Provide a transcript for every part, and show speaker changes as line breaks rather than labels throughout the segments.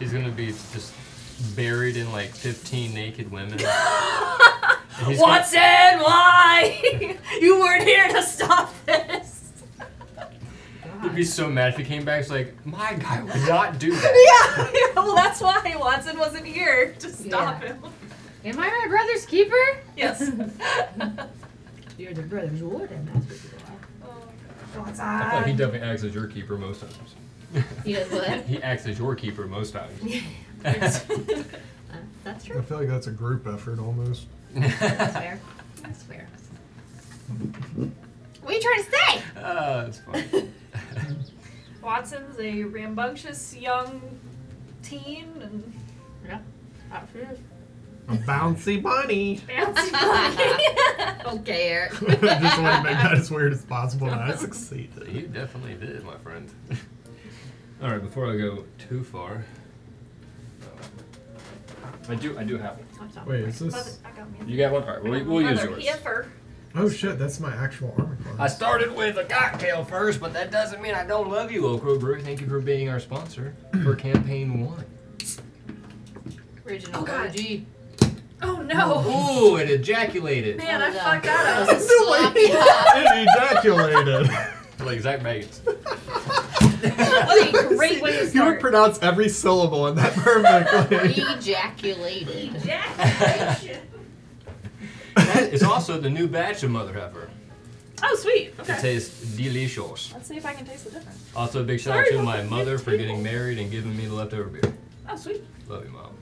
is gonna be just buried in like 15 naked women. And he's gonna-
Watson, why? you weren't here to stop this.
He'd be so mad if he came back. He's like, my guy would not do
Yeah,
that.
yeah, well, that's why Watson wasn't here to stop him.
Am I my brother's keeper?
Yes.
You're the brother's warden. That's what you are.
I thought he definitely acts as your keeper most times.
He does what?
He acts as your keeper most times.
Uh, that's
I
true.
feel like that's a group effort almost.
That's fair. That's fair. What are you trying to say?
Ah, that's funny.
Watson's a rambunctious young teen and
Oh, she is.
A bouncy bunny.
bouncy body.
Okay, Eric.
Just want to make that as weird as possible, and I succeeded.
you definitely did, my friend. All right, before I go too far,
uh, I do. I do have one.
What's up?
Wait, is
Mother,
this?
I got me.
You got one. All right. We'll, we'll use yours.
Heifer.
Oh shit, that's my actual armor
I
class.
started with a cocktail first, but that doesn't mean I don't love you, Oak Grove Brewery. Thank you for being our sponsor for campaign one.
Original
Oh, God.
OG.
Oh no.
Ooh, it ejaculated.
Man, I
Oh, God.
fucked that up.
The way it ejaculated.
Like Zach Bagans.
What a great way to
You would
start.
pronounce every syllable in that perfectly.
Ejaculated.
Ejaculation.
that is also the new batch of Mother Heifer.
Oh sweet.
It
Okay.
tastes delicious.
Let's see if I can taste the difference.
Also, a big shout out
Sorry
to
about
my
the
mother for
people.
getting married and giving me the leftover beer.
Oh sweet.
Love you, mom.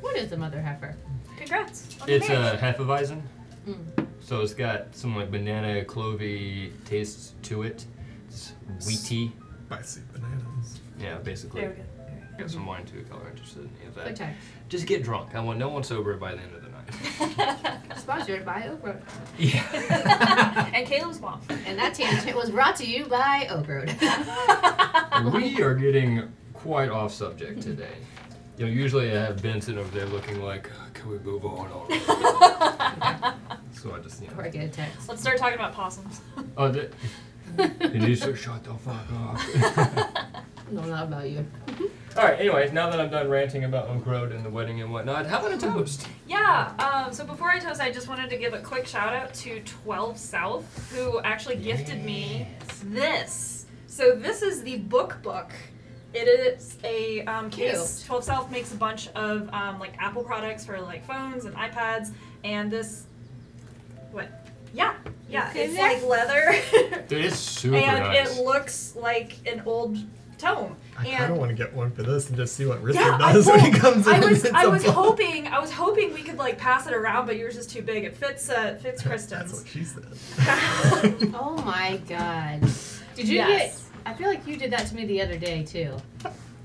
What is the mother heifer?
Congrats. on the
It's uh,
marriage.
a hefeweizen,
Mm.
so it's got some like banana clovey tastes to it. It's wheaty.
Spicy bananas.
Yeah, basically.
There we go.
Got some wine too if y'all are interested in any of
Good
that.
time.
Just get drunk. I want no one sober by the end of the night.
Sponsored by Oak Road.
Yeah.
and Caleb's mom.
And that tangent was brought to you by Oak Road.
we are getting quite off subject today. You know, usually I have Benson over there looking like, "Uh, can we move on already? so I just, you
or
know.
I get a text.
Let's start talking about possums.
Oh, the, and you so shut the fuck up.
No, not about you.
All right, anyway, now that I'm done ranting about Oak Road and the wedding and whatnot, how about a toast?
Yeah, um, so before I toast, I just wanted to give a quick shout out to 12 South, who actually gifted me this. So this is the book book. It is a um, case. 12 South makes a bunch of um, like Apple products for like phones and iPads, and this, what? Yeah, yeah,
Okay,
it's
there.
like leather.
Dude, it's super
and
nice.
it looks like an old tome.
I kind of
And
want to get one for this and just see what Richard
Yeah, I
does when he
will.
comes in.
I was
and
I
it's a
was
book.
hoping I was hoping we could like pass it around, but yours is too big. It fits uh, it fits
That's
Kristen's.
what she said.
Oh my god. Did you
Yes.
get. I feel like you did that to me the other day too.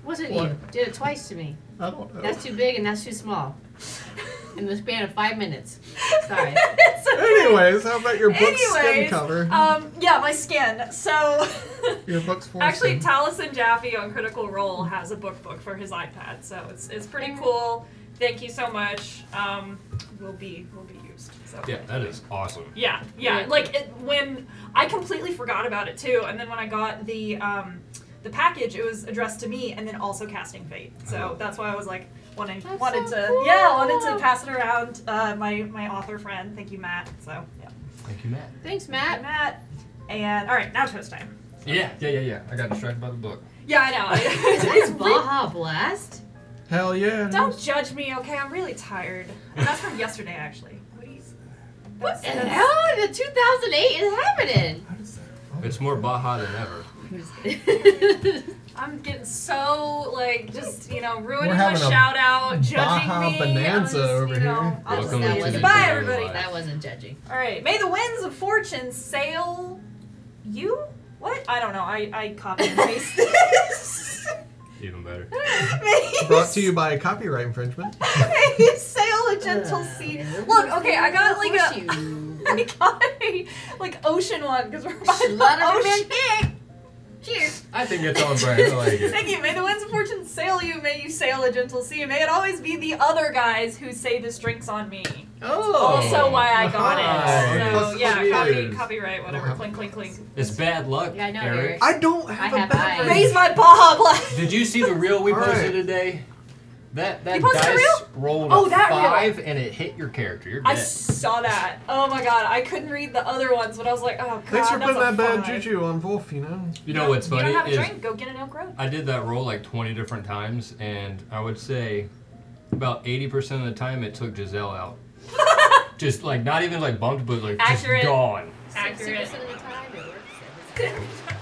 Wasn't you?
What?
Did it twice to me.
I don't
Oh.
know.
That's too big and that's too small. In the span of five minutes. Sorry.
It's okay.
Anyways, how about your book's skin
Anyways,
cover?
Um, yeah, my skin. So.
your book's
Actually,
foreskin.
Taliesin Jaffe on Critical Role has a book book for his iPad, so it's, it's pretty cool. Thank you so much. Um, will be will be used. So.
yeah, that is awesome.
Yeah, yeah.
Yeah.
Like it, when I completely forgot about it too, and then when I got the um, the package, it was addressed to me, and then also casting fate. So
Oh.
that's why I was like wanting
That's
wanted
so
to yeah wanted
cool.
to pass it around uh, my my author friend. Thank you, Matt. So yeah,
Thank you, Matt.
Thanks,
Hi,
Matt.
Matt. And all right, now toast time.
Yeah, yeah, yeah, yeah. I got distracted by the book.
Yeah, I know.
Is this
It's re-
Baja Blast?
Hell yeah.
Don't judge me, okay? I'm really tired. And that's from yesterday, actually. What do you-
What the hell? The 2008 is happening.
How does that-
It's more Baja than ever.
I'm getting so like just you know ruining my
We're having a
shout out, judging
Baja
me.
bonanza
I'm just,
over
you know,
here.
I'll just
Welcome
do
to
it.
the
Bye
Baja
everybody.
Life.
that wasn't judging.
All right, may the winds of fortune sail you. What? I don't know. I I copy and paste this.
Even better.
May
Brought to you by copyright infringengment.
May you sail a gentle
Uh,
sea. Look, okay, I got like a. I got a like ocean one because we're by the ocean.
Cheers.
I think it's on brand. I like it.
Thank you. May the winds of fortune sail you. May you sail a gentle sea. May it always be the other guys who say this drink's on me.
Oh.
Also, why I got
Nice.
it. So yeah, copy,
Cheers.
copyright, whatever.
Wow.
Clink, clink, clink.
It's bad luck,
Yeah, I know,
Eric.
Eric.
I don't have
I
a
have
beverage.
eyes.
Raise my Baja Blast.
Did you see the reel we
All
posted
right.
today? That that
posted a
dice
reel?
rolled
Oh,
a
that reel.
five and it hit your character. You're
I
dead.
saw that. Oh my god, I couldn't read the other ones, but I was like, oh god.
Thanks for
that's
putting
a
that bad
five.
juju on Wolf, you know?
you know what's funny
You don't have a
is
drink, go get an Elk Road.
I did that roll like 20 different times, and I would say about 80% of the time it took Giselle out. just like not even like bumped, but like
Accurate.
just gone.
Accurate.
60% of the time, it works. every time.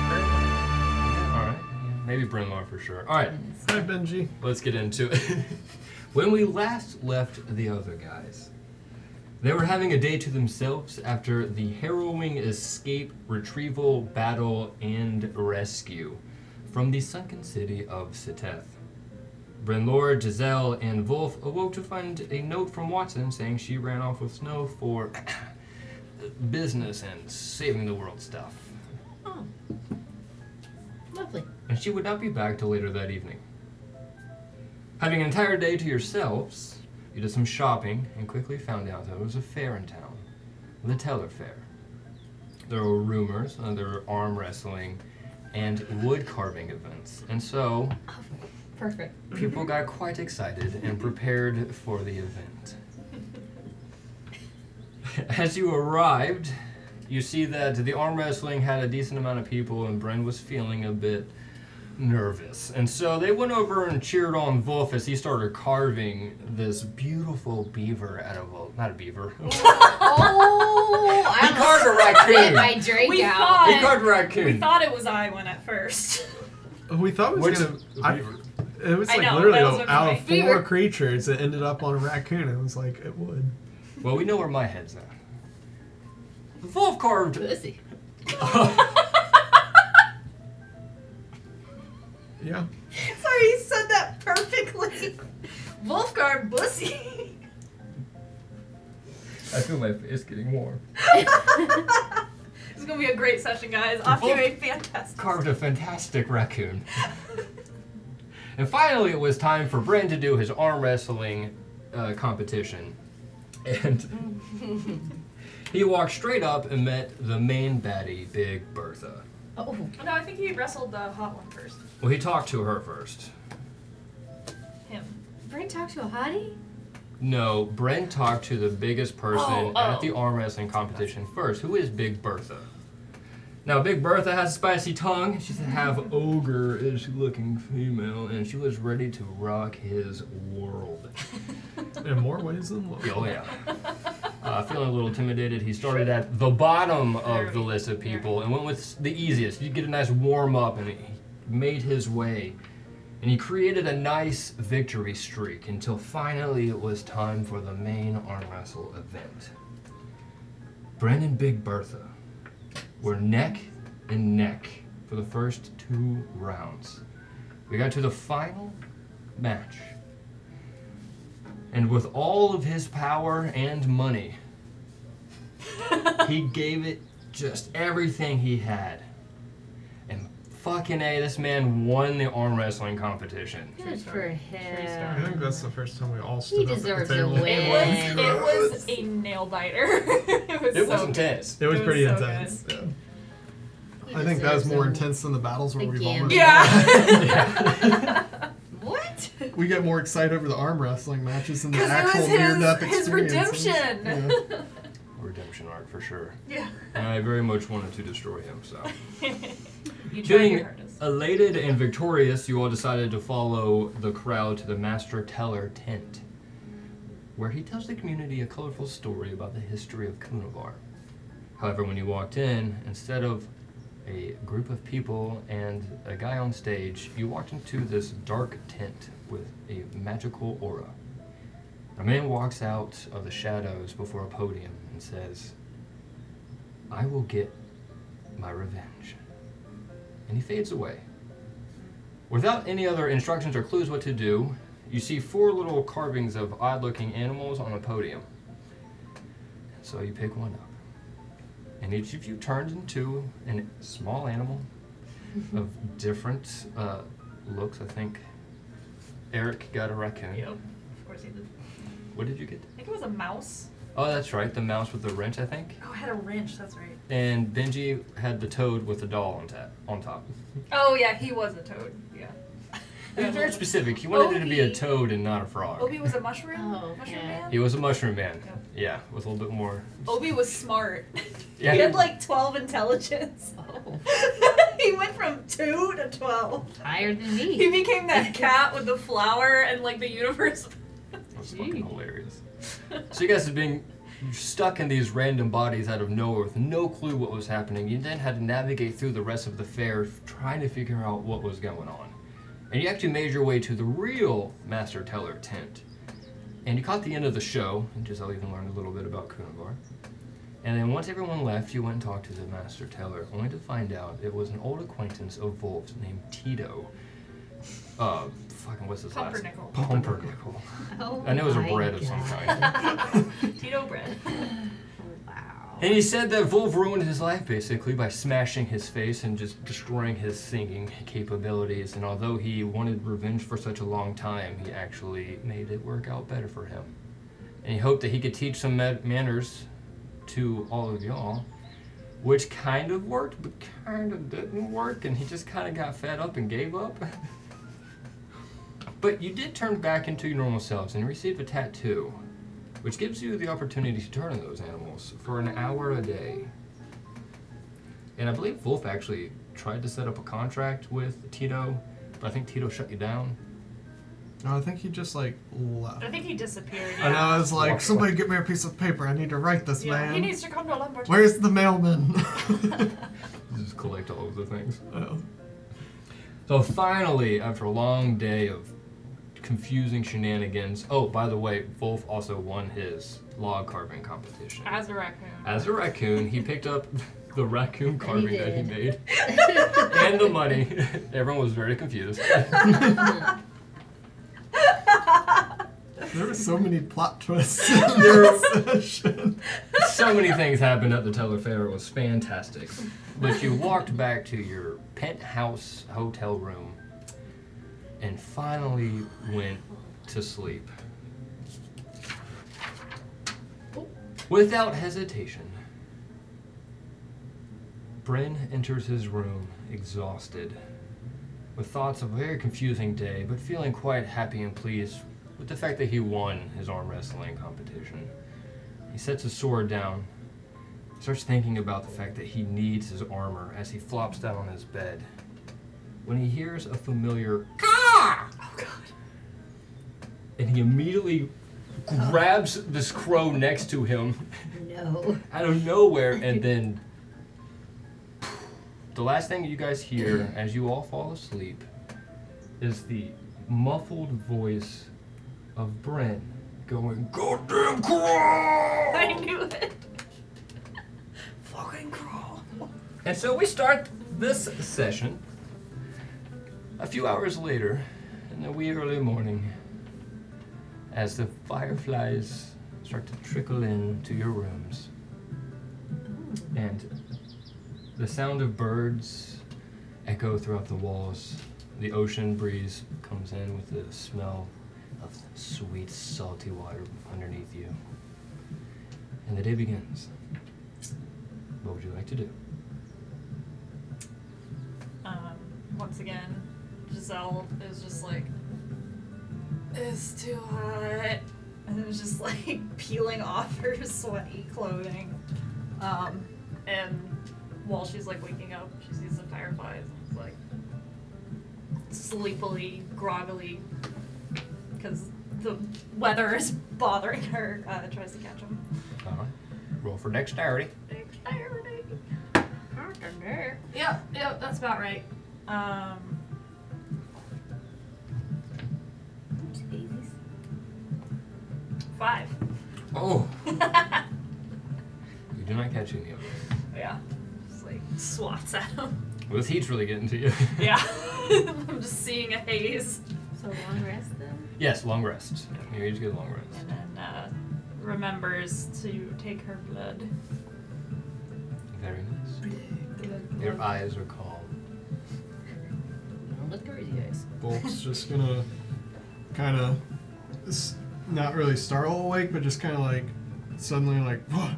All right. Maybe Bryn Mawr for sure. All right.
Hi, Benji.
Let's get into it. when we last left the other guys, they were having a day to themselves after the harrowing escape, retrieval, battle, and rescue from the sunken city of Seteth. Brenlor, Giselle, and Wolf awoke to find a note from Watson saying she ran off with Snow for business and saving the world stuff,
Lovely.
and she would not be back till later that evening. Having an entire day to yourselves, you did some shopping and quickly found out there was a fair in town, the Teller Fair. There were rumors, uh, there were arm wrestling, and wood carving events, and so
Perfect.
people got quite excited and prepared for the event. As you arrived, you see that the arm wrestling had a decent amount of people, and Bren was feeling a bit nervous. And so they went over and cheered on Wolf as he started carving this beautiful beaver out of a not a beaver. he
Oh, I
carved a
spit
raccoon.
my drink
We
out.
thought-
He carved a
We
raccoon.
thought it was I one at first.
We thought we was
What's
going
a
to.
beaver?
It was
I
like
know,
literally
that was
out
my
of four
favorite.
creatures, it ended up on a raccoon. It was like, it would.
Well, we know where my head's at. Wolf carved
Pussy.
Yeah.
Sorry, you said that perfectly. Wolfgar Bussy.
I feel my face getting warm.
It's gonna be a great session, guys. Off to a fantastic.
carved a fantastic raccoon. and finally, it was time for Bren to do his arm wrestling uh, competition. And he walked straight up and met the main baddie, Big Bertha.
Oh,
No, I think he wrestled the hot one first.
Well, he talked to her first.
Him.
Brent talked to a hottie?
No, Bren talked to the biggest person
Oh,
at
oh.
the arm wrestling competition first, who is Big Bertha. Now, Big Bertha has a spicy tongue. She's a half ogre is looking female, and she was ready to rock his world.
In more ways than one.
Oh yeah. Uh, feeling a little intimidated, he started at the bottom of the list of people and went with the easiest. You get a nice warm up, and he made his way, and he created a nice victory streak until finally it was time for the main arm wrestle event. Bren and Big Bertha were neck and neck for the first two rounds. We got to the final match. And with all of his power and money, he gave it just everything he had. And fucking A, this man won the arm wrestling competition.
Good for
I think
him.
that's the first time we all stood
He
up at the
deserves a
table.
win.
It was, it was a nail biter. it was,
It
so
was intense.
It was
It was
pretty
so
intense. yeah.
He
I think that was
deserves
more
a-
intense than the battles where we've
Again.
almost.
Yeah.
What?
We get more excited over the arm wrestling matches than the
Because it was
actual near death
his, his
experiences.
redemption.
Yeah.
Redemption arc for sure.
Yeah.
And I very much wanted to destroy him, so.
you tried your
Feeling
hardest.
elated and victorious, you all decided to follow the crowd to the Master Teller tent, where he tells the community a colorful story about the history of Kunavar. However, when you walked in, instead of a group of people and a guy on stage, you walked into this dark tent with a magical aura. A man walks out of the shadows before a podium and says, I will get my revenge. And he fades away. Without any other instructions or clues what to do, you see four little carvings of odd looking animals on a podium. So you pick one up. And each of you turns into a small animal of different uh, looks. I think Eric got a raccoon.
Yep. Of course he did.
What did you get?
I think it was a mouse.
Oh, that's right, the mouse with the wrench, I think.
Oh, I had a wrench. That's right.
And Benji had the toad with the doll on, tap, on top.
Oh yeah, he was a toad. Yeah.
He was very specific. He wanted it to be a toad and not a frog.
Obi was a mushroom.
Oh,
mushroom
yeah.
man.
He was a mushroom man.
Yep.
Yeah, with a little bit more.
Obi was smart.
Yeah.
he had like twelve intelligence.
Oh,
he went from two to twelve.
higher than
He
me.
became that cat with the flower and like the universe.
That's
Gee.
fucking hilarious. So you guys have been stuck in these random bodies out of nowhere with no clue what was happening. You then had to navigate through the rest of the fair trying to figure out what was going on. And you actually made your way to the real Master Teller tent. And you caught the end of the show, and Giselle even learned a little bit about Kunavar. And then once everyone left, you went and talked to the Master Teller, only to find out it was an old acquaintance of Volt's named Tito. Uh, fucking what's his last name?
Pumpernickel.
Pumpernickel.
Oh,
I know it was a
my
bread of some
God.
kind.
Tito bread.
Wow.
And he said that Volv ruined his life basically by smashing his face and just destroying his singing capabilities. And although he wanted revenge for such a long time, he actually made it work out better for him. And he hoped that he could teach some ma- manners to all of y'all, which kind of worked, but kind of didn't work. And he just kind of got fed up and gave up. but you did turn back into your normal selves and received a tattoo which gives you the opportunity to turn on those animals for an hour a day. And I believe Wolf actually tried to set up a contract with Tito, but I think Tito shut you down.
No, I think he just like left.
I think he disappeared.
And I was like,
Walked
somebody get me a piece of paper. I need to write this,
Yeah,
man.
He needs to come to a lumber.
Where's the mailman?
Just collect all of the things.
Oh.
So finally, after a long day of confusing shenanigans, oh, by the way, Wolf also won his log carving competition.
As a raccoon.
As a raccoon, he picked up the raccoon carving that he made
did.
and the money. Everyone was very confused.
There were so many plot twists in this session.
so many things happened at the Teller Fair. It was fantastic. But you walked back to your penthouse hotel room and finally went to sleep. Without hesitation, Bryn enters his room exhausted, with thoughts of a very confusing day, but feeling quite happy and pleased with the fact that he won his arm wrestling competition. He sets his sword down, starts thinking about the fact that he needs his armor as he flops down on his bed. When he hears a familiar caw,
oh god.
and he immediately grabs this crow next to him
No.
out of nowhere, and then the last thing you guys hear as you all fall asleep is the muffled voice of Bren going, "Goddamn crow!"
I knew it. Fucking crawl.
And so we start this session a few hours later in the wee early morning as the fireflies start to trickle in to your rooms. And the sound of birds echo throughout the walls. The ocean breeze comes in with the smell of sweet, salty water underneath you. And the day begins. What would you like to do?
Um, once again, Giselle is just like, it's too hot. And is just like peeling off her sweaty clothing. Um, and while she's like waking up, she sees the fireflies and is like sleepily, groggily, because the weather is bothering her, uh, tries to catch them.
All right. Roll for dexterity.
Yep, yep, that's about right. Um, Five.
Oh,
yeah.
you do not catch any of it.
Just like swats at him.
Well, this heat's really getting to you.
Yeah. I'm just seeing a haze.
So long rest then.
yes, long rest. You each get a long rest.
And then uh, remembers to take her blood.
Very nice.
Blood,
Your
blood.
eyes are calm.
Don't look crazy, guys.
Bulk's just gonna kind of not really startle awake, but just kind of like suddenly like, "Whoa."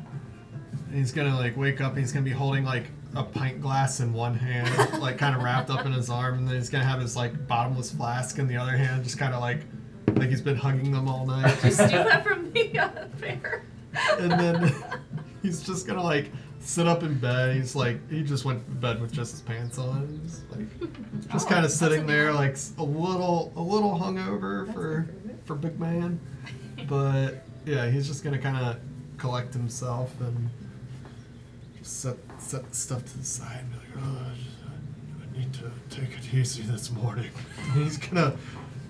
and he's gonna like wake up and he's gonna be holding like a pint glass in one hand, like kind of wrapped up in his arm, and then he's gonna have his like bottomless flask in the other hand, just kind of like like he's been hugging them all night.
You steal that from the uh, fair.
and then he's just gonna like sit up in bed. He's like he just went to bed with just his pants on. He's like just
Oh,
kind of
that's
sitting
a-
there like s- a little a little hungover
That's
for
improvement.
for big man, but yeah, he's just gonna kind of collect himself and just set set stuff to the side and be like, oh, I, just, I, I need to take it easy this morning. he's gonna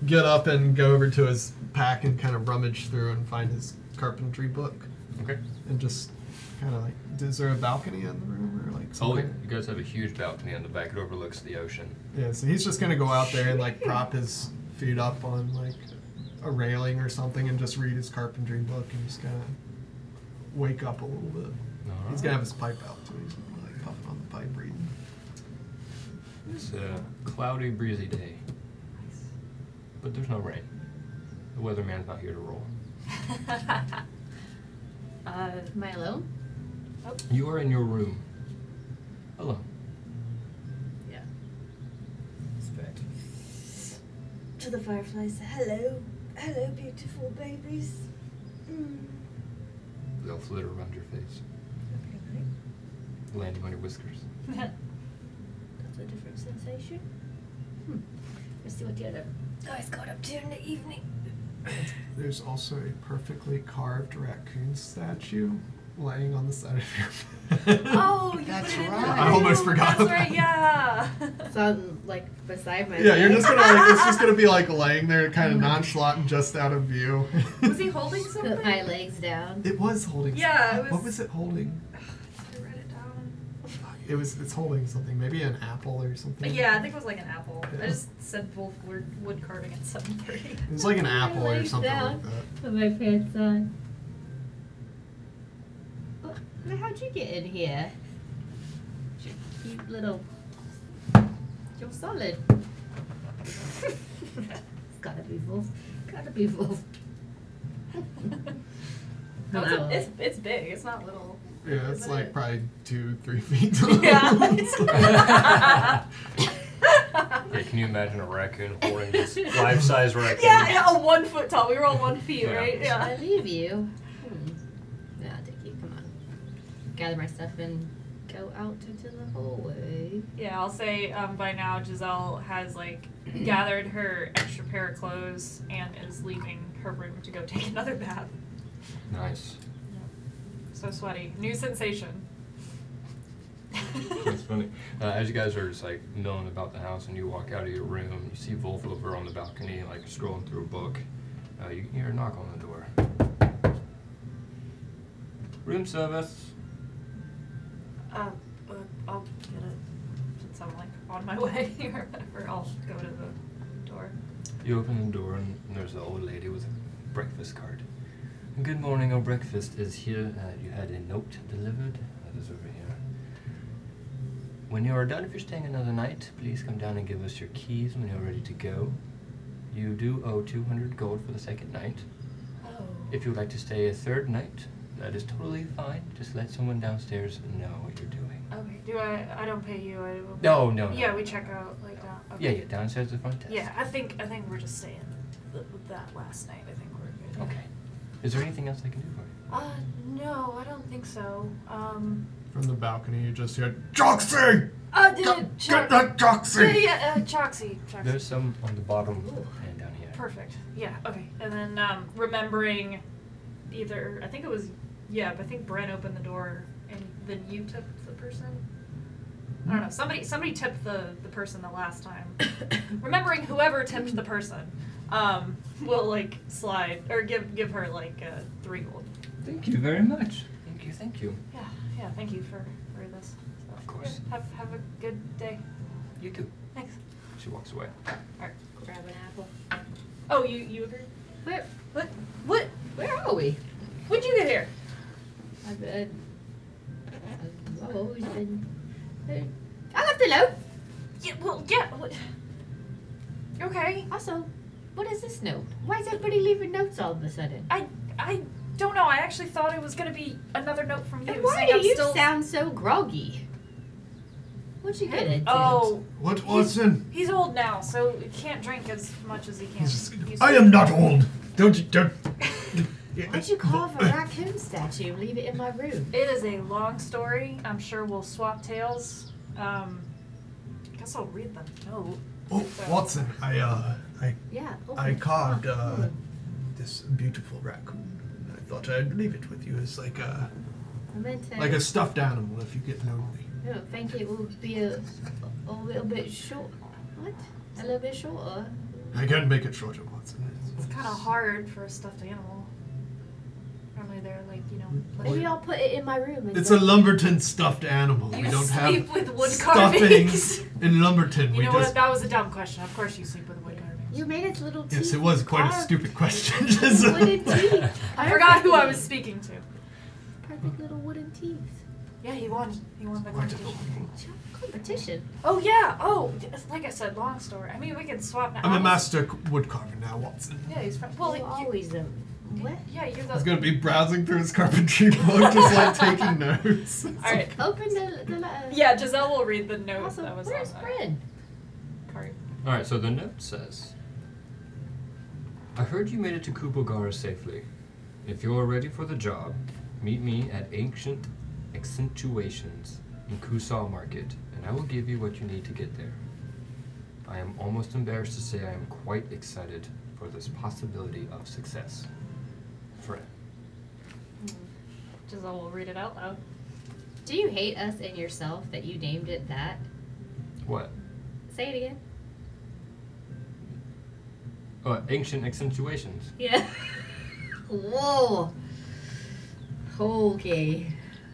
get up and go over to his pack and kind of rummage through and find his carpentry book
Okay.
and just kind of like, is there a balcony in the room or like
Oh,
something?
you guys have a huge balcony on the back. It overlooks the ocean.
Yeah, so he's just gonna go out there and like prop his feet up on like a railing or something and just read his carpentry book and just kind of wake up a little bit.
All
He's gonna have his pipe out too. He's gonna be like puffing on the pipe reading.
It's a cloudy, breezy day, but there's no rain. The weatherman's not here to roll.
uh,
Am I alone?
You are in your room, alone.
Yeah.
To the fireflies. Hello. Hello, beautiful babies. Mm.
They'll flit around your face,
Okay, great.
landing on your whiskers.
That's a different sensation.
Let's see what the other.
Guys got up to in the evening.
There's also a perfectly carved raccoon statue laying on the side of your bed.
oh, you
That's
put it in
right.
the
I
almost
room.
forgot
That's
about
right.
that.
Yeah.
So I'm like beside my.
Yeah, you're
bed.
just gonna like it's just gonna be like laying there, kind of nonchalant, and just out of view.
Mm-hmm. Was he holding something?
Put my legs down.
It was holding.
Yeah, it
What
was-
was it holding?
I wrote it down.
It was. It's holding something. Maybe an apple or something.
Yeah, I think it was like an apple.
Yeah.
I just said wolf wood, wood carving at seven thirty.
It was like an
I
apple or
like
something
that.
like that.
Put my pants on. Oh, now how'd you get in here? You cute little. You're solid. it's gotta be Wolf. Gotta be Wolf.
No, it's,
Wow.
a, it's it's big. It's not little.
Yeah, it's
Isn't
like
it?
probably two, three feet tall. It's like-
Yeah.
Yeah, can you imagine a raccoon holding this life-size raccoon?
yeah, yeah. A one foot tall. We were all one feet,
Yeah.
right?
I
Yeah.
leave you. Hmm. Nah, Dickie, come on. Gather my stuff and go out into the hallway.
Yeah, I'll say um, by now Giselle has like gathered her extra pair of clothes and is leaving her room to go take another bath.
Nice.
So sweaty. New sensation.
That's funny. Uh, as you guys are just like milling about the house, and you walk out of your room, you see Wolf over on the balcony, like scrolling through a book. Uh, you can hear a knock on the door. Room service.
Uh, uh, I'll get it. Since I'm like on my way or whatever, I'll go to the door.
You open the door, and there's an old lady with a breakfast card. Good morning. Our breakfast is here. Uh, you had a note delivered. That is over here. When you are done, if you're staying another night, please come down and give us your keys when you're ready to go. You do owe 200 gold for the second night.
Oh.
If you would like to stay a third night, that is totally fine. Just let someone downstairs know what you're doing.
Okay. Um, Do I? I don't pay you. I will.
No, no, no.
Yeah, we check out like that. Okay.
Yeah, yeah, downstairs is the front desk.
Yeah, I think I think we're just staying th- with that last night. I think we're good.
Okay. Is there anything else I can do for you?
Uh, no, I don't think so. Um.
From the balcony, you just hear Joxy.
Uh, did
Get,
Choc-
get that
Yeah,
Joxy.
yeah, uh, Choxy. Choxy.
There's some on the bottom and down here.
Perfect. Yeah. Okay. And then um, remembering, either I think it was yeah, but I think Brent opened the door and then you tipped the person. I
Hmm.
don't know. Somebody somebody tipped the the person the last time. remembering whoever tipped the person, um, will like slide or give give her like uh, three gold.
Thank you very much.
Thank you, thank you.
Yeah, yeah. Thank you for for this. So,
Of course.
yeah, have have a good day.
You too.
Thanks.
She walks away.
Grab an apple.
Oh, you you agree?
Where,
What what?
where are we?
When'd you get here?
I've been. I've always been. I left alone.
Yeah, well, yeah. What? Okay.
Also, what is this note? Why is everybody leaving notes all of a sudden?
I I don't know. I actually thought it was gonna be another note from you.
And why
saying
do
I'm
you
still...
sound so groggy? What'd you get into?
Oh,
What, Watson?
he's old now, so he can't drink as much as he can. He's-
I am not old. Don't you, don't.
Why'd you carve a raccoon statue and leave it in my room?
It is a long story. I'm sure we'll swap tales. Um, I guess I'll read the note.
Oh, Watson, I, uh, I,
Yeah. open
I
it.
carved, uh, this beautiful raccoon. I thought I'd leave it with you as like a,
I meant to.
like a stuffed animal if you get lonely.
I don't think it will be a, a little bit short. What? A little bit shorter.
I can make it shorter, Watson.
It's kind of hard for a stuffed animal. Normally they're like, you know.
Maybe I'll put it in my room. And
Oh, It's a
then-
lumberton stuffed animal.
You
we don't
sleep
have
with wood
stuffings
carvings.
in lumberton.
You
we
know
just
what? That was a dumb question. Of course you sleep with wood carvings.
You made its little teeth.
Yes, it was quite a
carved
stupid question.
with Wooden teeth.
I forgot who I was speaking to.
Perfect little wooden teeth.
Yeah, he won. He won the competition.
Competition.
Oh yeah. Oh, it's like I said, long story. I mean, we can swap now. Oh.
I'm a master c- woodcarver now, Watson.
Yeah, he's from.
Well,
Well, you-
always them. What?
yeah, you're the.
He's gonna be browsing through his carpentry book, just like taking notes.
All right.
Open the, the letter.
Yeah, Giselle will read the note
Also,
that was on
where's
the
Bren?
card.
All right, so the note says, "I heard you made it to Kubogara safely. If you're ready for the job, meet me at Ancient Accentuations in Kusal Market, and I will give you what you need to get there." I am almost embarrassed to say I am quite excited for this possibility of success. Friend.
Giselle will read it out loud.
Do you hate us and yourself that you named it that?
What?
Say it again.
Oh, ancient accentuations.
Yeah. Whoa. Okay.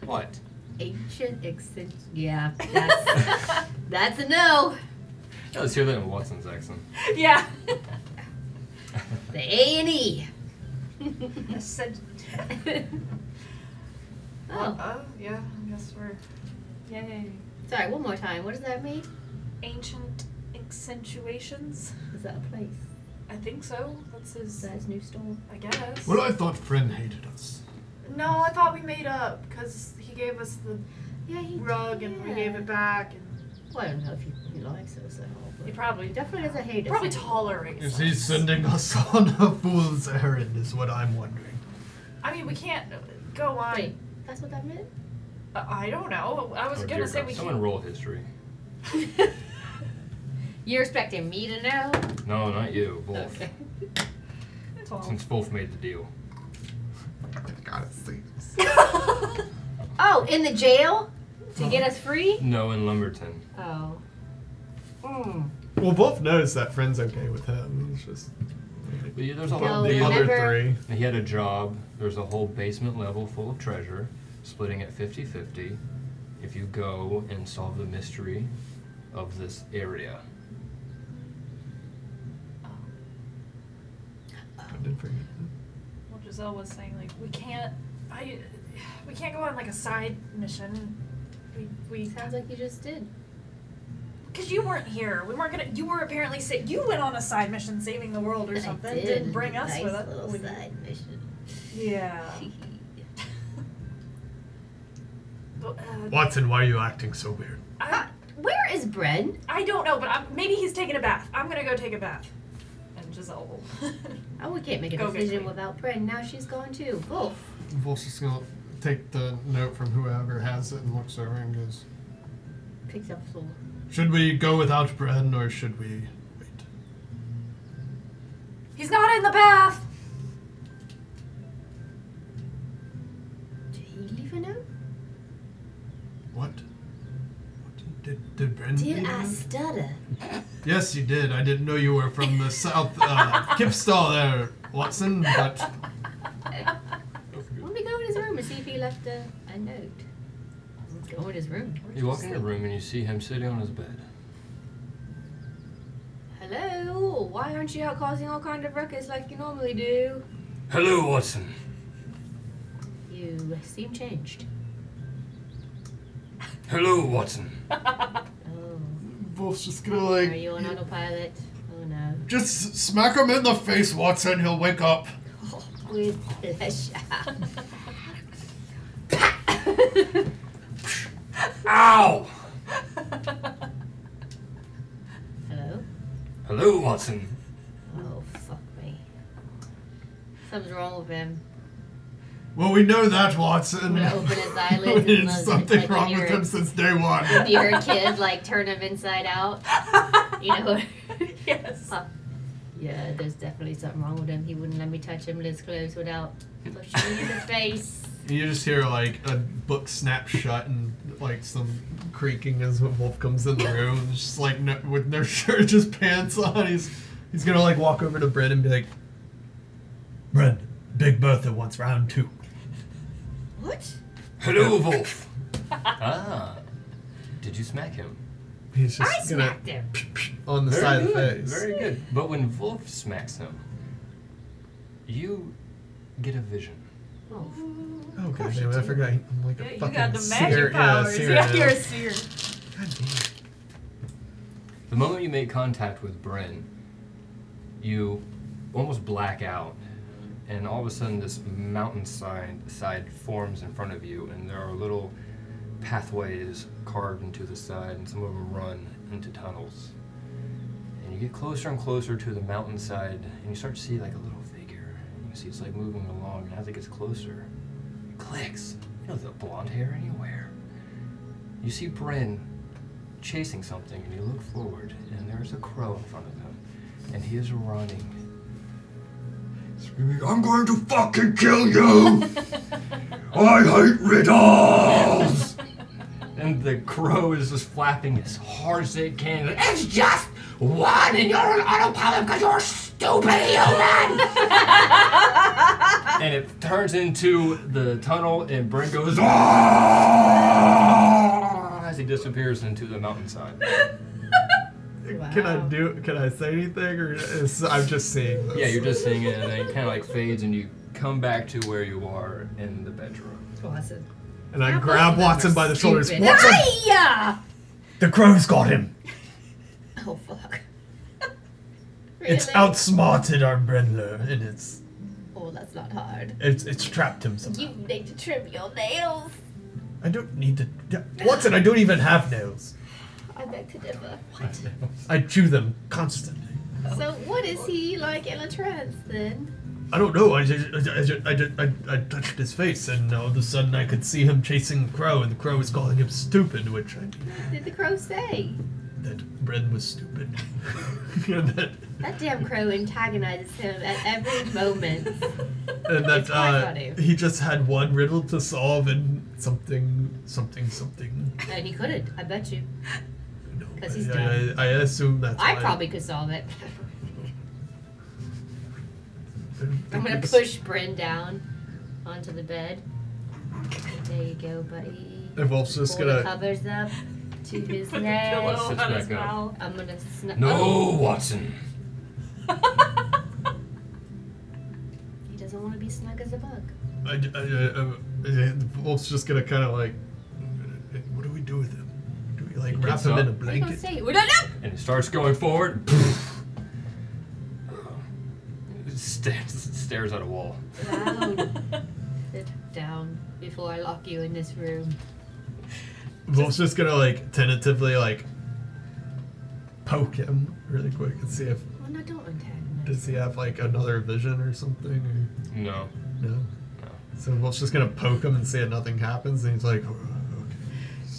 What?
Ancient accent. Yeah, that's, that's a no.
Yeah, let's hear that in Watson's accent.
yeah.
The A and E.
I said.
oh,
Uh, yeah. I guess we're. Yay.
sorry. One more time. What does that mean?
Ancient accentuations.
Is that a place?
I think so. That's
Is
his.
that his new store?
I guess.
Well, I thought Friend hated us.
No, I thought we made up because he gave us the
Yeah, he
rug and we gave it back. And
Well, I don't know if he, he likes us at all.
he
But he
probably
definitely doesn't hate us.
probably tolerates.
Is
us.
he sending us on a fool's errand? Is what I'm wondering.
I mean, we can't uh, go on.
Wait, that's what that meant.
Uh, I don't know. I was
Oh,
gonna
dear
say
God.
we
Someone
can't.
roll history.
You're expecting me to know?
No, not you, Wolf.
Okay.
Since Wolf made the deal.
I gotta see.
Um,
Oh, in the jail to get us free?
No, in Lumberton.
Uh-huh. Oh. Hmm.
Well, Wolf knows that Friend's okay with him. It's just
But yeah, there's a
No,
whole
the
deal.
other
remember-
three.
He had a job. There's a whole basement level full of treasure, splitting at 50 50 if you go and solve the mystery of this area.
I did forget.
Well, Giselle was saying like we can't. I we can't go on like a side mission. We we
Sounds like you just did.
because you weren't here. We weren't gonna. You were apparently sa- You went on a side mission, saving the world or something.
I did.
not bring us
nice
with us.
little
with you.
side mission.
Yeah. But, uh,
Watson, why are you acting so weird?
I,
Where is Bren?
I don't know, but I'm, maybe he's taking a bath. I'm gonna go take a bath. And Giselle will.
Oh, we can't make a
Go get
decision
me.
without Bren. Now she's gone too. Wolf.
Wolf's just gonna take the note from whoever has it and looks over and goes,
Picks up Floor.
"Should we go without Bren or should we wait?"
he's not in the bath.
Did he leave a note?
What? What did Did Ben?
Did
do
Mm-hmm.
I
that?
stutter?
Yes, you did. I didn't know you were from the south uh, Kipstall there, Watson. But
Let me go in his room and see if he left a, a note. Let's go in his room.
You walk in the room and you see him sitting on his bed.
Hello. Why aren't you out causing all kind of ruckus like you normally do?
Hello, Watson.
You seem changed.
Hello, Watson.
Oh.
Wolf's just gonna
Are you on autopilot? Oh no.
just smack him in the face, Watson. He'll wake up.
Oh, with pleasure.
Ow!
Hello?
Hello, Watson.
Oh, fuck me. Something's wrong with him.
Well, we know that,
I'm
Watson.
gonna open his eyelids and
There's
look,
something
like,
wrong
you're-
with him since day one.
If you're a kid, like, turn him inside out. You know?
yes.
yeah, there's definitely something wrong with him. He wouldn't let me touch him with his clothes without pushing me in the face.
And you just hear like a book snap shut and like some creaking as when Wolf comes in the room. And it's just like no, with no shirt, just pants on. He's he's gonna like walk over to Brent and be like, Brent, Big Bertha wants round two.
What?
Hello, Wolf. ah. Did you smack him?
He's just
I
gonna
smacked him.
on the
Very
side
good.
of the face.
Very good. But when Wolf smacks him, you get a vision.
Oh,
oh god damn it! I forgot. I'm like
Yeah,
a
you
fucking
got the magic
seer.
powers.
Yeah, seer
yeah,
now.
you're a seer.
God damn it.
The moment you make contact with Bryn, you almost black out, and all of a sudden this mountainside side forms in front of you, and there are little pathways carved into the side, and some of them run into tunnels. And you get closer and closer to the mountainside, and you start to see like a little figure. And you see it's like moving along, and as it gets closer, it clicks. You know the blonde hair anywhere. You see Bryn chasing something and you look forward and there's a crow in front of him and he is running screaming i'm going to fucking kill you i hate riddles and the crow is just flapping as hard as it can like, it's just one and you're an autopilot because you're a stupid human and it turns into the tunnel and Brent goes "Ah!" as he disappears into the mountainside
Can I
Wow.
do? Can I say anything, or is, I'm just seeing? This.
Yeah, you're just seeing it, and then it kind of like fades, and you come back to where you are in the bedroom.
awesome.
And I grab Watson by the shoulders.
stupid.
Watson,
Yeah!
the crow's got him.
Oh, fuck.
It's
Really?
outsmarted our Bredler, and it's
Oh, that's not hard.
it's it's trapped him somehow.
You need to trim your nails.
I don't need to. yeah, Watson, I don't even have nails.
I beg to differ.
I chew them constantly.
So, what is he like in a trance then?
I don't know. I just, I just, I, just, I, I touched his face, and all of a sudden I could see him chasing the crow, and the crow was calling him stupid, which I
What did the crow say?
that Bren was stupid. and that,
That damn crow antagonizes him at every moment.
and
It's
that
quite
uh,
funny.
he just had one riddle to solve, and something, something, something.
and he couldn't, I bet you.
No,
'Cause he's
I,
dead.
I, I assume that's.
I
why-
probably could solve it.
I don't
I'm
think
gonna
it's-
push Bryn down onto the bed. There you go, buddy.
And Wolf's just
Pull the
gonna.
covers up to his
Put the
neck.
pillow
Sits
on his
back
mouth.
I'm gonna Oh! snap.
No, Watson.
he doesn't want to be snug as a bug.
I, I, I, I, uh, Wolf's just gonna kind of like. What do we do with him? Do we like
He
wrap
gets
him in
up.
a
What are you gonna
blanket?
say? We don't know.
And it starts going forward. stares, stares at a wall.
Down. Sit down before I lock you in this room.
Wolf's just gonna like tentatively like poke him really quick and see if
Well, no, don't antagonize.
does he have like another vision or something
No.
or no. So Wolf's just gonna poke him and see if nothing happens, and he's like, "Oh, okay.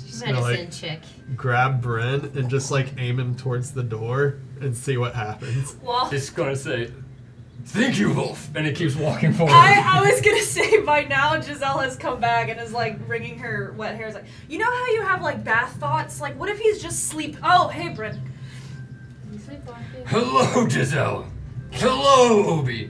Just gonna
Medicine
like
check.
grab Bren and just like aim him towards the door and see what happens.
Well,
It's gonna say, Thank you, Wolf. And it keeps walking forward.
I, I was gonna say by now Giselle has come back and is like wringing her wet hair. Is like, you know how you have like bath thoughts? Like, what if he's just sleep? Oh, hey, Bryn.
You sleepwalking?
Hello, Giselle. Hello, Obi.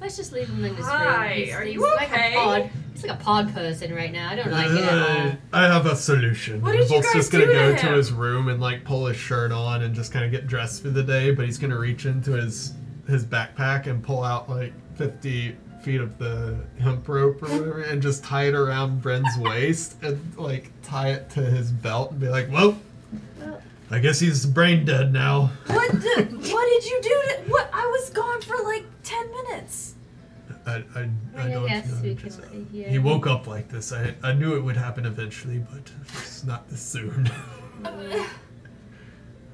Let's just leave him in this
Hi,
room. He's-
are
he's
you
like
okay?
a pod. He's like a pod person right now. I don't like it at all.
I have a solution.
What did you
Volk's
guys
just gonna
do to
go
him?
to his room and like pull his shirt on and just kind of get dressed for the day, but he's gonna reach into his his backpack and pull out like fifty feet of the hemp rope or whatever and just tie it around Bren's waist and like tie it to his belt and be like, Well,
Well-
I guess he's brain dead now.
What? The, what did you do? To, what? I was gone for like ten minutes.
I, I,
I
I don't
guess
know.
we
just-
can- yeah.
He woke up like this. I, I knew it would happen eventually, but it's not this soon.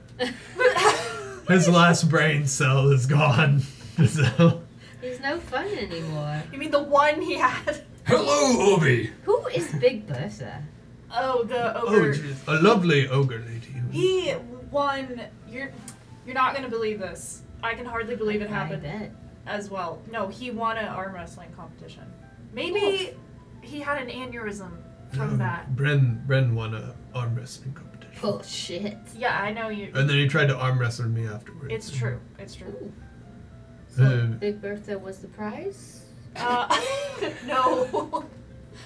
His last brain cell is gone. So
He's no fun anymore.
You mean the one he had?
Hello, Obi.
Who is Big Bertha?
Oh, the
oh,
ogre.
jeez, a lovely ogre lady.
he won. You're you're not gonna believe this. I can hardly believe it
I
happened.
bet.
as well. No, he won an arm wrestling competition. Maybe he had an aneurysm from
Um,
that.
Bren Bren won a arm wrestling competition,
Bullshit.
Yeah, I know you.
and then he tried to arm wrestle me afterwards.
It's true. It's true.
Ooh. So
Uh,
Big Bertha was the prize?
Uh, no.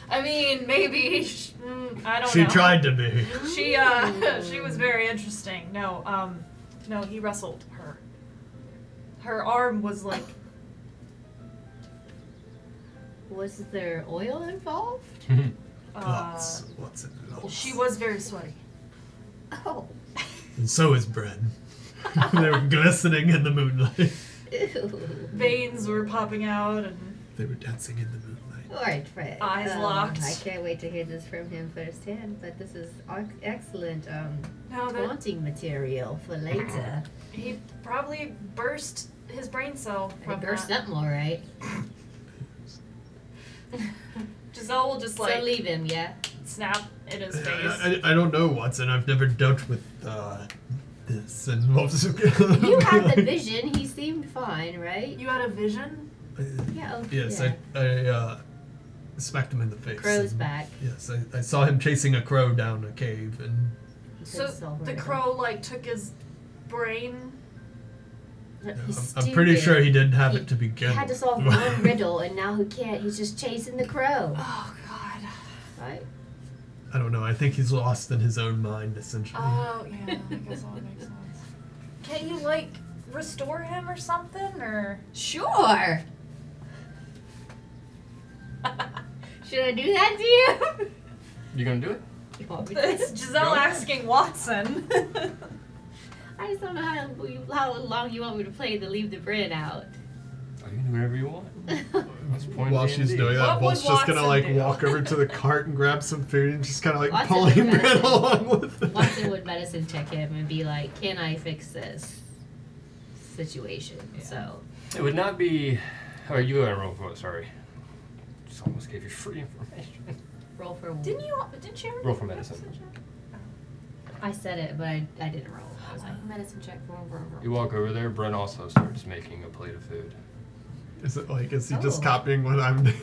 I mean, maybe. She, mm, I don't
she
know.
tried to be.
She uh, she was very interesting. No, um, no, he wrestled her. Her arm was like
Was there oil involved?
uh,
Lots, lots and lots.
she was very sweaty.
Oh.
and so is Bren. they were glistening in the moonlight.
Ew.
Veins were popping out, and
They were dancing in the moonlight.
All right, Fred. Um,
Eyes locked.
I can't wait to hear this from him firsthand, but this is ex- excellent um,
no, Oh, that
wanting material for later.
He probably burst his brain cell
I
from
burst
that.
something, all right.
Giselle will just like
so leave him, yeah?
snap in his face.
I, I, I don't know, Watson. I've never dealt with uh, this. And
You
you
had the vision. He seemed fine, right?
you had a vision?
Yeah. oh,
Yes,
yeah.
I, I uh, smacked him in the face.
Crow's
and-
back.
Yes, I, I saw him chasing a crow down a cave, and
He
So
could've solved
the
it.
crow like took his brain.
Look,
I'm,
he's
I'm pretty
stupid.
sure he didn't have
He-
it to begin.
He had to solve
with.
one riddle, and now he can't. He's just chasing the crow.
Oh god.
Right?
I don't know. I think he's lost in his own mind, essentially.
Oh yeah, I guess all makes sense. Can you like restore him or something or
Sure. Should I do that to you?
You gonna do it?
You want me to-
it's Giselle asking Watson.
I just don't know how, how long you want me to play the leave the bread out.
Oh, you can do whatever you want. That's point
While she's doing that,
What would
Bolt's just gonna
Watson
like
do?
walk over to the cart and grab some food and just kind of like
Watson
pulling
would
Brett
medicine.
along with it.
Watson would medicine check him and be like, "Can I fix this situation?" So
It would not be. Oh, you gotta roll for it. Sorry. Just almost gave you free information.
roll for. one.
didn't you didn't you
Roll for medicine.
I said it, but I, I didn't roll. I was like, "Medicine check, roll, roll, roll."
You walk over there. Brent also starts making a plate of food.
Is it like is he just
Oh.
copying what I'm doing?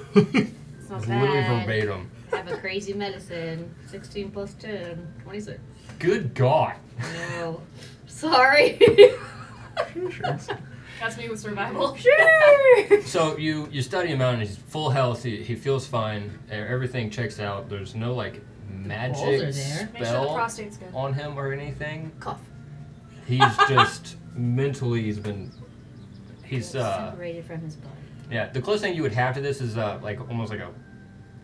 It's not
It's literally
bad.
verbatim.
I have a crazy medicine. 16 plus 10, 26.
Good God.
No. Sorry.
That's me with survival.
sure.
So you you study him out, and he's full health. He, he feels fine. e- Everything checks out. There's no like
balls
magic
are there.
Make sure the
spell
prostate's good.
on him or anything.
Cough.
He's just mentally. He's been. He's uh.
separated from his body.
Yeah, the closest thing you would have to this is uh, like almost like a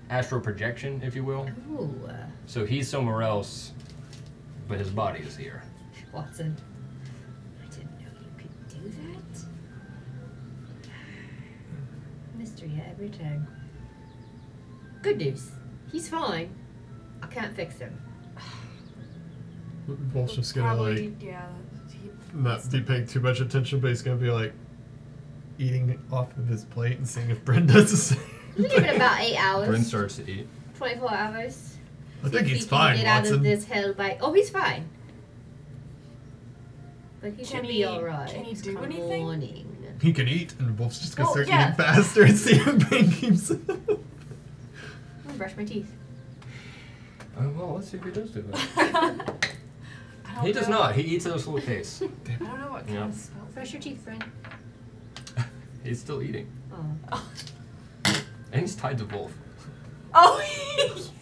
astral projection, if you will.
Ooh, uh,
So he's somewhere else, but his body is here.
Watson. I didn't know you could do that. Mystery every time. Good news. He's fine. I can't fix him.
Bolt's just gonna like
Probably, yeah. He
not be paying too much attention, but he's gonna be like eating off of his plate and seeing if Bren does the same.
We give it about 8 hours.
Bryn starts to eat.
24 hours.
I
If
think he's
he can
fine,
Get out of
Watson.
this hell by. Oh, he's fine. But he
Can
should
he-
be all right.
can he do
come
anything?
Morning.
He can eat, and Wolf's just gonna
Well,
start
yeah.
eating faster and see him bang himself.
I'm gonna brush my teeth.
Uh, well, let's see if he does do it.
I don't
He does
know-
not. He eats at a slow pace.
I don't know what kind
Yeah.
of spell.
Brush your teeth, friend.
He's still eating,
Oh.
and he's tied to Wolf.
Oh,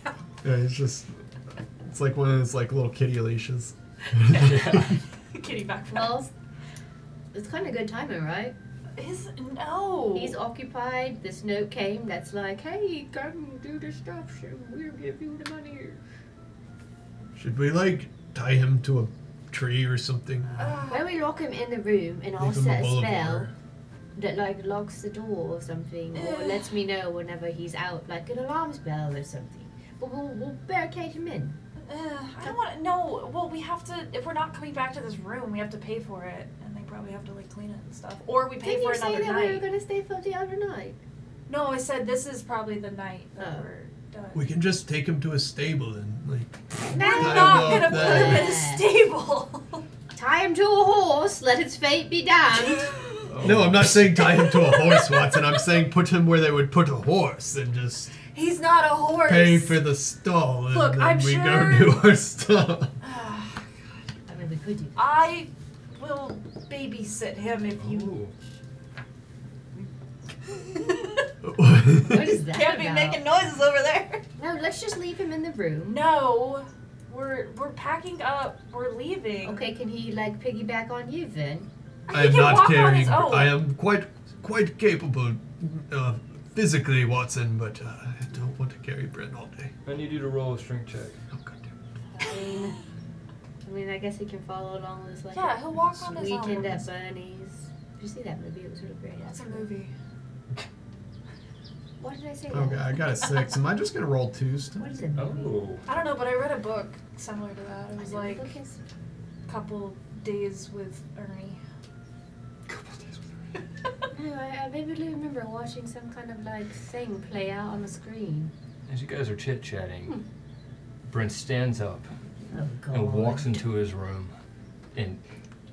yeah.
Yeah, it's just. It's like one of those like little kitty leashes.
Yeah.
Kitty back
Well, it's kind of good timing, right?
His no.
He's occupied. This note came that's like, hey, come do the stuff. so We'll give you the money.
Should we like tie him to a tree or something?
Why don't we lock him in the room and I'll
Make him a
set a,
bowl of
Uh, spell
water.
that like locks the door or something, or
Ugh.
lets me know whenever he's out, like an alarm bell or something. But we'll, we'll barricade him in.
Ugh, I don't want to. No. Well, we have to. If we're not coming back to this room, we have to pay for it, and they probably have to like clean it and stuff. Or we pay
Didn't
for
you say
another
that we were
night.
gonna stay for the other night?
No, I said this is probably the night that
Oh.
we're done.
We can just take him to a stable and like.
No,
We're not
I love
gonna put him in a
that.
stable.
tie him to a horse. Let its fate be damned.
Oh.
No, I'm not saying tie him to a horse, Watson. I'm saying put him where they would put a horse and just
He's not a horse.
pay for the stall and
Look,
then
I'm
we
sure-
go do our stuff.
I mean, we could do.
I will babysit him
Oh.
if you
Ooh.
What is that
can't be
about?
making noises over there.
No, let's just leave him in the room.
No, we're we're packing up. We're leaving.
Okay, can he like piggyback on you then?
He can walk on his own.
I am quite quite capable uh, physically, Watson, but uh, I don't want to carry Brent all day.
I need you to roll a strength check.
Oh, goddamn.
I mean, I mean, I guess he can follow along with us like
Yeah, he'll walk on his own.
Weekend at Bernie's. Did you see that movie? It was really great.
That's a movie.
What did I say?
Okay, I got a six. Am I just gonna roll twos?
What is it?
Oh.
I don't know, but I read a book similar to that. It
What is
was
it?
like
Look, it's-
a couple days with Ernie.
No, I, I vividly remember watching some kind of like thing play out on the screen.
As you guys are chit chatting, Brent stands up
Oh god.
and walks into his room and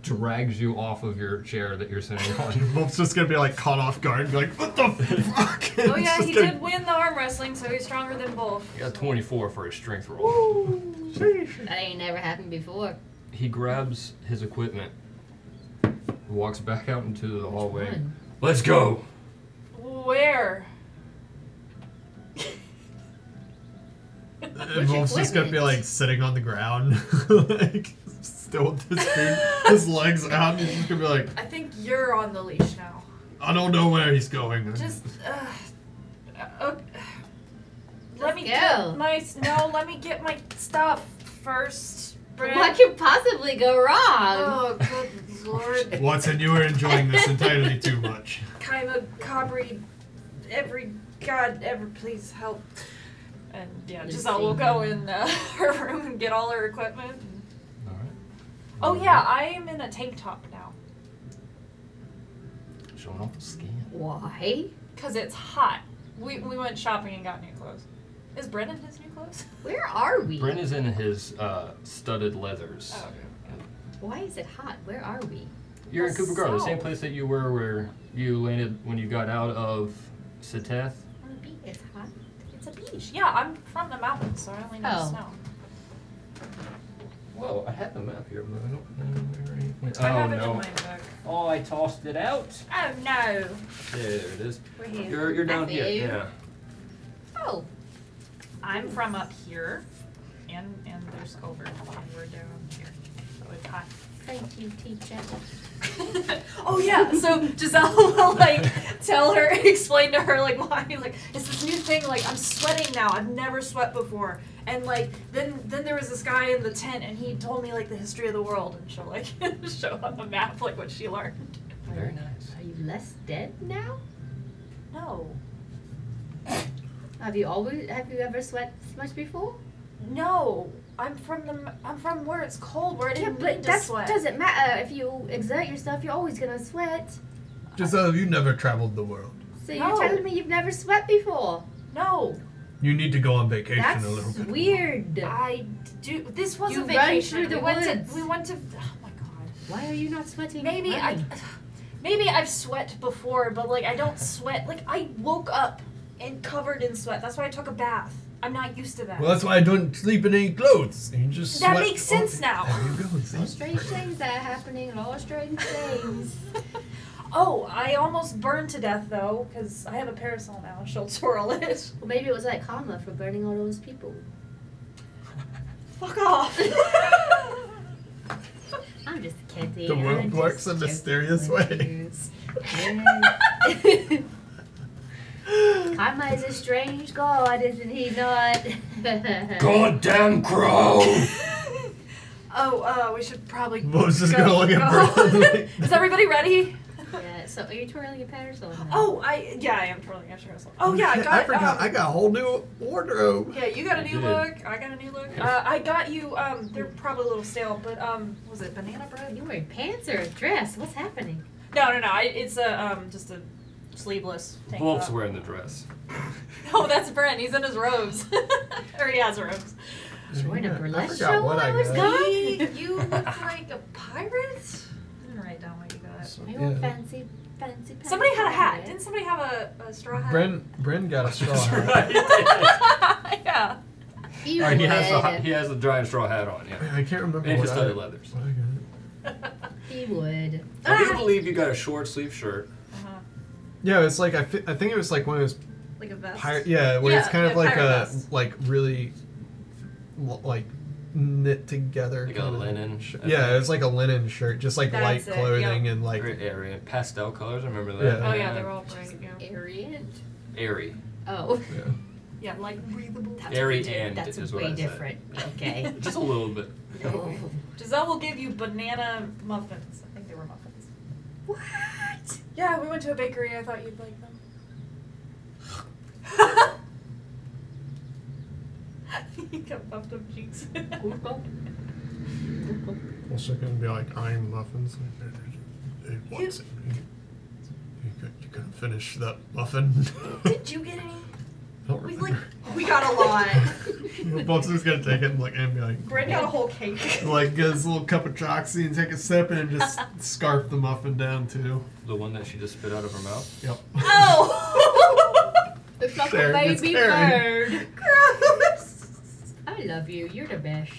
drags you off of your chair that you're sitting on.
Wolf's just gonna be like caught off guard and be like, what the fuck?
oh yeah, he did win the arm wrestling, so he's stronger than both.
He got 24 for his strength roll.
That ain't never happened before.
He grabs his equipment, walks back out into the hallway.
Fun.
Let's go!
Where?
And Wolf's just gonna be
equipment?
like sitting on the ground, like still with his, food, his legs out, and he's just gonna be like,
I think you're on the leash now.
I don't know where he's going.
Just. Uh, uh, okay. Let me
Let's go.
get my s- no. Let me get my stuff first. Brent.
What could possibly go wrong?
Oh good lord!
Watson, you were enjoying this entirely too much.
Kaima, Cabri, every god ever, please help. And yeah,
Let's
Giselle will
see.
go in uh, her room and get all her equipment.
All right.
Oh
Mm-hmm.
yeah, I am in a tank top now
Showing off the skin.
Why?
because it's hot. We we went shopping and got new clothes. Is Brent in his new clothes?
Where are we?
Brent is in his uh, studded leathers.
Oh,
Why is it hot? Where are we?
You're in
That's
Cooper Garden, the same
so-
place that you were where you landed when you got out of Seteth.
On the beach. It's hot. It's a beach.
Yeah, I'm from the mountains, so I only know
Oh.
snow.
Whoa, I had the map here, but I don't know where it went.
I
Oh
have it in
no.
my book.
Oh, I tossed it out.
Oh no,
There it is.
we're here.
You're, you're down here.
Matthew.
Yeah.
Oh,
I'm from up here, and and there's over, and we're down here, so it's hot.
thank you, teacher.
oh yeah, so Giselle will like tell her, explain to her like why, like it's this new thing. Like I'm sweating now. I've never sweat before. And like then then there was this guy in the tent, and he told me like the history of the world, and she'll like show on the map like what she learned.
Very nice.
Are you less dead now?
No,
Have you always? Have you ever sweat this much before?
no, I'm from the m- I'm from where it's cold, where I didn't need to
that
sweat.
doesn't matter. If you exert yourself, you're always gonna sweat.
Giselle, you never traveled the world.
So
No.
you're telling me you've never sweat before?
no,
You need to go on vacation
That's
a little bit.
weird.
I do. This was
You
a
run
vacation.
through the
we went
woods.
to we went to. Oh my god.
Why are you not sweating?
Maybe I.
Why?
Maybe I've sweat before, but like I don't sweat. Like I woke up and covered in sweat. That's why I took a bath. I'm not used to that.
Well, that's why I don't sleep in any clothes. You just
that
sweat
makes sense now.
all- There you go. see?
All strange things that are happening, all strange things.
Oh, I almost burned to death though, because I have a parasol now. She'll twirl it.
Well, maybe it was like karma for burning all those people.
Fuck off.
I'm just kidding.
The world
I'm
works
just
in
joking
mysterious
with
ways.
you. karma is a strange god, isn't he not?
Goddamn crow!
oh, uh, we should probably.
Moses is gonna look at Brooklyn.
Is everybody ready?
Yeah, so are you twirling your parasol? now?
Oh, I yeah, I am twirling a parasol. Oh yeah, I
Shit,
got.
I forgot.
um,
I got a whole new wardrobe.
Yeah, you got a
You
new
did.
look. I got a new look. Uh, I got you. Um, they're probably a little stale, but um, was it banana bread?
You're wearing pants or a dress? What's happening?
No, no, no. I, it's a um, just a sleeveless tank
Wolf's
top.
wearing the dress.
Oh, that's Brent. He's in his robes, or he has robes.
She's wearing a
Yeah, I
burlesque
forgot
show
what
while
I
I was
got.
gone?
you look like a pirate. I didn't write down what you got.
So,
I
yeah.
want fancy, fancy pants.
Somebody had a hat. Didn't somebody have a, a straw hat?
Bren, Bren got a straw
That's
hat.
right. All
yeah.
You
right, Oh, he has the
would.
hi- he has the giant straw hat on. Yeah,
I can't remember
and
what
his
I,
studded leathers.
what I got.
He would.
I
Ah.
do believe you got a short sleeve shirt.
Yeah, it's like I, fi- I think it was like one of those
Like a vest.
pirate. Yeah, where it's
Yeah,
kind of
yeah,
like
pirate
a
vest.
like really l- like knit together.
Like a
kinda
linen,
Shirt.
I
Yeah,
think.
it was like a linen shirt, just like
That's
light
it,
clothing and like
Very airy and pastel colors. I remember that.
Yeah.
Oh yeah, they're all bright. Yeah.
Arian?
airy,
Oh.
Yeah, like breathable.
That's
airy,
way di-
and
That's
is what I
way
said.
different. Okay.
Just a little bit.
no.
Giselle will give you banana muffins. I think they were muffins.
What?
Yeah, we went to a bakery. I thought you'd like them. you got puffed up cheeks.
also gonna be like iron muffins.
wants
You couldn't finish that muffin.
Did you get any?
don't
We like we got a lot.
Bob's gonna take it and like and be like,
Brent got a whole cake.
like get his little cup of choxy and take a sip and just scarf the muffin down too.
The one that she just spit out of her mouth.
Yep.
Oh,
It's like
There,
a
it's
baby
Karen.
bird.
gross!
I love you. You're the best.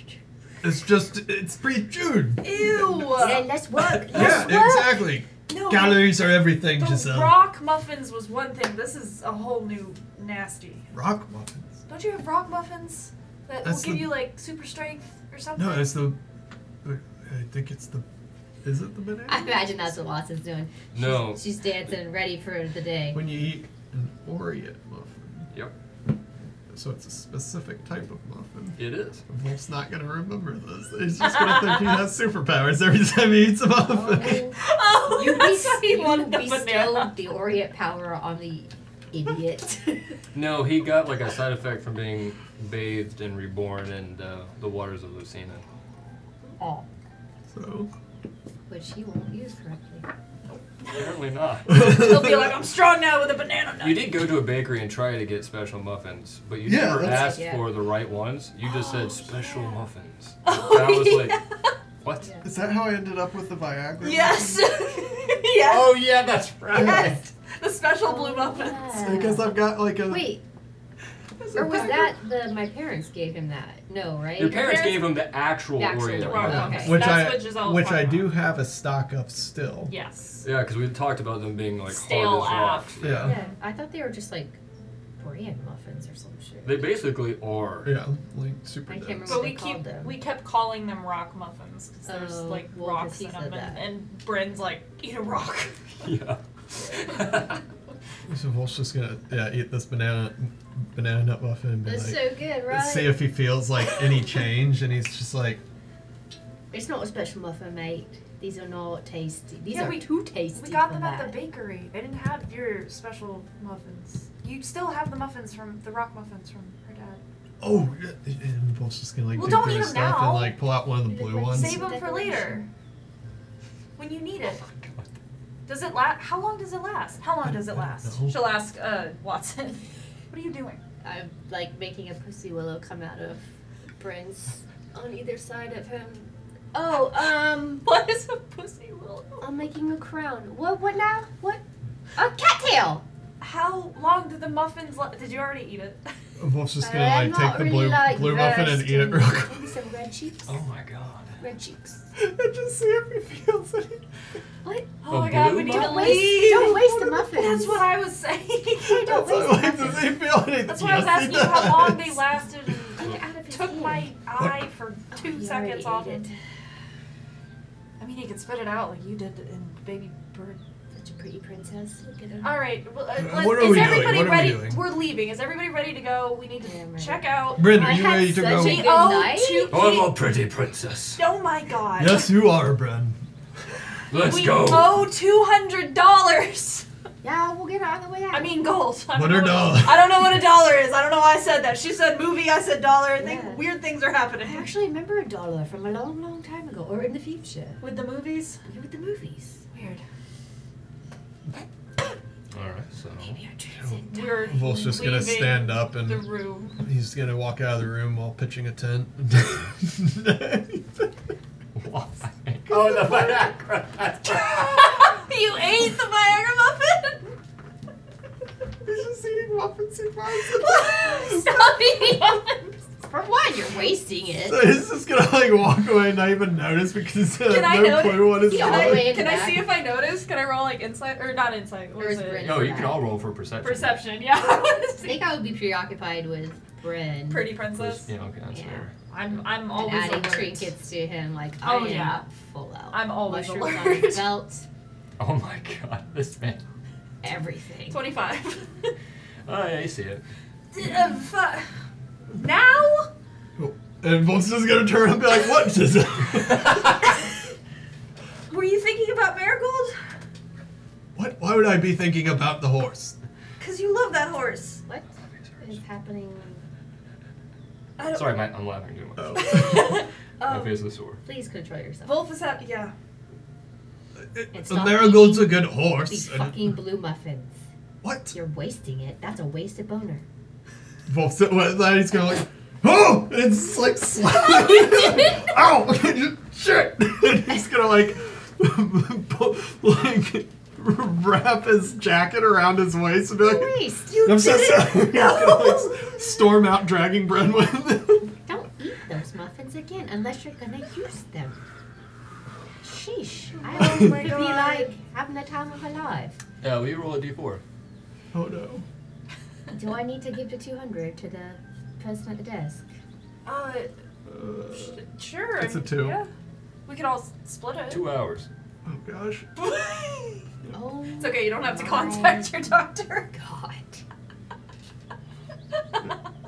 It's just it's pre June.
Ew.
yeah, let's work.
Yeah,
Let's work.
exactly.
No,
Calories are everything,
the
Giselle.
rock muffins was one thing. This is a whole new nasty.
Rock muffins.
Don't you have rock muffins that
That's
will give
the-
you like super strength or something?
No, it's the. uh, I think it's the. Is it the banana?
I imagine that's what Watson's doing. She's,
No.
She's dancing, ready for the day.
When you eat an Oreo muffin,
Yep,
so it's a specific type of muffin.
it is.
Wolf's not gonna remember this. He's just gonna think he has superpowers every time he eats a muffin.
Oh,
Oh,
you
that's why he
you
wanted the banana.
bestowed the Orient power on the idiot.
No, he got like a side effect from being bathed and reborn in uh, the waters of Lucina.
oh,
So.
which he won't use correctly.
Apparently not.
He'll be like, I'm strong now with a banana nut.
You did go to a bakery and try to get special muffins, but you
Yeah,
never
that's-
asked
Yeah.
for the right ones. You just said special muffins.
Oh,
and I was like,
yeah.
what?
Yeah.
Is that how I ended up with the Viagra?
Yes. yes.
Oh yeah, that's right.
yes. The special blue
Oh,
muffins.
yeah.
Because I've got like a.
Wait, or was that the my parents gave him that? No, right?
Your parents
parents-
gave him the actual
The actual
Oreo.
rock
Okay.
muffins.
Which
That's
I-
what Giselle was
Which I
talking
do
about.
have a stock of still.
Yes.
Yeah, because we talked about them being like
Stale
hard as rocks.
AF.
Yeah.
Yeah, I thought they were just like brand muffins or some shit.
They basically are.
Yeah. Like super.
I can't
dense.
remember.
But
What
we
they
keep
called them.
we kept calling them rock muffins because there's
Oh,
like
well, 'cause
rocks
he
in them,
said
and,
that.
and Bren's like, eat a rock.
Yeah.
So Wolf's just gonna yeah eat this banana banana nut muffin and be
That's
like,
so good, right?
see if he feels like any change, and he's just like,
It's not a special muffin, mate. These are not tasty. These
Yeah,
are
we-
too tasty.
we got
for
them at
that.
the bakery. They didn't have your special muffins. You still have the muffins from the rock muffins from her dad.
oh, yeah," and Wolf's just gonna like
Well,
dig
don't
through
eat
his
them
stuff
now.
and like pull out one of the blue ones.
Save them for later.
Decoration.
When you
Oh
need it. Does it last? How long does it last? How long does it
I don't
last?
know.
She'll ask uh, Watson. What are you doing?
I'm like making a pussy willow come out of Bryn's on either side of him. Oh, um,
What is a pussy willow?
a
I'm making a crown. What? What now? What?
A cattail!
How long did the muffins? la- did you already eat it?
Wolf's just gonna
I'm
like take
not
the
really,
blue
like,
blue muffin and
versed
eat it
in-
real quick.
Some red cheeks.
Oh my god.
Red cheeks.
and just see if he feels it.
What?
Oh
A
my god,
blue
we need
Don't
to
waste,
leave.
don't waste the muffins.
That's what I was saying.
don't
So,
waste the
like, does
muffins.
he feel anything?
That's why I was
Yes,
asking
he
you how long they
does.
lasted.
Get
And
it out of his
took
hand.
my eye for
Oh,
two
Oh, You already
seconds off
ate
it.
it.
I mean, he could spit it out like you did in Baby Bird.
Such a pretty princess. Look at her.
All right. Well, uh,
Uh,
let's-
what are
is
we doing?
everybody
What are we
ready?
doing?
are leaving. Is everybody ready to go? We need to
Yeah, I'm ready.
check out.
Bryn, are
I
you
had
ready to
such
go?
a
We
Good
owe
night.
Oh, two.
Oh, a pretty princess.
Oh my god.
Yes, you are, Bryn.
Let's
we
go.
owe two hundred dollars.
Yeah, we'll get it on the way out.
I mean gold. I don't
What are
know
dollars?
I don't know what a dollar is. I don't know why I said that. She said movie. I said dollar. And
Yeah.
think weird things are happening.
I actually remember a dollar from a long, long time ago, or in the future.
With the movies.
We were With the movies.
Weird.
Alright, so.
Maybe our transit.
We're
Wolf's just gonna
leaving
stand up
the
and
room.
he's gonna walk out of the room while pitching a tent.
oh, the Viagra. That's right.
you ate the Viagra muffin.
he's just eating muffins he finds.
Stop eating muffins! For what? You're wasting it.
So he's just gonna like walk away and not even notice because he's has
Can I
no
notice-
clue what is
Yeah,
going.
Can
all the way
I,
in
can
the
I
back.
see if I notice? Can I roll like insight or not insight? What
Or
is
is
it?
Brit-
No, you can all roll for perception.
Perception. Yeah. I wanna
I
see.
think I would be preoccupied with Bryn.
Pretty princess.
Yeah, okay, that's
Yeah.
fair.
I'm I'm
and
always
adding
alert.
trinkets to him, like I
Oh,
am
yeah.
full out.
I'm always
Mushrooms on his
alert.
belt,
Oh my god, this man.
everything.
Twenty five.
Oh, yeah, you see it.
Uh, now?
And Wolf's just gonna turn and be like, "What is it?"
Were you thinking about Marigold?
What? Why would I be thinking about the horse?
Cause you love that horse.
What is happening?
I don't-
Sorry, my, I'm laughing too much.
Oh.
My
um,
face is sore.
Please control yourself.
Wolf is happy. Yeah.
It's
A
not
marigold's a good
These
horse. and-
fucking blue muffins.
what?
You're wasting it. That's a wasted boner.
Wolf's what, now he's gonna like, oh! And it's just, like slapping. Ow! Shit! And he's gonna like, pull- like wrap his jacket around his waist and be like,
Waste.
I'm so sorry. He's gonna like storm out, dragging Bren with him.
Don't eat those muffins again unless you're gonna use them. Sheesh. I
Oh
would
my
be like having the time of my life.
Yeah, will you roll a d4?
Oh no.
Do I need to give the 200 to the person at the desk?
Uh,
Uh,
sh- sure.
That's a two.
Yeah. We could all s- split it.
Two hours.
oh gosh.
it's
Oh.
okay. You don't have to contact your doctor.
God.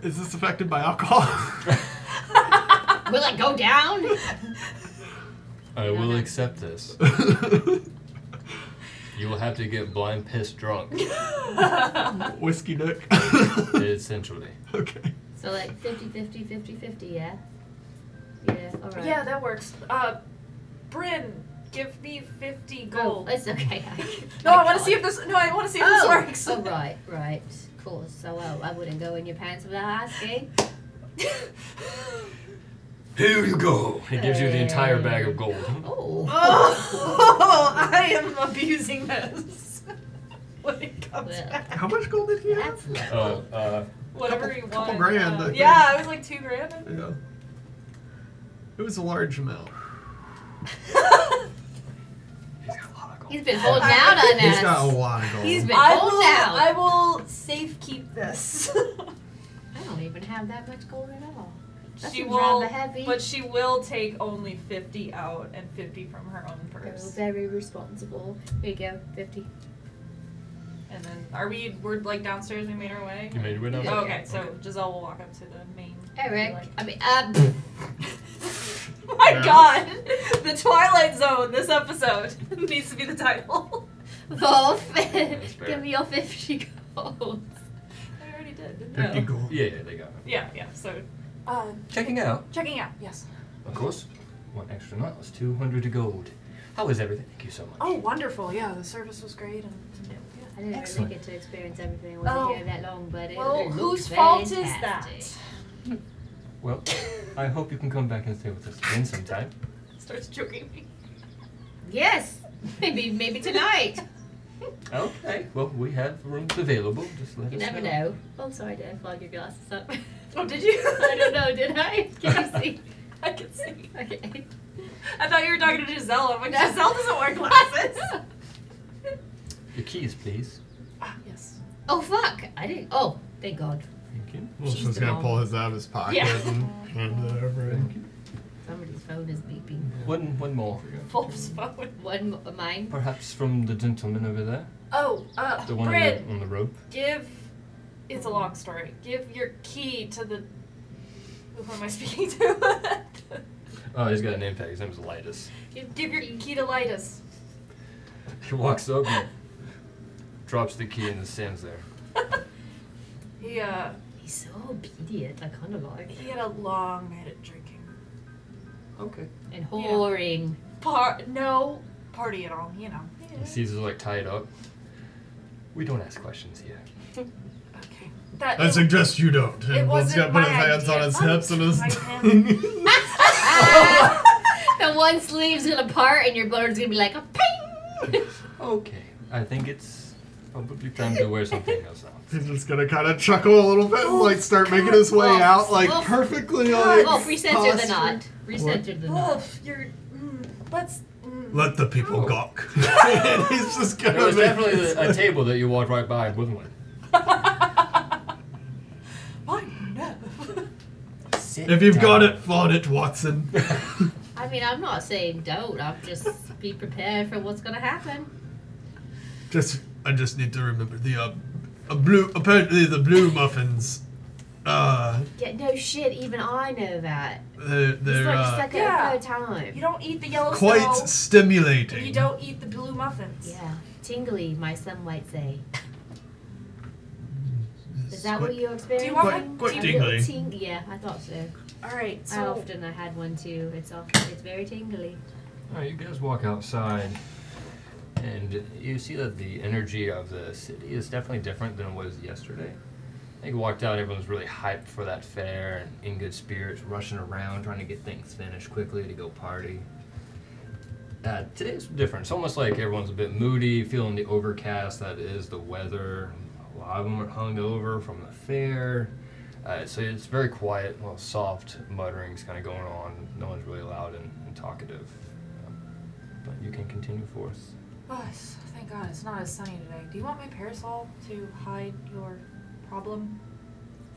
Is this affected by alcohol?
Will it go down?
I
No,
will
no.
accept this. You will have to get blind pissed drunk,
Whiskey dick.
essentially.
okay.
So like 50 50 50 50, yeah? Yeah, alright.
Yeah, that works. Uh, Bryn, give me fifty
Oh,
gold.
it's okay.
no, I want to see if this. No, I want to see if
oh.
this works.
Oh, right, right. Cool. So uh, I wouldn't go in your pants without asking.
Here you go. It gives you the entire bag of gold.
Oh.
oh, I am abusing this. when it comes
Well.
back.
How much gold did he have?
That's lovely.
Oh, uh,
Whatever
Couple-
you want.
couple grand, I
Yeah,
think.
yeah it was like two grand. I think.
Yeah. It was a large amount.
he's got a lot of gold.
He's been holding out on
He's got a
us.
lot of gold.
He's been
I
holding
will.
out.
I will safe keep this.
I don't even have that much gold at all. That
she
seems
will,
rather heavy.
but she will take only fifty out and fifty from her own
You're
purse.
very responsible. Here you go, 50.
And then, are we? We're like downstairs. We made our way.
You made your way down.
Oh, okay, so Giselle will walk up to the main.
Eric,
Like-
I mean, uh,
My
Yeah.
God, the Twilight Zone. This episode needs to be the title.
Wolf,
That's fair.
give me your 50 gold.
I already did. didn't I?
50 gold.
Yeah, yeah, they got it.
Yeah, yeah. So, uh,
Checking out.
checking out. Yes.
Of course. One extra night was 200 to gold. How was everything? Thank you so much.
Oh, wonderful. Yeah, the service was great. And
I didn't
Excellent.
really get to experience everything. I wasn't
Oh.
here that long, but it
well,
looked
whose fault is that?
fantastic.
Well, I hope you can come back and stay with us again sometime.
Starts joking me.
Yes! maybe maybe tonight.
Okay. Well, we have rooms available. Just let
You
us
never know. Oh, sorry, did I flog your glasses up?
Oh, did you?
I don't know, did I? Can you see?
I can see.
Okay.
I thought you were talking to Giselle. I'm like,
No.
Giselle doesn't wear glasses.
Your keys, please.
Ah, yes.
Oh, fuck. I didn't. Oh, thank God.
Thank you.
Wilson's gonna pull his out of his pocket
Yeah.
and hand it over. And
Somebody's phone is beeping.
One, one more.
Fulp's phone.
One, m- uh, mine.
Perhaps from the gentleman over there,
Oh, uh,
the one on
Brid,
the, on the rope.
give. It's a long story. Give your key to the. Who am I speaking to?
Oh, he's got a name tag. His name's Elitus.
give your key to Lightus.
He walks up and drops the key and stands there.
He uh,
He's so obedient. I kind of like.
he had a long night at drinking.
Okay.
And whoring.
Par no party at all, you know.
He sees us like tied up. We don't ask questions here.
Okay. That
I suggest you don't. And
It
Wilson's
wasn't
gonna put his
my
hands
idea.
on his
Oh,
hips and his.
my
The one sleeve's gonna part, and your butter's gonna be like a ping.
Okay. I think it's probably time to wear something else now.
He's just gonna kind of chuckle a little bit and like start making his way
Wolf,
out, like
wolf.
perfectly. Like,
oh, recenter the
postured.
knot. Recenter the knot.
Wolf, you're. Mm, let's. Mm,
Let the people
Oh.
gawk. And he's just gonna.
There was
make
definitely
his
a, a table that you walked right by with one.
why no?
If you've got it, flaunt it, Watson.
I mean, I'm not saying don't. I'm just be prepared for what's gonna happen.
Just, I just need to remember the uh, a blue. Apparently, the blue muffins. Uh,
Yeah, no shit. Even I know that.
they're
It's
they're
like
uh,
second
yeah.
or third time.
You don't eat the yellow
quite
snow.
stimulating.
You don't eat the blue muffins.
Yeah, tingly, my son might say. Is that what
Quite-
you're experiencing?
want
Quite, quite
A little
tingly.
ting- yeah, Oh. I thought so.
All right.
I
So
often I had one too. It's off, it's very tingly.
All right, you guys walk outside, and you see that the energy of the city is definitely different than it was yesterday. I think we walked out, everyone's really hyped for that fair and in good spirits, rushing around, trying to get things finished quickly to go party. Uh, today's different. It's almost like everyone's a bit moody, feeling the overcast that is the weather. A lot of them are hungover from the fair. Uh, so it's very quiet, well, soft mutterings kind of going on. No one's really loud and, and talkative. Um, but you can continue forth.
Oh, s- thank God it's not as sunny today. Do you want my parasol to hide your problem?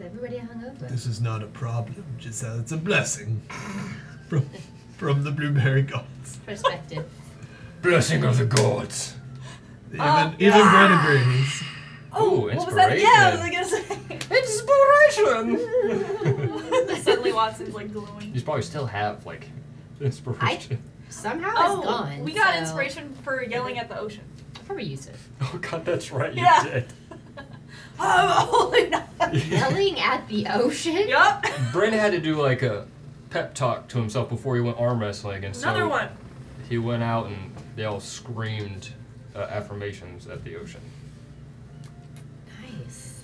Is everybody hungover?
This is not a problem, Giselle. It's a blessing from from the blueberry gods.
Perspective.
Blessing of the gods!
Even
Uh,
even Brad agrees.
Oh,
what was that? Yeah, I was like, gonna say.
Inspiration!
Suddenly Watson's like glowing.
you probably still have, like, inspiration.
Somehow
Oh,
it's gone.
we got
so-
inspiration for yelling at the ocean.
I'll Probably use it.
Oh, God, that's right, you
Yeah.
did.
I'm holy not.
Yelling at the ocean.
Yup.
Bryn had to do, like, a pep talk to himself before he went arm wrestling, and so
Another one.
he went out and they all screamed uh, affirmations at the ocean.
Nice.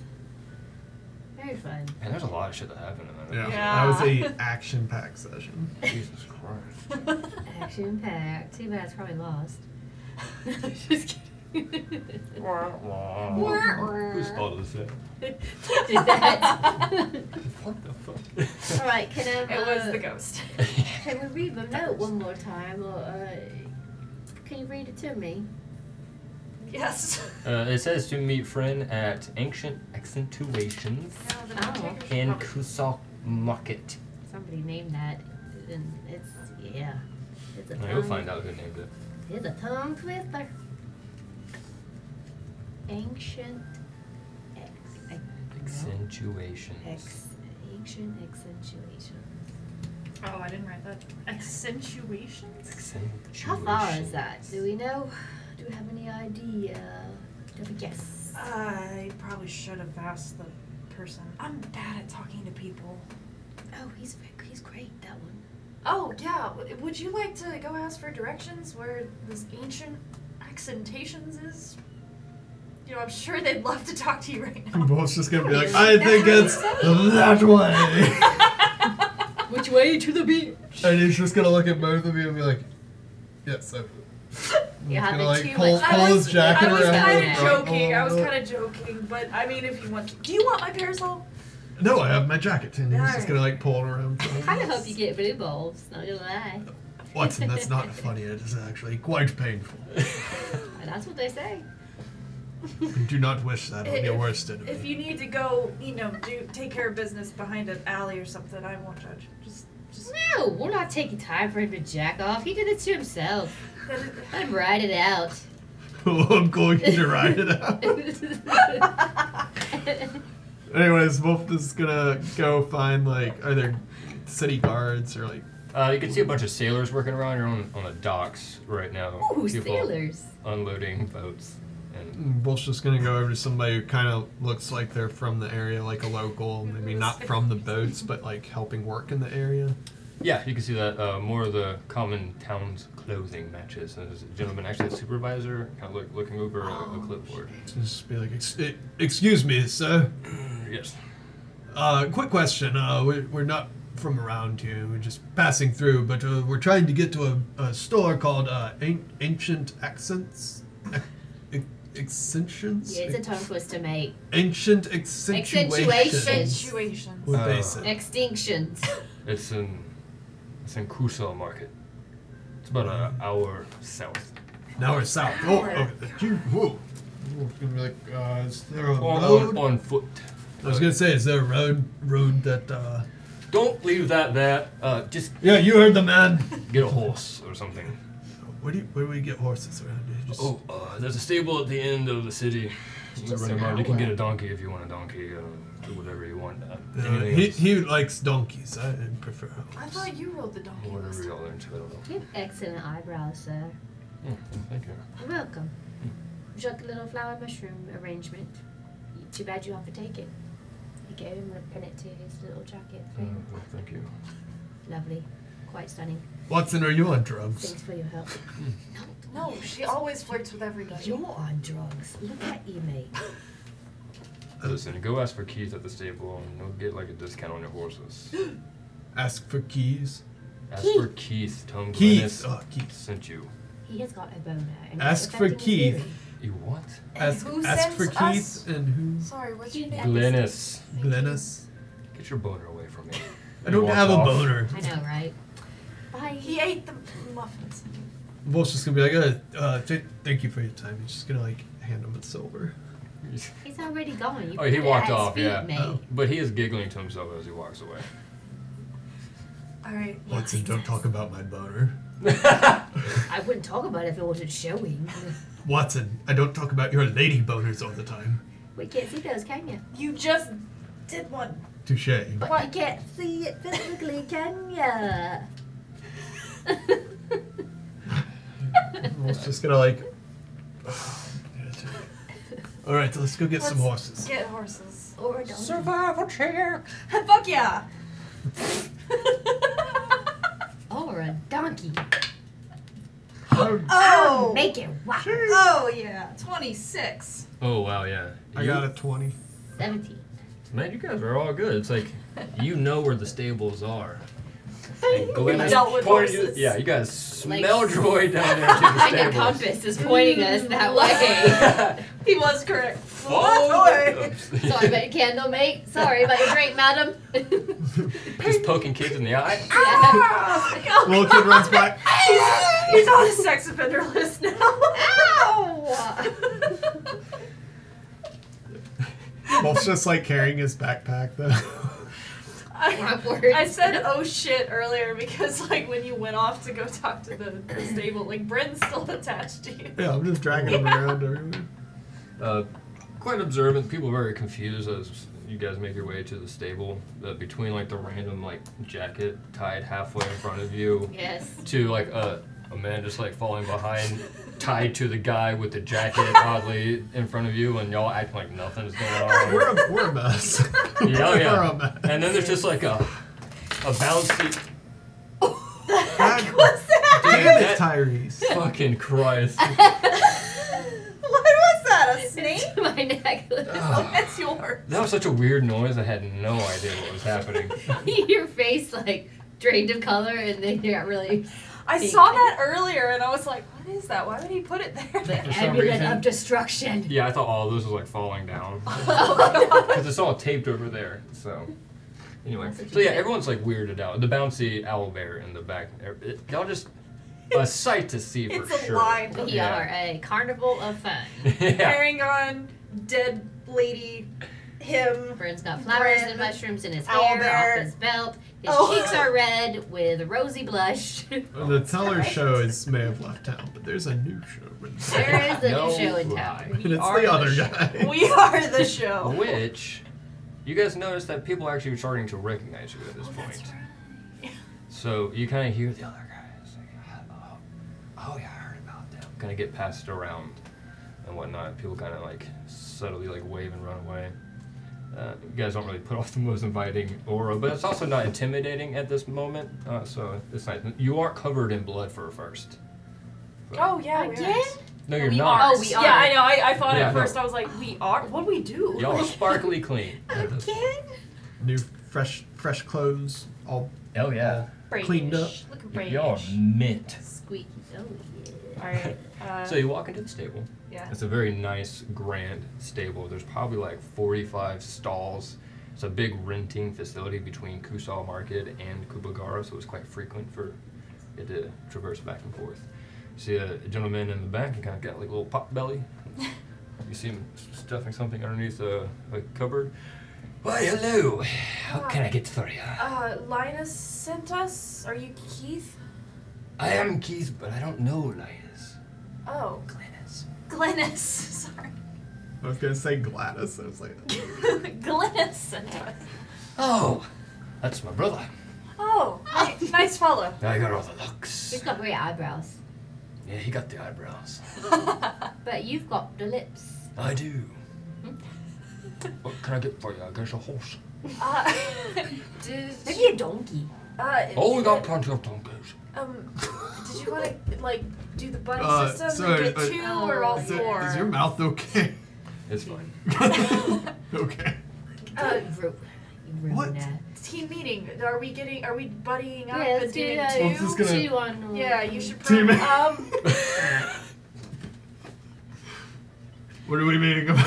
Very fun.
Man, there's a lot of shit that happened in
Yeah,
that.
that was
Yeah.
a action packed session.
Yeah. Jesus Christ.
Action packed. Too bad it's probably lost. Just kidding.
Whose fault is it?
Did that.
What the fuck?
All right, can I?
It was
uh,
the ghost.
Can we read the note one more time, or uh, can you read it to me?
Yes.
Uh, it says to meet friend at Ancient Accentuations
Oh,
in Kusok Market.
somebody named that, and it's yeah, it's a
Now,
tongue.
you'll find out who named it.
It's a tongue twister. Ancient ex,
Accentuations.
ex ancient accentuation.
Oh, I didn't write that. Accentuations?
Accentuations.
How far is that? Do we know? Do we have any idea? Do we have a guess?
I probably should have asked the person. I'm bad at talking to people.
Oh, he's ve- he's great. That one.
Oh, yeah. w- Would you like to go ask for directions where this ancient accentations is? You know, I'm sure they'd love to talk to you right now.
Bolt's just gonna be like, I think it's that way.
Which way to the beach?
And he's just gonna look at both of you and be like, yes, I
You
He's
have
gonna
been
like
too
pull,
much-
pull
I
his
was,
jacket
I was
around.
kind of
and go,
joking. I was
"Oh."
kind of joking, but I mean, if you want, do you want my parasol?
No, I have my jacket. And he's just
Alright.
gonna like pull it around.
kind of hope you get blue bulbs. Not gonna lie.
Watson, that's not funny. It is actually quite painful.
But that's what they say.
I do not wish that on your worst enemy.
If you need to go, you know, do take care of business behind an alley or something, I won't judge. Just, just
No, we're not taking time for him to jack off. He did it to himself.
that is,
Let him ride it out.
Oh, I'm going to ride it out. Anyways, Wolf is gonna go find like either city guards or like
Uh, you can see a bunch of sailors working around. You're on, on the docks right now.
Ooh,
People
sailors.
Unloading boats. And
Wolf's just gonna go over to somebody who kind of looks like they're from the area, like a local, maybe not from the boats, but like helping work in the area.
yeah, you can see that uh, more of the common town's clothing matches. And there's a gentleman, actually a supervisor, kind of look, looking over a, a clipboard.
Just be like, Ex- e- "Excuse me, sir.
Yes.
Uh, quick question. Uh, we're, we're not from around here. We're just passing through, but uh, we're trying to get to a, a store called uh, An- Ancient Accents." Ac- Extensions?
Yeah, it's a tongue twister, mate.
Ancient accentuations.
Accentuations.
situations.
What they
Uh,
said.
Extinctions.
It's in, it's in Kusal Market. It's about an hour south.
Now we're south. Oh, okay. Gee, whoa.
gonna be like, uh, is there a
On,
Road?
on, on foot.
I was gonna say, is there a road road that? uh
Don't leave that there. Uh, just
Yeah, you heard the man.
get a horse or something.
Where do you, where do we get horses around here? Just,
Oh, uh, there's a stable at the end of the city. You can
just
run
an
around. You can
hour.
get a donkey if you want a donkey. Uh, do whatever you want. Uh,
you know,
anything
he,
else.
he likes donkeys. I prefer horses.
I thought you rolled the donkey.
whatever
last time.
y'all are into. I don't know.
you have excellent eyebrows, sir.
Mm, thank you.
You're welcome. Would you like a little flower mushroom arrangement? Too bad you have to take it. He gave him a pin it to his little jacket.
Uh, well, thank you. Oh.
Lovely. Quite stunning.
Watson, are you on drugs?
Thanks for your help.
No, she always flirts with everybody.
You're on drugs. Look at you, mate.
Listen, go ask for Keith at the stable, and they'll get like a discount on your horses.
Ask for keys.
Ask
Keith.
for Keith. uh. Tom Glennis
Keys. Oh, keys.
sent you.
He has got a boner. And it's
Ask for
affecting his
Keith.
hearing.
You what?
And
Ask,
who
ask for
sends
Keith
us-
and who's
Sorry, what's your name?
Glennis,
Glennis.
get your boner away from me.
I don't
Walk
have
off.
a boner.
I know, right? Bye.
He ate the muffins.
Wolf's just gonna be like, uh, uh, th- thank you for your time. He's just gonna like hand him a silver.
He's already gone. You
Oh, he
put it
walked
at his
off,
feet,
yeah.
Mate.
Oh.
But he is giggling to himself as he walks away.
All right.
Watson, don't talk about my boner.
I wouldn't talk about it if it wasn't showing.
Watson, I don't talk about your lady boners all the time.
we can't see those, can you?
You just did one.
Touche.
But
What?
you can't see it physically, can ya?
Wolf's just gonna like. all right, let's go get some
Let's
horses.
Get horses.
or a donkey.
Survival check.
Fuck yeah.
Or a donkey.
Um,
oh.
Make it wow.
Oh yeah. Twenty six.
Oh wow, yeah.
I got a twenty.
17.
Man, you guys are all good. It's like you know where the stables are. And Glennis
dealt with
pointed you-
horses.
yeah, you guys
Like-
smell joy down there to the
Like a
stables.
compass is pointing us that way.
He was correct.
Follow
Boy.
the- Oops.
Sorry about your candle, mate. Sorry about your drink, madam.
Just poking kids in the eye.
Oh,
Little kid runs back.
He's on a sex offender list now.
Ow!
Wolf's just like carrying his backpack though.
I,
Awkward.
I said oh shit earlier because like when you went off to go talk to the, the stable, like Bryn's still attached to you.
yeah, I'm just dragging him around everywhere.
Uh, quite observant. People are very confused as you guys make your way to the stable. Uh, between like the random like jacket tied halfway in front of you
Yes.
to like a, a man just like falling behind, tied to the guy with the jacket oddly in front of you, and y'all acting like nothing's going on.
We're a, we're a mess.
Yeah, oh,
We're
yeah.
a mess.
And then there's just like a a bouncy
God
Damn it.
damn it, Tyrese.
fucking Christ.
What was that? A snake?
It's my necklace.
Ugh.
That's yours.
that was such a weird noise. I had no idea what was happening.
your face like drained of color and then you got really
I
Big
saw
thing.
that earlier and I was like, what is that? Why would he put it there?
The
For some
amulet
reason-
of destruction.
Yeah, I thought all of this was like falling down
Oh,
because it's all taped over there. So anyway,
That's what
so
you
yeah,
said.
everyone's like weirded out. The bouncy owl bear in the back, er, it- y'all just a sight to see for
it's a
sure.
line.
We
Yeah.
are a carnival of fun.
yeah.
Carrying on dead lady, him.
Bryn's got flowers
Bryn,
and mushrooms in his
owl
hair,
bear.
off his belt. His
Oh.
cheeks are red with rosy blush. there
The teller show is may have left town, but there's a new show. with-
is a
No
new show in
lie.
town.
And it's
We
the
are
other
show.
guy.
We are the show.
Which you guys notice that people are actually starting to recognize you at this point. So you kind of hear the other guys. Like, oh, oh yeah, I heard about them. Kind of get passed around and whatnot. People kind of like subtly like wave and run away. Uh, you guys don't really put off the most inviting aura, but it's also not intimidating at this moment. Uh, so it's nice. You aren't covered in blood for a first.
Oh, yeah. we are.
Again?
No, you're
we
not.
Are.
Oh, we are.
Yeah, I know. I, I thought
Yeah,
at
no.
first I was like, we are? What do we do?
Y'all are sparkly clean. at this point.
Again?
New fresh fresh clothes, all
Oh yeah.
cleaned up.
Brainish. Look
Y- Y'all are
brainish.
mint.
Squeaky. Oh, yeah.
Alright. Uh,
So you walk into the stable.
yeah.
It's a very nice, grand stable. There's probably like 45 stalls. It's a big renting facility between Kusal Market and Kubagara, so it's quite frequent for it to traverse back and forth. You see a gentleman in the back, he kind of got like a little pop belly. you see him stuffing something underneath a, a cupboard. Why, hello. How can I get for you?
Uh, Linus sent us. Are you Keith?
I am Keith, but I don't know Linus.
Oh,
Linus.
Glennis. Sorry.
I was gonna say Gladys. I was like,
Glennis sent us.
Oh, that's my brother.
Oh, ni- nice fella.
I got all the looks.
He's got great eyebrows,
Yeah, he got the eyebrows.
Uh,
but you've got the lips.
I do. what can I get for you? I guess a horse.
uh, did,
Maybe a donkey.
uh,
Oh, we got plenty of donkeys.
Um, did you want to like do the buddy
Uh,
system
so,
and
uh,
get two or all
is, it-
four?
is your mouth okay?
It's fine.
okay.
Uh,
you ru- you ruin
What?
that.
team meeting? Are we getting? Are we buddying up
Yeah,
and
let's do
doing
that.
two?
Well, this is gonna-
Two on
yeah, you should
Team-
probably. Um,
What are we meeting about?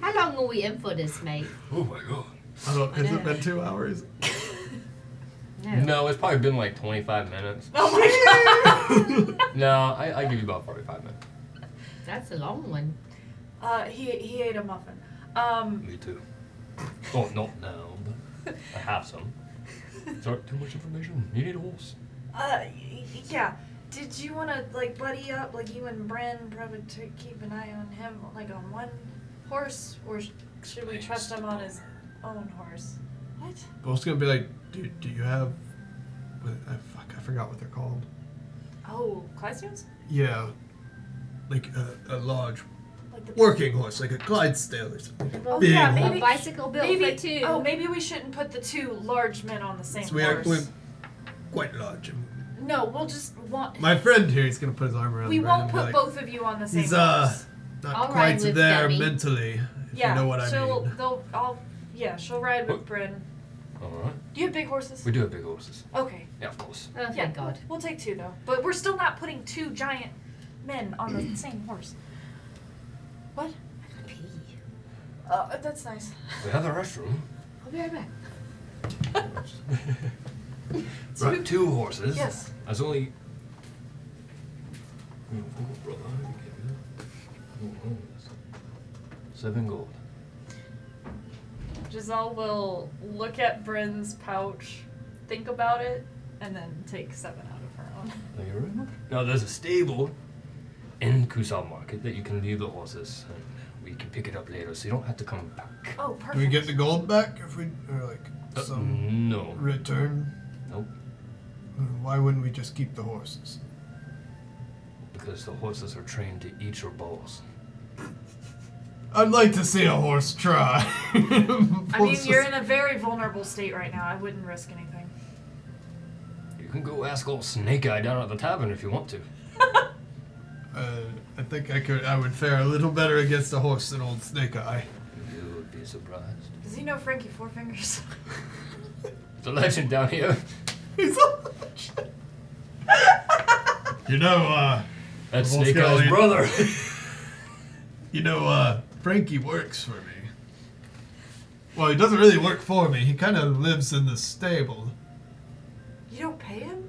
How long are we in for this, mate?
Oh my god.
I don't. Has
know.
it been two hours?
No, it's probably been like 25 minutes.
oh my god.
No, I, I give you about 45 minutes.
That's a long one.
Uh, he he ate a muffin. Um,
Me too. Oh, not now, but I have some. Sorry, too much information. You need a horse.
uh, y- yeah. Did you want to like buddy up, like you and Bren, probably to keep an eye on him, like on one horse, or sh- should we trust him on his own horse? What?
I was gonna be like, dude, do you have? What, I, fuck, I forgot what they're called.
Oh, costumes?
Yeah, like a, a large
Like the
working horse, like a Clydesdale or something.
Oh,
Big
yeah,
horse.
maybe-
a bicycle built
maybe
for two.
Oh, maybe we shouldn't put the two large men on the same
So we are
horse.
we're quite large. and
No, we'll just want.
My friend here is gonna put his arm around.
we
Brandon
won't
and be
put
like,
both of you on the same
He's uh,
horse.
not
I'll
quite
ride with
there
Debbie.
mentally. If
yeah,
you know what I
she'll.
mean.
They'll. I'll. Yeah, she'll ride with Bryn.
All right.
Do you have big horses?
We do have big horses.
Okay.
Yeah, of course.
Oh,
yeah,
thank God.
We'll take two though, but we're still not putting two giant men on the same horse. Uh, that's nice.
We have a restroom.
I'll be right back.
Right, two horses.
Yes.
That's only. Oh, Seven gold.
Giselle will look at Bryn's pouch, think about it, and then take seven out of her own.
Are you ready? Now there's a stable in Kusal Market that you can leave the horses, and we can pick it up later, so you don't have to come back.
Oh,
Do
perfect.
we get the gold back if we or like
Uh,
some
no.
return?
Nope.
Why wouldn't we just keep the horses?
Because the horses are trained to eat your balls.
I'd like to see a horse try.
I mean, you're in a very vulnerable state right now. I wouldn't risk anything.
You can go ask old Snake Eye down at the tavern if you want to.
Uh, I think I could. I would fare a little better against a horse than old Snake Eye.
You would be surprised.
Does he know Frankie Four Fingers?
It's a legend down here.
He's a
You know, uh,
That's
Well,
Snake
Scully-
Eyes' brother.
you know, uh, Frankie works for me. Well, he doesn't really work for me. He kind of lives in the stable.
You don't pay him?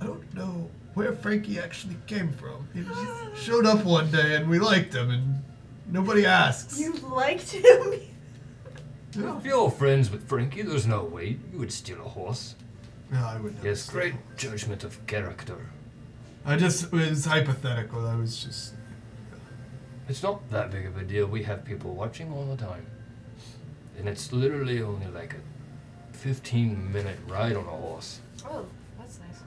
I don't know where Frankie actually came from. He just showed up one day and we liked him and nobody asks.
You
Oh,
liked him?
if you're friends with Frankie, there's no way you would steal a horse.
No, I wouldn't.
Yes, great judgment of character.
I just it was hypothetical. I was just
It's not that big of a deal. We have people watching all the time. And it's literally only like a 15 minute ride on a horse.
Oh, that's nice.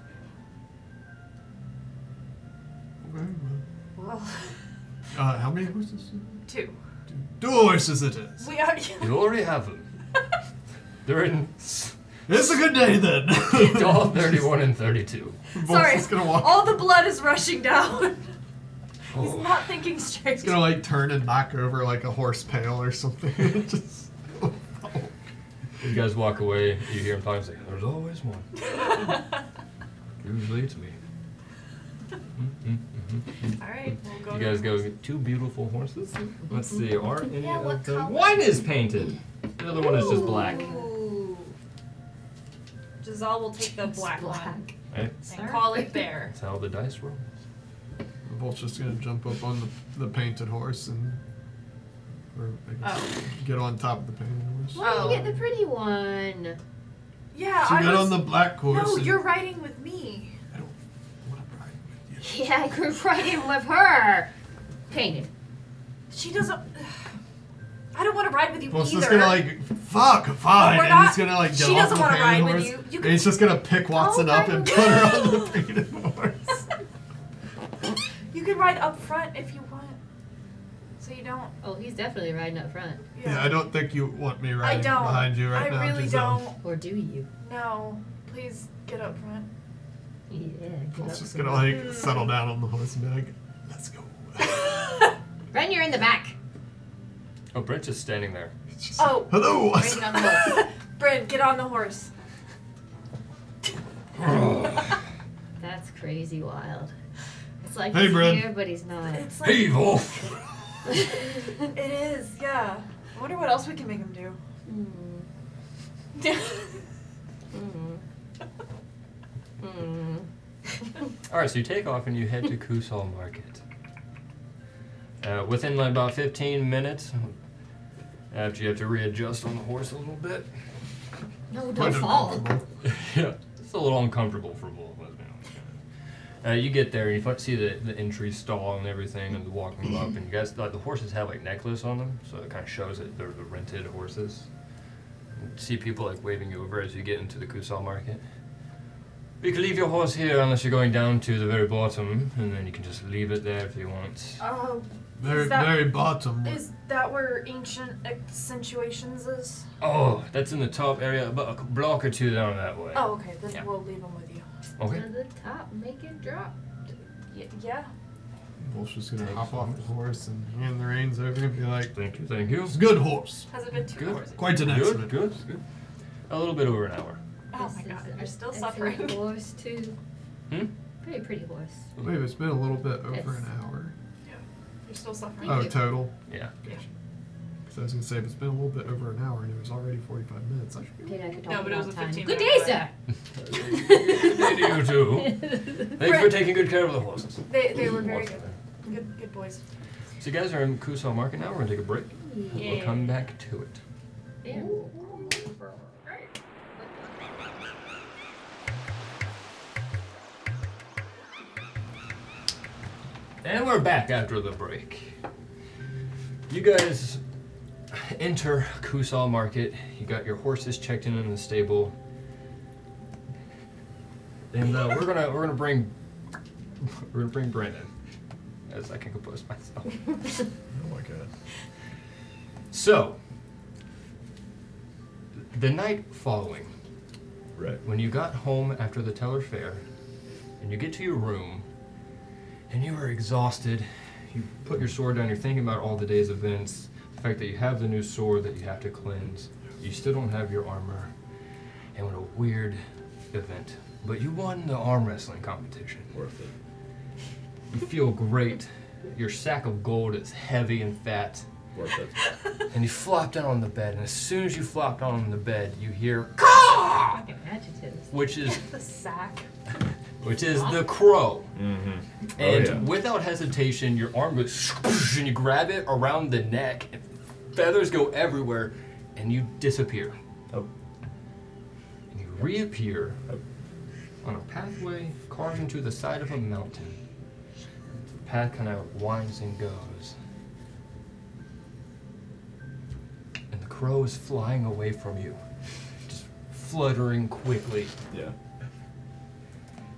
very well.
Well,
Uh, how many horses?
two.
Two horses it is.
We are.
You already have them. They're in
It's a good day then.
all 31 and 32.
Sorry.
He's gonna walk.
All the blood is rushing down. He's
Oh.
not thinking straight.
He's gonna like turn and knock over like a horse pail or something. Just.
You guys walk away, you hear him talking, he's like, there's always one. Usually it's me.
All right, we'll go.
You
to-
guys go get two beautiful horses. Let's see, are any
Mm-hmm. Yeah, what
of the
color?
one is painted. The other one is just black.
Ooh. Giselle will take the black, one
black.
Right?
and call it bear.
That's how the dice roll.
Bolt's just gonna jump up on the, the painted horse and. Or I guess get on top of the painted horse.
Why don't
Oh.
you get the pretty one?
Yeah,
She
I
got
was.
on the black horse.
no,
and-
you're riding with me.
What a bride with you.
Yeah, I grew right in with her. Painted.
She doesn't. I don't want to ride with you
Bolt's
either.
just gonna like fuck fine,
We're
and
not-
he's gonna like get
she
off
doesn't
the
wanna
painted
ride with
horse.
you. You
and
can-
he's just gonna pick Watson
Oh
up
my
and put her on the painted horse.
you can ride up front if you want. So you don't.
Oh, he's definitely riding up front.
Yeah.
Yeah, I don't think you want me
I
riding
don't.
behind you right
I
now. um,
really
Giselle.
don't.
Or do you?
No, please get up front.
Yeah. give up
Bolt's just
some-
gonna like settle down on the horse and be like, let's go.
Ren, you're in the back.
Oh, Brent's just standing there.
It's just,
Oh.
hello,
Ren's
Watson.
on the horse.
Bryn, get on the horse.
That's crazy wild. It's like
Hey,
he's
Bren.
here, but he's not. Mm-hmm.
It's like
Evil!
it is. Yeah. I wonder what else we can make him do.
Mm, mm, mm.
Alright, so you take off and you head to Kusal Market. Uh, within like about 15 minutes, uh, after you have to readjust on the horse a little bit,
No,
Quite
don't fall.
uncomfortable.
yeah, it's a little uncomfortable for both of us now. Uh, you get there and you fi- see the, the entry stall and everything and walking
Mm-hmm.
them up and you guys like the horses have like necklace on them so it kind of shows that they're the rented horses. You see people like waving you over as you get into the Kusal market. You can leave your horse here unless you're going down to the very bottom and then you can just leave it there if you want.
Oh,
Very,
Is that-
very bottom.
is that where ancient accentuations is?
Oh, that's in the top area, about a block or two down that way.
Oh, okay. Then
Yeah.
we'll leave him with you.
Okay.
To the top, make it drop.
Y- yeah.
Bolt's just gonna hop off the horse and hand the reins over and be like,
Thank you, thank you.
It's a good horse.
Has it been two
Good.
hours?
Quite an
Good,
excellent.
good, good. A little bit over an hour.
Oh
This
my
is
god,
an
you're still
excellent
suffering.
Horse too.
Hmm?
Pretty pretty horse.
wait, it's been a little bit over
Yes.
an hour.
You're still suffering.
Oh,
you.
total.
Yeah.
Because I was gonna say, if it's been a little bit over an hour and it was already 45 minutes, I should be.
Dude, I could
No,
talk
but it was
all
a
time.
15
Good day,
minute
sir.
Good day to you too. Thanks for taking good care of the horses.
They, they were very good. Good, good boys.
So you guys are in Kusal Market now. We're gonna take a break. We'll
Yeah.
come back to it.
Yeah.
And we're back after the break. You guys enter Kusal Market. You got your horses checked in in the stable, and uh, we're gonna we're gonna bring we're gonna bring Brandon as I can compose myself.
Oh my god.
So, the night following,
Right.
when you got home after the teller fair, and you get to your room, and you are exhausted, you put your sword down, you're thinking about all the day's events, the fact that you have the new sword that you have to cleanse, you still don't have your armor, and what a weird event but you won the arm wrestling competition.
Worth it.
You feel great. Your sack of gold is heavy and fat.
Worth it.
And you flop down on the bed, and as soon as you flop down on the bed, you hear,
Fucking adjectives.
which is
The sack.
which is the crow.
Mm-hmm. Oh,
And
yeah.
without hesitation, your arm goes squish, and you grab it around the neck. And feathers go everywhere, and you disappear.
Oh.
And you reappear on a pathway carved into the side of a mountain. The path kind of winds and goes. And the crow is flying away from you, just fluttering quickly.
Yeah.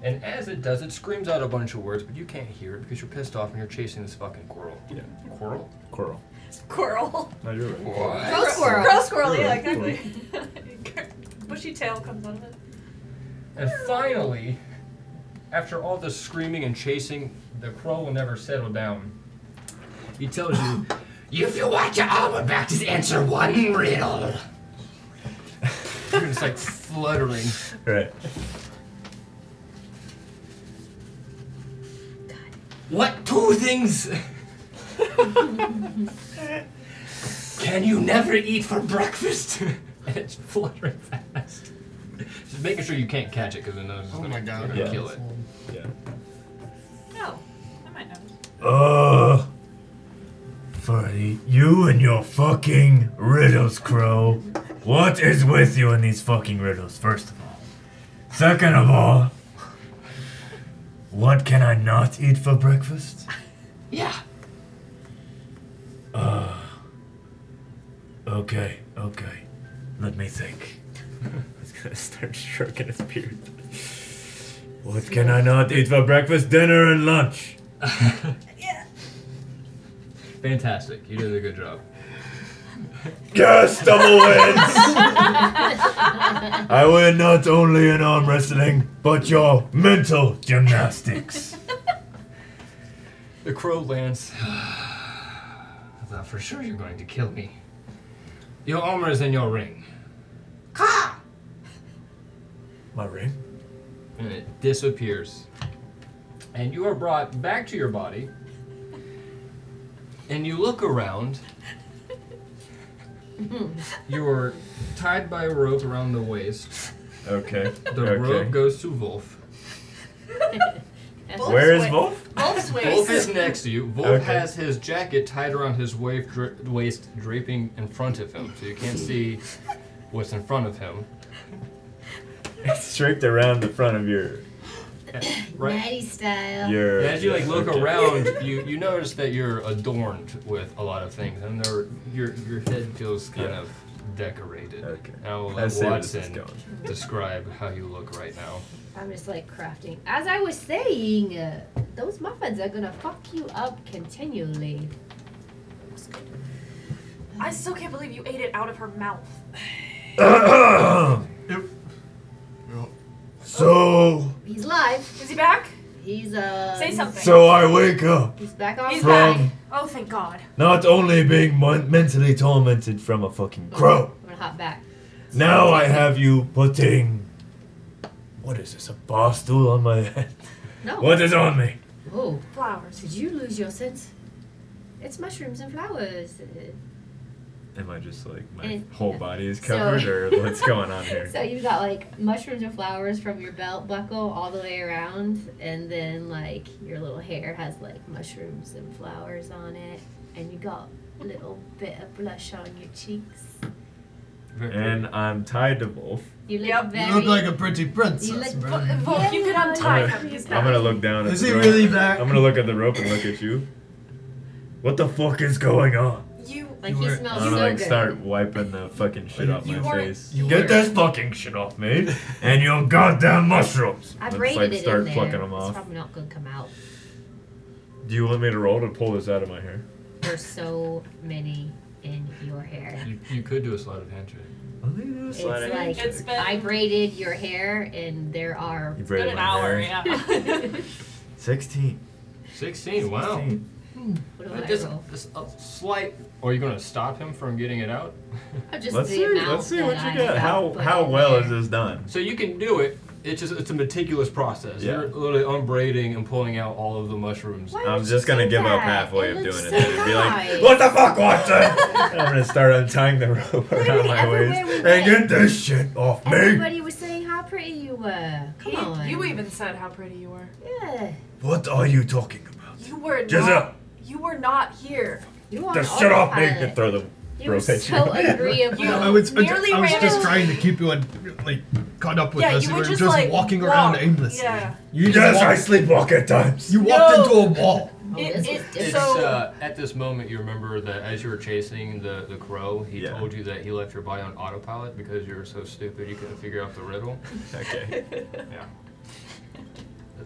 And as it does, it screams out a bunch of words, but you can't hear it because you're pissed off and you're chasing this fucking squirrel.
Yeah.
Squirrel?
Coral.
Squirrel.
No, you're right.
What?
Crow
squirrel.
Crow squirrel,
You're
yeah,
right.
exactly. Bushy tail comes out of it.
And finally, after all the screaming and chasing, the crow will never settle down. He tells you, if you want your armor back, just answer one riddle. you're just like fluttering.
Right.
What two things can you never eat for breakfast? and it's fluttering fast. Just making sure you can't catch it because then it's
Oh
gonna,
my god.
gonna
Yeah.
kill it.
Yeah.
Oh, I might know.
Uh, for you and your fucking riddles, Crow. What is with you in these fucking riddles, first of all? Second of all, what can I not eat for breakfast?
Yeah.
Uh, okay, okay. Let me think.
He's gonna start stroking his beard.
What can I not eat for breakfast, dinner, and lunch?
Fantastic. You did a good job.
Yes, double wins! I win not only in arm wrestling, but your mental gymnastics.
The crow lands. I thought for sure you're going to kill me. Your armor is in your ring.
My ring?
And it disappears. And you are brought back to your body. And you look around. You're tied by a rope around the waist.
Okay.
The
okay.
rope goes to Wolf.
Where is Wolf?
Wolf's
Wolf
waist.
is next to you. Wolf
Okay.
has his jacket tied around his wave dra- waist, draping in front of him, so you can't see what's in front of him.
It's draped around the front of your
Right.
style.
your.
And as you like look
okay.
around, you, you notice that you're adorned with a lot of things, and there, your your head feels kind
Yeah.
of decorated.
Okay.
And I will
I
let
see where this is
Watson
going.
describe how you look right now.
I'm just like crafting. As I was saying, uh, those muffins are gonna fuck you up continually.
I still can't believe you ate it out of her mouth.
so,
He's live.
Is he back?
He's uh.
Say something.
so I wake up
He's back on.
He's
from
back. Oh, thank God.
not only being mon- mentally tormented from a fucking crow.
I'm gonna hop back.
Now I have you putting. What is this? A bar stool on my head?
No.
What is on me?
Oh,
Flowers.
did you lose your sense? It's mushrooms and flowers. Uh,
Am I just like my
And-
whole body is
So-
covered, or what's going on here?
So you've got like mushrooms and flowers from your belt buckle all the way around, and then like your little hair has like mushrooms and flowers on it, and you got a little bit of blush on your cheeks.
Very
And I'm tied to Wolf.
You look
Yep. You
very.
You look like a pretty princess,
you look-
bro.
Vo- Volk, you could untie him. He's
I'm
back.
gonna look down. At
Is
the
he
rope.
really back?
I'm gonna look at the rope and look at you.
What the fuck is going on?
You.
like
you
he
were-
I'm
smells
gonna
Oh, so
like
good.
start wiping the fucking shit off
You
my
weren't-
face.
You
Get
were-
this fucking shit off me and your goddamn mushrooms.
I
Let's,
braided
like,
it
start
in there.
plucking
It's
'em off.
probably not gonna come out.
Do you want me to roll to pull this out of my hair?
There's so many in your hair.
You, you could do a sleight of hand check.
It's like
It's been
I braided your hair, and there are.
been
You braided
an
my
hour.
hair.
Yeah.
16.
Sixteen. Wow.
16.
What do
That
I
is
roll?
is a slight. Or are you gonna stop him from getting it out?
I'll just
Let's
the
see.
amount
Let's see
that
what
I
you got.
have
How
put
how
in
well
there.
is this done?
So you can do it, It's just it's a meticulous process.
Yeah.
You're literally unbraiding and pulling out all of the mushrooms.
I'm just gonna give up halfway of doing it. then and be like,
nice.
"What the fuck, Watson?" and I'm gonna start untying the rope around my
everywhere
waist
we
and
went.
get this shit off me.
Everybody was saying how pretty you were. Come
You-
on.
You even said how pretty you were.
Yeah.
What are you talking about?
You were
Giselle.
not. You were not here. You
The shit off me and throw the
You were
rope at you.
so agreeable.
No,
Oh,
I was, I,
Nearly
I was
ran
just
into-
trying to keep you like, like caught up with
Yeah,
us.
you
You
were
were
just,
just,
like,
walking
walk.
around aimlessly.
Yeah.
You just
yes, I
walked-
sleepwalk at times.
You walked into a wall.
It, it,
It's,
so
uh, at this moment, you remember that as you were chasing the, the crow, he told you that he left your body on autopilot because you were so stupid you couldn't figure out the riddle.
Okay.
yeah.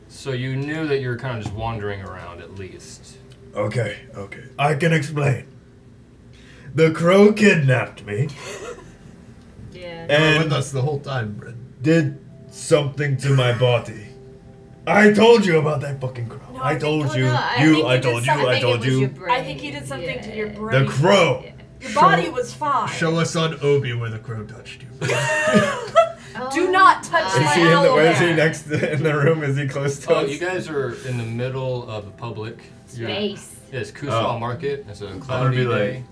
So you knew that you were kind of just wandering around at least.
Okay, okay. I can explain. The crow kidnapped me
Yeah.
and
with us the whole time, Brett.
did something to my body. I told you about that fucking crow.
No,
I,
think-
told
oh,
you,
no,
you,
think
I
he did
told you,
something-
I told you.
I think he did something to your brain.
The crow.
Your body was fine.
Show us on Obi where the crow touched you.
Do not
Oh,
touch
Is
my
he in the, where is he
owlbear.
next to- in the room? Is he close to
Oh,
us?
you guys are in the middle of the public. You're-
Space.
Yeah, it's Kusal
Oh.
Market. It's a
I'm gonna
cloudy
be like,
day.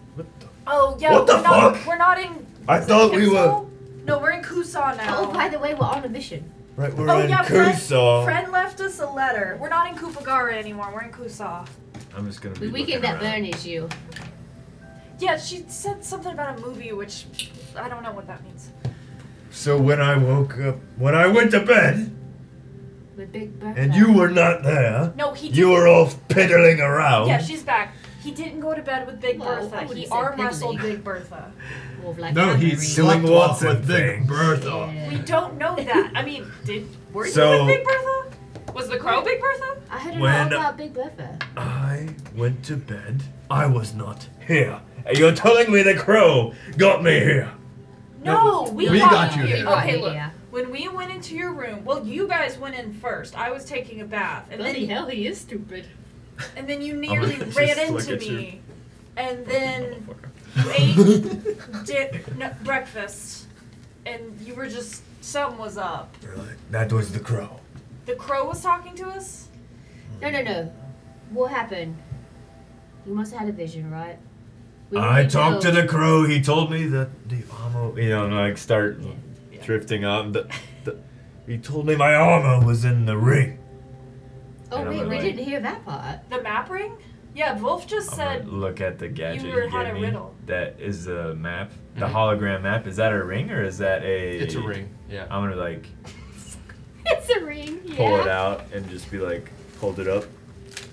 Oh yeah.
What the
we're not-
fuck?
we're not in.
I thought we were.
No, we're in Kusa now.
Oh, by the way, we're on a mission.
Right, we're
Oh,
in
yeah, Fred-
Kusaw.
Fred left us a letter. We're not in Kupagara anymore. We're in Kusa.
I'm just gonna
We
be.
weakened
looking
that
around.
burnish you.
Yeah, she said something about a movie, which I don't know what that means.
So when I woke up, when I went to bed,
With Big Bertha.
and you were not there.
No, he
You
didn't.
were off piddling around.
Yeah, she's back. He didn't go to bed with Big
Well, I
Bertha.
wouldn't
He
say
arm
piddly.
wrestled Big Bertha.
More of like
No, he
Henry.
doing
slept off
Watson
with Big
things.
Bertha.
We don't know that. I mean, did were you
So-
with Big Bertha? Was the crow Big Bertha?
I heard it all
When- uh,
about Big Bertha.
I went to bed. I was not here. And you're telling me the crow got me here.
No, we,
we
got,
got you
here.
here.
Okay,
Yeah.
look. When we went into your room, well, you guys went in first. I was taking a bath, and
Bloody
then
hell, he is stupid.
and then you nearly
just
ran
look
into
at you.
me, and then you ate di- no, breakfast, and you were just something was up.
You're like, that was the crow.
The crow was talking to us.
No, no, no. What happened? You must have had a vision, right? We
I
need
talked
go-
to the crow. He told me that the armor, you know, and like start
Yeah.
drifting up. The, the, he told me my armor was in the ring.
Oh
and I'm
wait,
gonna,
we
like-
didn't hear that part.
The map ring. Yeah, Wolf just
I'm
said
gonna look at the gadget
were-
he
had a
gave me.
riddle.
That is a map, the
Mhm.
hologram map. Is that a ring or is that a?
It's a ring. Yeah.
I'm gonna like
It's a ring. Yeah.
pull it out and just be like, hold it up.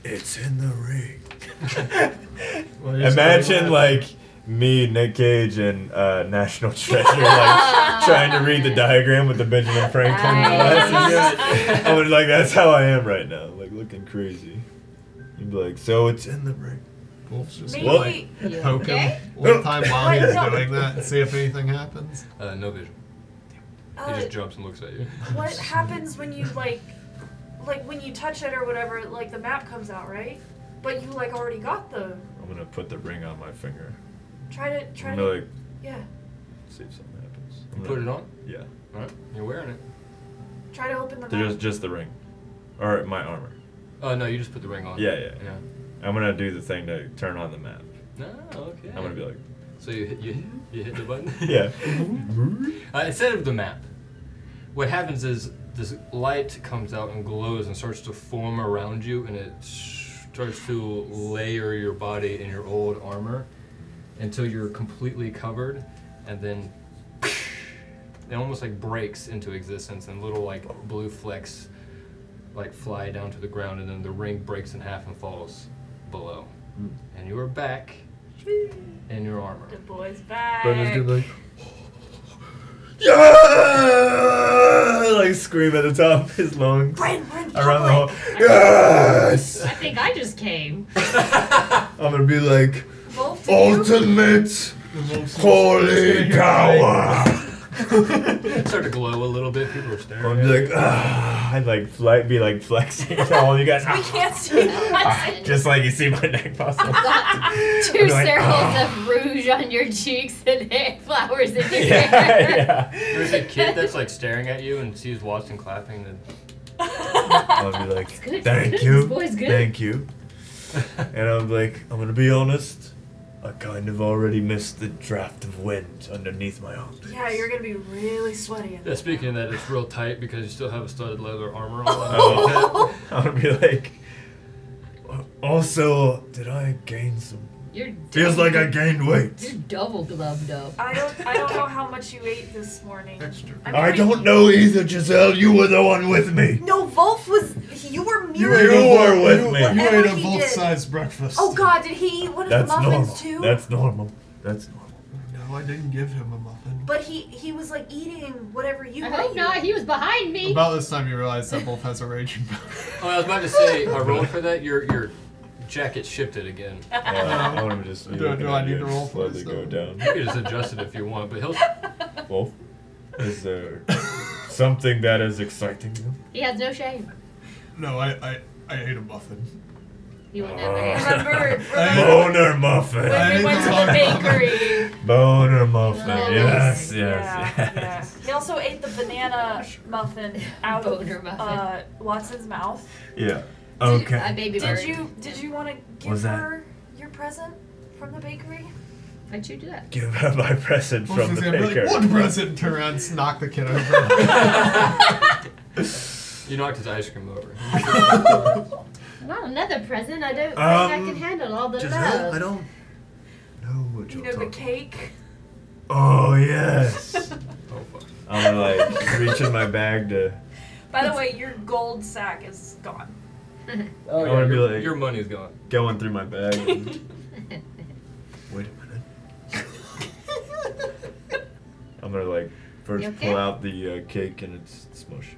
It's in the ring.
Well, you're
Imagine
saying-
like me, Nick Cage, and uh, National Treasure like trying to read the diagram with the Benjamin Franklin
Nice.
glasses. I would like that's how I am right now, like looking crazy. You'd be like, so it's in the ring.
Wolf's just
maybe.
What?
Yeah.
poke
Okay.
him one time while he's
Wait, no.
doing that and see if anything happens.
Uh, no vision. He
Uh,
just jumps and looks at you.
what happens when you like, like when you touch it or whatever? Like the map comes out, right? But you like already got the.
I'm gonna put the ring on my finger.
Try to try
I'm
to.
gonna like
Yeah.
see if something happens. I'm
You put it
gonna-
on.
Yeah.
All right. You're wearing it.
Try to open the map.
Just just the ring, or my armor.
Oh no, you just put the ring on.
Yeah, yeah.
Yeah.
I'm gonna do the thing to turn on the map.
No, okay.
I'm gonna be like,
So you hit, you, you hit the button?
yeah.
Uh, instead of the map, what happens is this light comes out and glows and starts to form around you, and it starts to layer your body in your old armor until you're completely covered, and then it almost like breaks into existence, and little like blue flecks like fly down to the ground, and then the ring breaks in half and falls below, and you are back in your armor.
The boy's back.
Uh,
Yeah! Like scream at the top of his lungs
Bryn, Bryn,
around the
public.
hall. Yes!
I think I just came.
I'm gonna be like,
Wolf, did you-
ultimate
The wolf's just-
holy
He's gonna hear
power!
Start to glow a little bit. People are staring.
I'm
at
like,
you.
ah, I'd like fle- be like flexing to all you guys.
We can't see.
Ah, just like you see my neck muscle.
Two
I'm like,
circles
"Ah."
of rouge on your cheeks and hair flowers in your hair.
yeah,
There's a kid that's like staring at you and sees Watson clapping. Then
I'll be like,
good,
thank
it's good,
you,
this boy's good."
thank you. And I'm like, I'm gonna be honest. I kind of already missed the draft of wind underneath my arm.
Yeah, you're gonna be really sweaty. In
yeah,
this.
speaking of that, it's real tight because you still have a studded leather armor on.
Oh. I'm gonna be like, "Uh, also, did I gain some?
You're
Feels
double-
like I gained weight.
You're double gloved up.
I don't. I don't know how much you ate this morning.
Extra.
I'm
I
pretty-
don't know either, Giselle. You were the one with me.
No, Wolf was. he- You were
You
mirrored.
were with
you,
me.
You
Whatever
ate a
he
both
did.
sides breakfast.
Oh God, did he eat one of
That's
the muffins too?
normal. That's normal. That's normal.
No, I didn't give him a muffin.
But he he was like eating whatever you
I
were
hope
eating.
not. He was behind me.
About this time, you realize that Wolf has a raging bone.
Oh, I was about to say, I rolled for that. Your your jacket shifted again.
Yeah, I wanna Uh, just be
Do-
looking
do I
at
need
you
to roll for
slowly
this,
go
though?
down.
You can just adjust it if you want, but he'll.
Wolf, is there something that is exciting you?
He has no shame.
No, I, I, I ate a muffin.
You will never.
Oh.
Remember, remember
Boner muffin.
when we went to the bakery.
Boner muffin.
Nice.
Yes, yes,
yeah,
yes.
yeah. He also ate the banana muffin out
Boner
of
muffin.
uh, Watson's mouth.
Yeah.
Did-
Okay.
I baby
Did
bird.
you did you want to give
Was that-
her your present from the bakery?
Why'd you do that?
Give her my present
Wolf's
from the
gonna be like,
baker.
What present? And Turn around, and knock the kid over.
You knocked his ice cream over.
Not another present. I don't think I
Um,
can handle all the
Giselle,
love.
I don't know what
You
you're
know the
talking
cake.
Oh, yes.
Oh fuck.
I'm like reaching my bag to.
By the way, your gold sack is gone.
Oh,
wanna be
your,
like-
your money's gone.
Going through my bag. and- Wait a minute. I'm gonna like first
You okay?
pull out the uh, cake and it's smushed.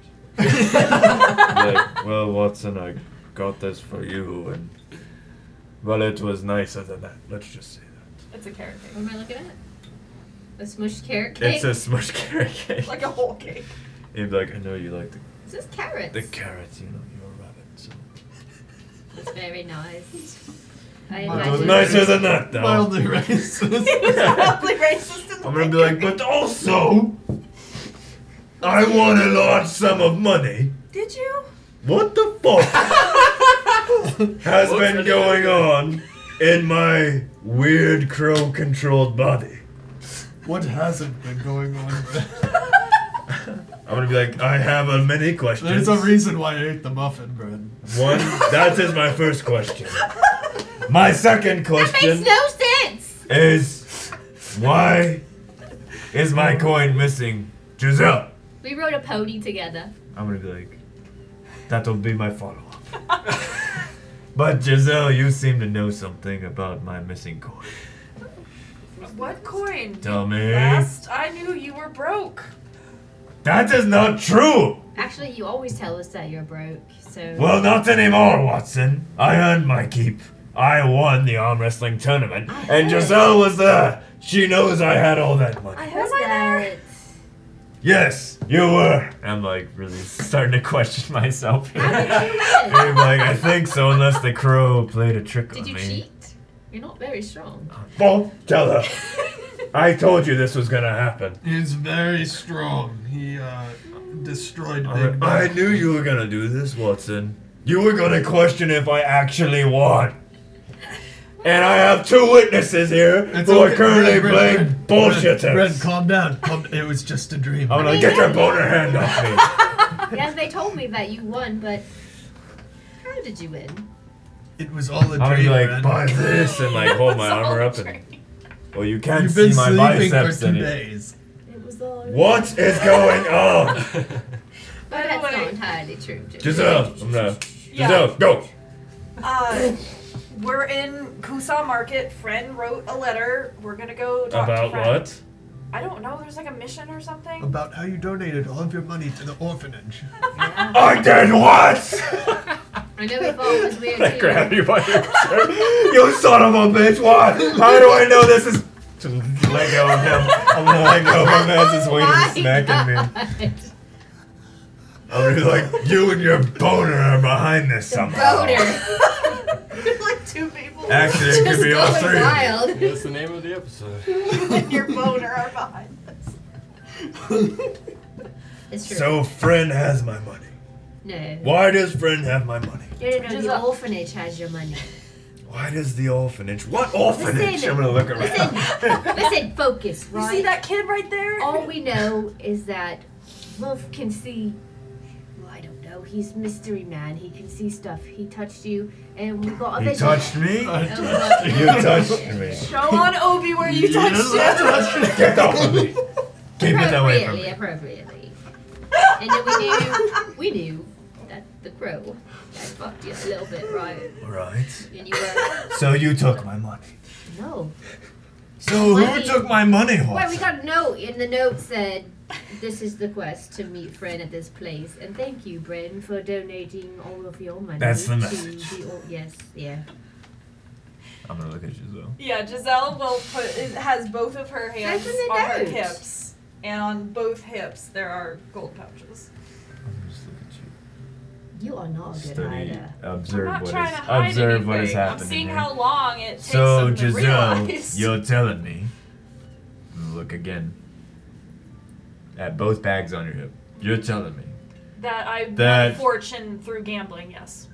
like, well, Watson, I got this for you, and well, it was nicer than that. Let's just say that.
It's a carrot
What am I looking at? A smushed carrot cake.
It's a smushed carrot cake.
cake, like a whole cake.
He'd be like, I know you like the,
This is carrots.
the carrots, you know, you're a rabbit. So.
It's very nice. I
It was
imagine.
nicer than that, though.
Mildly racist.
Probably racist.
I'm gonna be like, but also, I won a large sum of money.
Did you?
What the fuck has been going on in my weird crow controlled body?
what hasn't been going on? Bro?
I'm gonna be like, I have a many questions.
There's a reason why I ate the muffin, Brad.
One, that is my first question. My second
Makes
question
no sense.
is why is my coin missing? Giselle.
We rode a pony together.
I'm gonna be like, that'll be my follow up. but Giselle, you seem to know something about my missing coin.
What coin?
Tell me.
Last I knew, you were broke.
That is not true!
Actually, you always tell us that you're broke, so.
Well, not anymore, Watson. I earned my keep. I won the arm wrestling tournament, and Giselle was there. She knows I had all that money.
I
Was
heard
I there?
that.
Yes, you were. I'm like really starting to question myself here.
How did you win?
I'm like, I think so, unless the crow played a trick on
Did you
me.
cheat? You're not very strong.
Well, tell her. I told you this was gonna happen.
He's very strong. He uh, destroyed Big Ben.
I knew you were gonna do this, Watson. You were gonna question if I actually won. And I have two witnesses here
It's
who
okay.
are currently
Red, Red,
playing
Red,
bullshitters.
Red, Red, calm down. Calm, it was just a dream.
I'm gonna get your boner hand off me.
yes, they told me that you won, but how did you win?
It was all a
I'm gonna
dream.
be like,
Red.
buy this, and like hold my armor up. And, well, you can't
You've
see
been
my
sleeping for
biceps
two
anymore.
days.
It was all.
What is going on?
By
But
the
that's not
way-
entirely true. Jim.
Giselle, uh, I'm gonna.
Yeah.
Giselle, go.
Uh, we're in Kusa Market. Friend wrote a letter. We're gonna go talk to
About
Friend.
what?
I don't know. There's like a mission or something.
About how you donated all of your money to the orphanage.
I did what?
I know we thought it was weird
I
too.
grabbed you by your shirt. you son of a bitch, what? How do I know this is Just let go of him. I'm gonna let go of him as his
Oh
waiter's smacking me. I'll be like, you and your boner are behind this somehow.
like two people.
Actually, it could be all
going
three.
wild.
That's the name of the episode.
and your boner are behind us.
It's true.
So friend has my money.
No.
Why does friend have my money?
No, no, no.
Just
The
a-
orphanage has your money.
Why does the orphanage? What orphanage?
Listen,
I'm gonna look around.
Listen, listen, focus,
You
right?
see that kid right Oh, there?
All we know is that Wolf can see. Well, I don't know. He's mystery man. He can see stuff. He touched you, and we got a
You
vision.
touched me.
touched
you touched me.
Show on Obi where you touched him.
Get off of me. Keep it away from me.
Appropriately, appropriately. and then we knew, we knew that the crow that fucked you a little bit, right?
All right.
And you were
So you took my money.
no.
So
Why
who
do
took my money,
Well, we
Watson?
got a note, and the note said, "This is the quest to meet Bren at this place, and thank you, Bren, for donating all of your money."
That's the
to
message.
the or- yes, yeah.
I'm gonna look at Giselle.
Yeah, Giselle will put is- has both of her hands
That's in the
on her
notes.
hips, and on both hips there are gold pouches.
I'm just looking at you.
You are not a good
Study,
hider.
observe
I'm
what
not
is
trying to hide
observe
anything.
what is happening.
I'm seeing
here.
how long it takes
So
them to
Giselle,
realize.
you're telling me. Look again. At both bags on your hip. You're telling me.
That I
That-
won fortune through gambling, yes.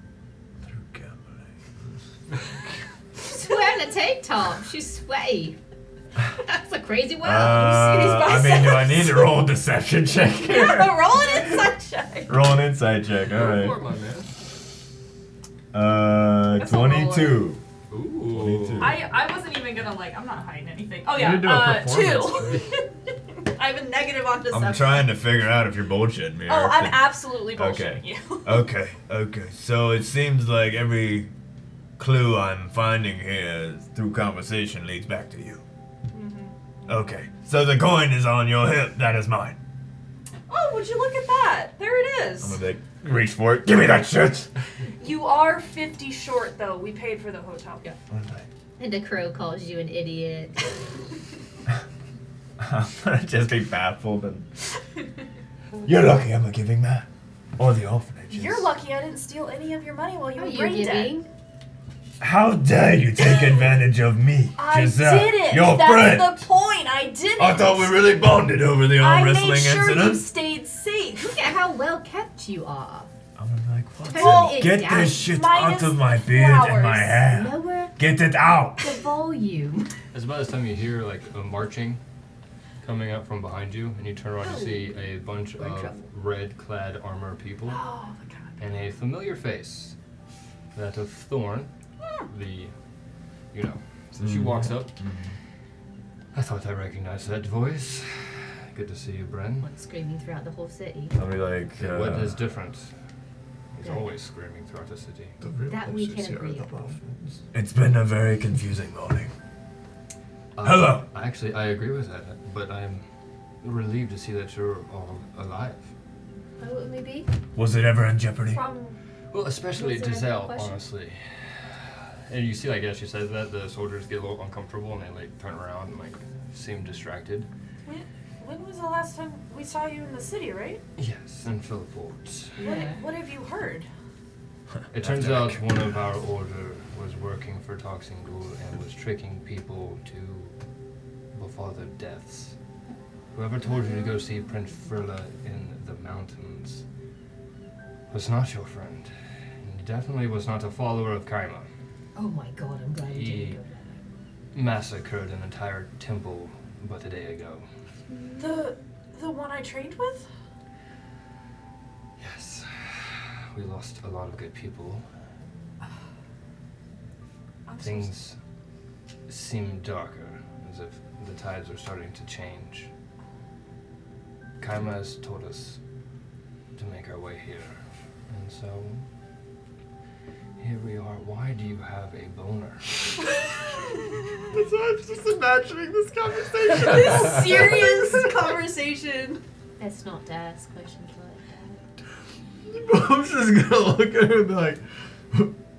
Through gambling.
She's wearing a tank top. She's sweaty. That's a crazy world.
Uh, I mean, do I need to roll a deception check here?
Yeah, roll an inside check.
roll an insight check. All
Poor
right.
my man.
Uh,
That's a roller.
22.
Ooh.
22.
I, I wasn't even gonna like I'm not hiding anything. Oh
You
yeah,
need to do a
uh,
performance,
two. I have a negative on deception.
I'm trying to figure out if you're bullshitting me. or
Oh,
if
I'm
it-
absolutely bullshitting
Okay.
you.
Okay, okay. So it seems like every clue I'm finding here through conversation leads back to you.
Mm-hmm.
Okay, so the coin is on your hip. That is mine.
Oh, would you look at that? There it
I'm
is.
gonna like, reach for it. Give me that shit.
You are 50 short though. We paid for the hotel. Yeah.
I'm like,
and the crow calls you an idiot.
I'm gonna just be baffled and. You're lucky I'm a giving man, or the orphanage. is.
You're lucky I didn't steal any of your money while you
Are
were
you
brain dead.
giving?
How dare you take advantage of me,
I
Giselle?
did it.
Your
That's
friend.
the point. I did it.
I thought we really bonded over the
I
arm
made
wrestling
sure you
incident.
stayed safe.
Look at how well kept you are.
I'm like, what?
Well,
the-
it
get
down-
this shit
minus
out of my beard and my
flowers.
hair.
Lower
Get it out.
the volume.
It's about this time you hear like a marching coming up from behind you, and you turn around and see a bunch
We're in
of
trouble.
red-clad armor people
Oh my god.
and a familiar face, that of Thorn, the, you know. So she walks up. I thought I recognized that voice. Good to see you, Bren.
One screaming throughout the whole city.
I'll be like, uh,
What is different? He's
Yeah.
always screaming throughout the city.
The real
That we
issues
can
here are
agree
the
upon.
orphans.
it's been a very confusing morning.
Uh,
Hello.
Actually, I agree with that, but I'm relieved to see that you're all alive.
What would we be?
Was it ever in jeopardy?
From
Well, especially
Was there another
Giselle,
question?
honestly. And you see, like as she says that, the soldiers get a little uncomfortable and they like turn around and like seem distracted.
when, when was the last time we saw you in the city, right?
Yes, and Philip Woods.
Yeah.
What, what have you heard?
It turns out one of our order was working for Toxin Ghoul and was tricking people to before their deaths. Whoever told you to go see Prince Frilla in the mountains was not your friend. And He definitely was not a follower of Kaima.
Oh my god, I'm glad you didn't
He-
go down.
Massacred an entire temple but a day ago.
The the one I trained with?
Yes. We lost a lot of good people.
I'm so s-
Things seem darker, as if the tides are starting to change. Kaima has told us to make our way here, and so here we are. Why do you have a boner?
I'm just imagining this conversation.
this serious conversation.
Let's not dare ask questions like that.
I'm just gonna look at her and be like,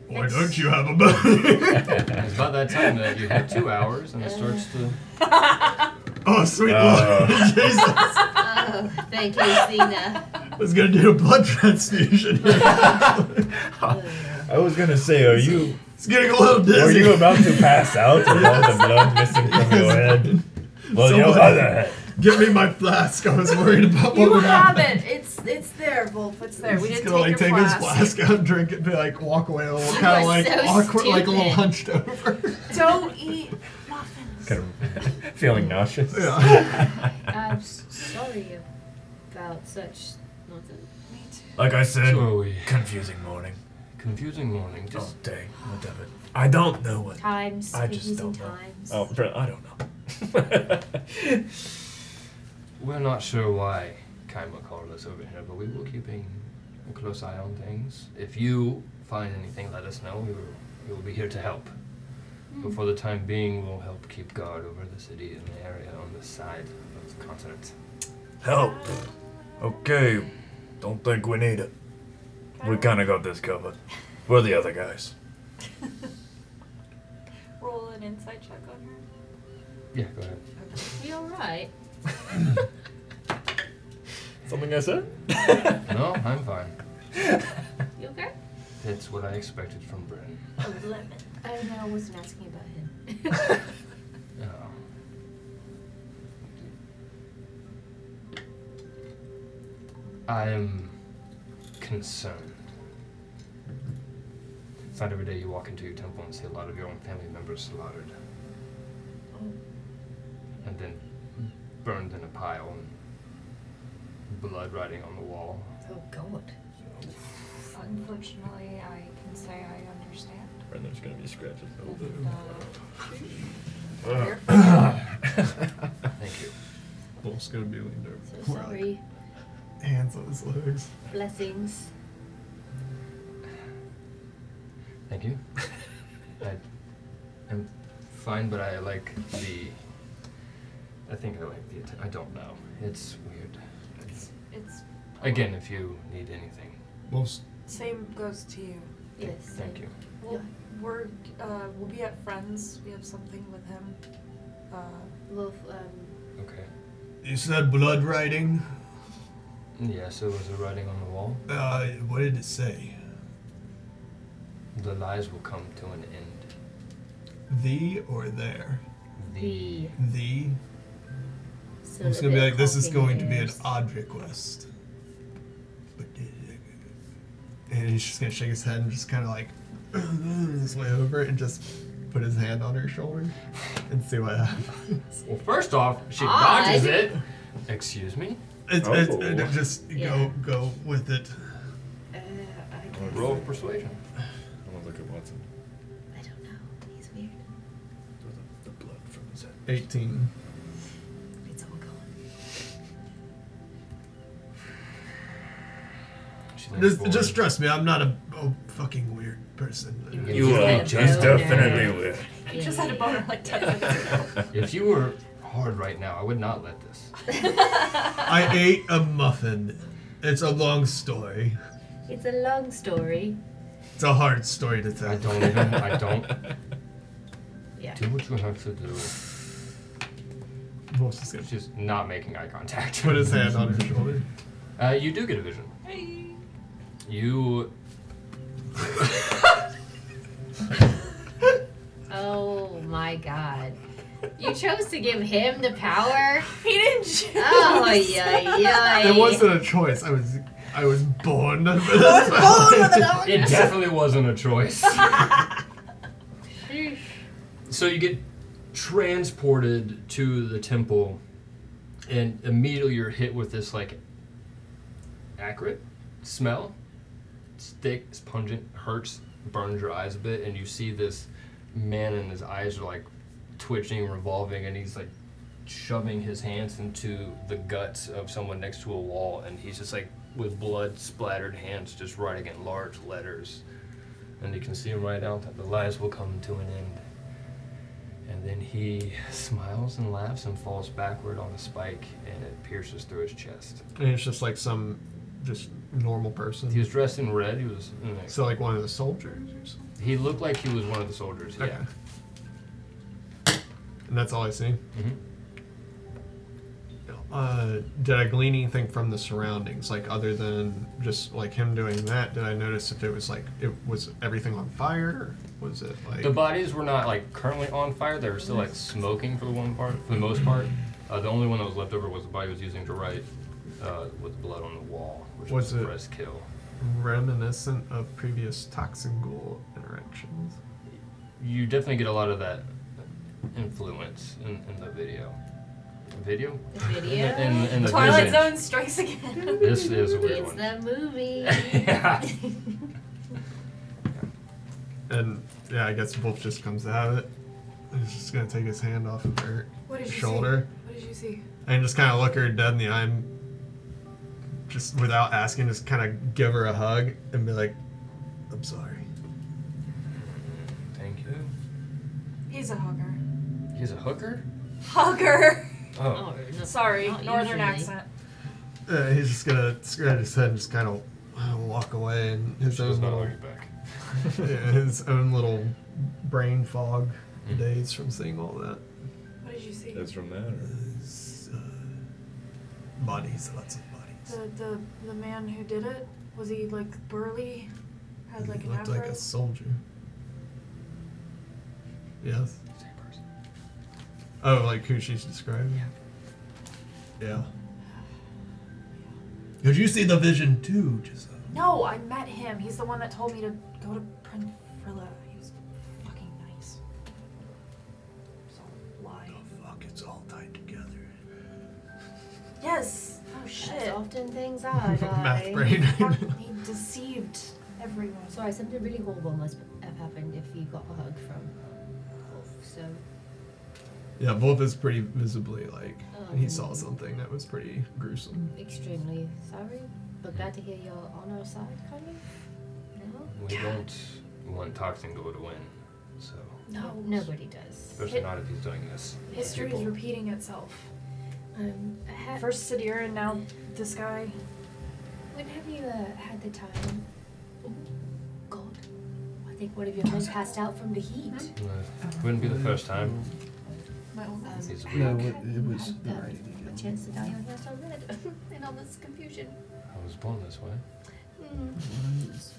Why don't you have a boat?
it's about that time that you have two hours and it starts to.
oh, sweet
Uh.
Lord. Jesus.
oh, thank you, Zena.
I was going to do a blood transfusion.
I was gonna say, are you?
It's getting a little dizzy.
Are you about to pass out from all the blood missing from your head? Well, your
Someone-
other head.
Give me my flask. I was worried about what
You
would
have
happen.
it. It's it's there, Wolf. It's there. We
He's
didn't
gonna like
take
take
your
his
flask.
flask out, drink it, be like walk away a little,
You
kind
are
of like
so
awkward, like a little
stupid.
hunched over.
Don't eat muffins.
Kind of feeling nauseous.
I'm s- sorry about such nonsense. Me too.
Like I said,
So are we.
confusing morning.
Confusing morning. Just
oh, day, whatever. I don't know what.
Times,
I just
confusing
don't know.
times.
Oh, bro, I don't know.
We're not sure why Kaima called us over here, but we will keeping a close eye on things. If you find anything, let us know. We will, we will be here to help. But for the time being, we'll help keep guard over the city and the area on the side of the continent.
Oh.
Help. Okay, don't think we need it. We kind of got this covered. We're the other guys.
Roll an inside check on her.
Yeah, go ahead.
You alright?
Something I said?
no, I'm fine.
You okay?
That's what I expected from Bryn.
Eleven. I don't know, I wasn't asking about him.
Oh. I am concerned. It's not every day you walk into your temple and see a lot of your own family members slaughtered and then burned in a pile and blood writing on the wall.
Oh God.
Unfortunately, I can say I understand.
And there's gonna be scratches.
Thank you.
Wolf's gonna be leaned over.
So sorry.
Hands on his legs.
Blessings.
Thank you. I, I'm fine, but I like the. I think I like the. Ita- I don't know. It's weird. It's,
It's
Again, if you need anything,
Wolf's
same goes to you.
Yes.
thank you.
We'll, we're uh, we'll be at friends. We have something with him. Uh,
Wolf, um,
Okay.
You said blood writing.
Yeah, so was the writing on the wall?
Uh, what did it say?
The lies will come to an end.
The or there?
The.
The.
So
Wolf's
the
gonna be
bit
like, this is
clunking
going to be an
ears.
odd request. And he's just gonna shake his head and just kind of like his way over it and just put his hand on her shoulder and see what happens.
Well, first off, she
Odd.
dodges it. Excuse me.
It's, it's, it just
Yeah.
go go with it.
Uh, I guess.
Roll of persuasion.
I want to look at Watson.
I don't know. He's weird.
The blood from his head.
18.
It's all gone.
She leans
Just,
forward.
just trust me, I'm not a, a fucking weird person.
You You are are just
definitely weird.
I just had a boner like 10 minutes ago.
If you were hard right now, I would not let this.
I ate a muffin. It's a long story.
It's a long story.
It's a hard story to tell.
I don't even. I don't.
Yeah.
Do what you have to do.
Wolf's just gonna
She's not making eye contact.
put his hand on her shoulder.
Uh, you do get a vision. You.
Oh my God. You chose to give him the power?
He didn't choose.
Oh, yeah, yeah.
It wasn't a choice. I was I was born. I
was
It definitely wasn't a choice. so you get transported to the temple, and immediately you're hit with this like acrid smell. It's thick, it's pungent, hurts, burns your eyes a bit, and you see this man, and his eyes are like twitching, revolving, and he's like shoving his hands into the guts of someone next to a wall, and he's just like with blood splattered hands, just writing in large letters. And you can see him right out that the lies will come to an end. And then he smiles and laughs and falls backward on a spike, and it pierces through his chest.
And it's just like some just normal person.
He was dressed in red. He was in a-
so like one of the soldiers or something.
He looked like he was one of the soldiers. Yeah.
And that's all I see.
Mhm.
Uh, did I glean anything from the surroundings, like other than just like him doing that? Did I notice if it was like it was everything on fire? Was it like
The bodies were not like currently on fire. They were still like smoking for the one part, for the most part. Uh, the only one that was left over was the body he was using to write uh, with blood on the wall, which was,
Was
a
it-
press kill.
reminiscent of previous toxin ghoul interactions?
You definitely get a lot of that influence in, in the video. Video?
The video.
In, in, in the
Twilight
vision.
Zone strikes again.
This is a weird
It's
one.
that movie.
Yeah.
And yeah, I guess Wolf just comes out of it. He's just gonna take his hand off of her
What did you
shoulder
See? What did you see?
and just kind of look her dead in the eye, and just without asking, just kind of give her a hug and be like, "I'm sorry."
Thank you.
He's a hugger.
He's a hooker?
Hugger.
Oh.
Sorry,
not
northern
usually.
accent.
Uh, he's just gonna scratch his head and just kind of uh, walk away in his
She
own
does not
little,
like it back.
yeah, his own little brain fog
Mm.
days from seeing all that.
What did you see?
That's from that. Or?
Uh, bodies, lots of bodies.
The, the the man who did it was he like burly, had like
he
an
looked
afro.
like a soldier. Yes. Oh, like who she's describing? Yeah.
Could you see the vision too,
oh,
Giselle?
No, I met him. He's the one that told me to go to Prince Frilla. He was fucking nice. So lie.
Fuck, it's all tied together.
Yes. Oh shit.
That's often things are.
Math
guys.
brain.
he deceived everyone.
Sorry, something really horrible must have happened if you got a hug from Wolf. So
Yeah, Wolf is pretty visibly like he
Um,
saw something that was pretty gruesome.
extremely sorry, but glad to hear you're on our side, kind of. No.
We don't want Toxin Go to win, so.
No.
Nobody does.
Especially not if he's doing this.
History is repeating itself.
Um, ha-
First Sadir and now this guy.
When have you uh, had the time? Oh, God. I think one of your men passed out from the heat.
Uh, wouldn't be the first time.
Hmm? My own
Um,
It's
how
weird.
can
it- it
you
was
have
the
that
writing
A chance to die on your so red and all this confusion.
I was born this way.
Mm. It's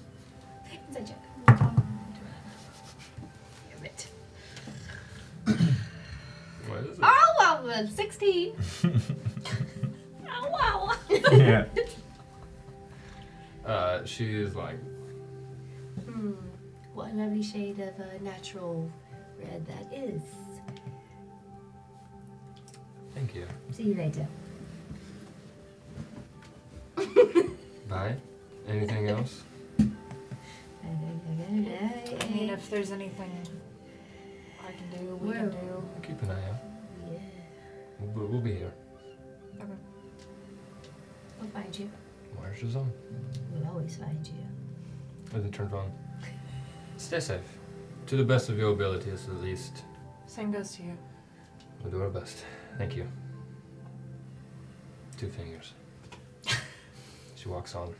a joke. Damn it.
What is it?
Oh, I was 16. oh, wow.
Yeah. Uh, she is like,
Hmm. What a lovely shade of uh, natural red that is.
thank you.
See you later.
Bye. Anything else?
I
Eh.
mean, if there's anything I can do, we can do.
Keep an eye out.
Yeah.
We'll, we'll be here.
Okay.
We'll find you.
March is on.
We'll always find you.
As it turns on. Stay safe. To the best of your abilities, at least.
Same goes to you.
We'll do our best. Thank you. Two fingers. she walks on.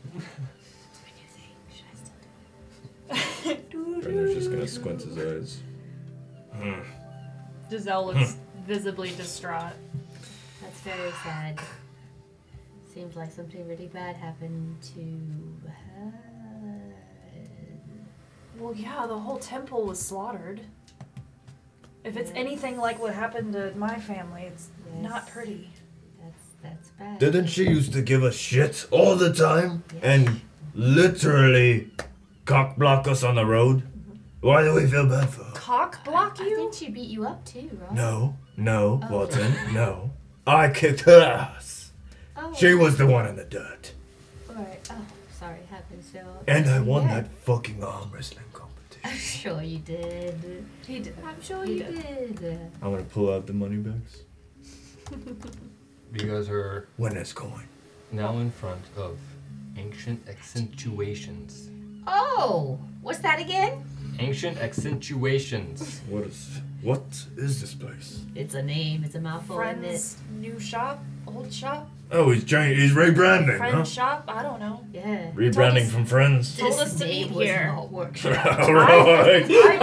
Brendan's just gonna squint his eyes.
Giselle looks visibly distraught.
That's very sad. Seems like something really bad happened to her.
Well, yeah, the whole temple was slaughtered. If it's
Yes.
anything like what happened to my family, it's not
Yes.
pretty.
That's that's bad.
Didn't she used to give us shit all the time and literally cock block us on the road? Why do we feel bad for her?
Cock block
I
you?
think she beat you up too, right?
No, no,
Oh.
Walton, no. I kicked her ass.
Oh.
She was the one in the dirt.
Alright. Oh, sorry. Happens. So.
And I won
Yeah.
that fucking arm wrestling competition.
I'm sure you did.
He did.
I'm sure
You
you did.
I'm gonna pull out the money bags.
You guys are
Winner's coin.
now in front of ancient accentuations.
Oh, what's that again?
Ancient accentuations.
What is what is this place?
It's a name. It's a mouthful. isn't it?
Friends, new shop, old shop,
Oh, he's changing. He's rebranding,
friend
huh?
shop. I don't know.
Yeah.
Rebranding from friends.
Told us to meet here.
All right.
I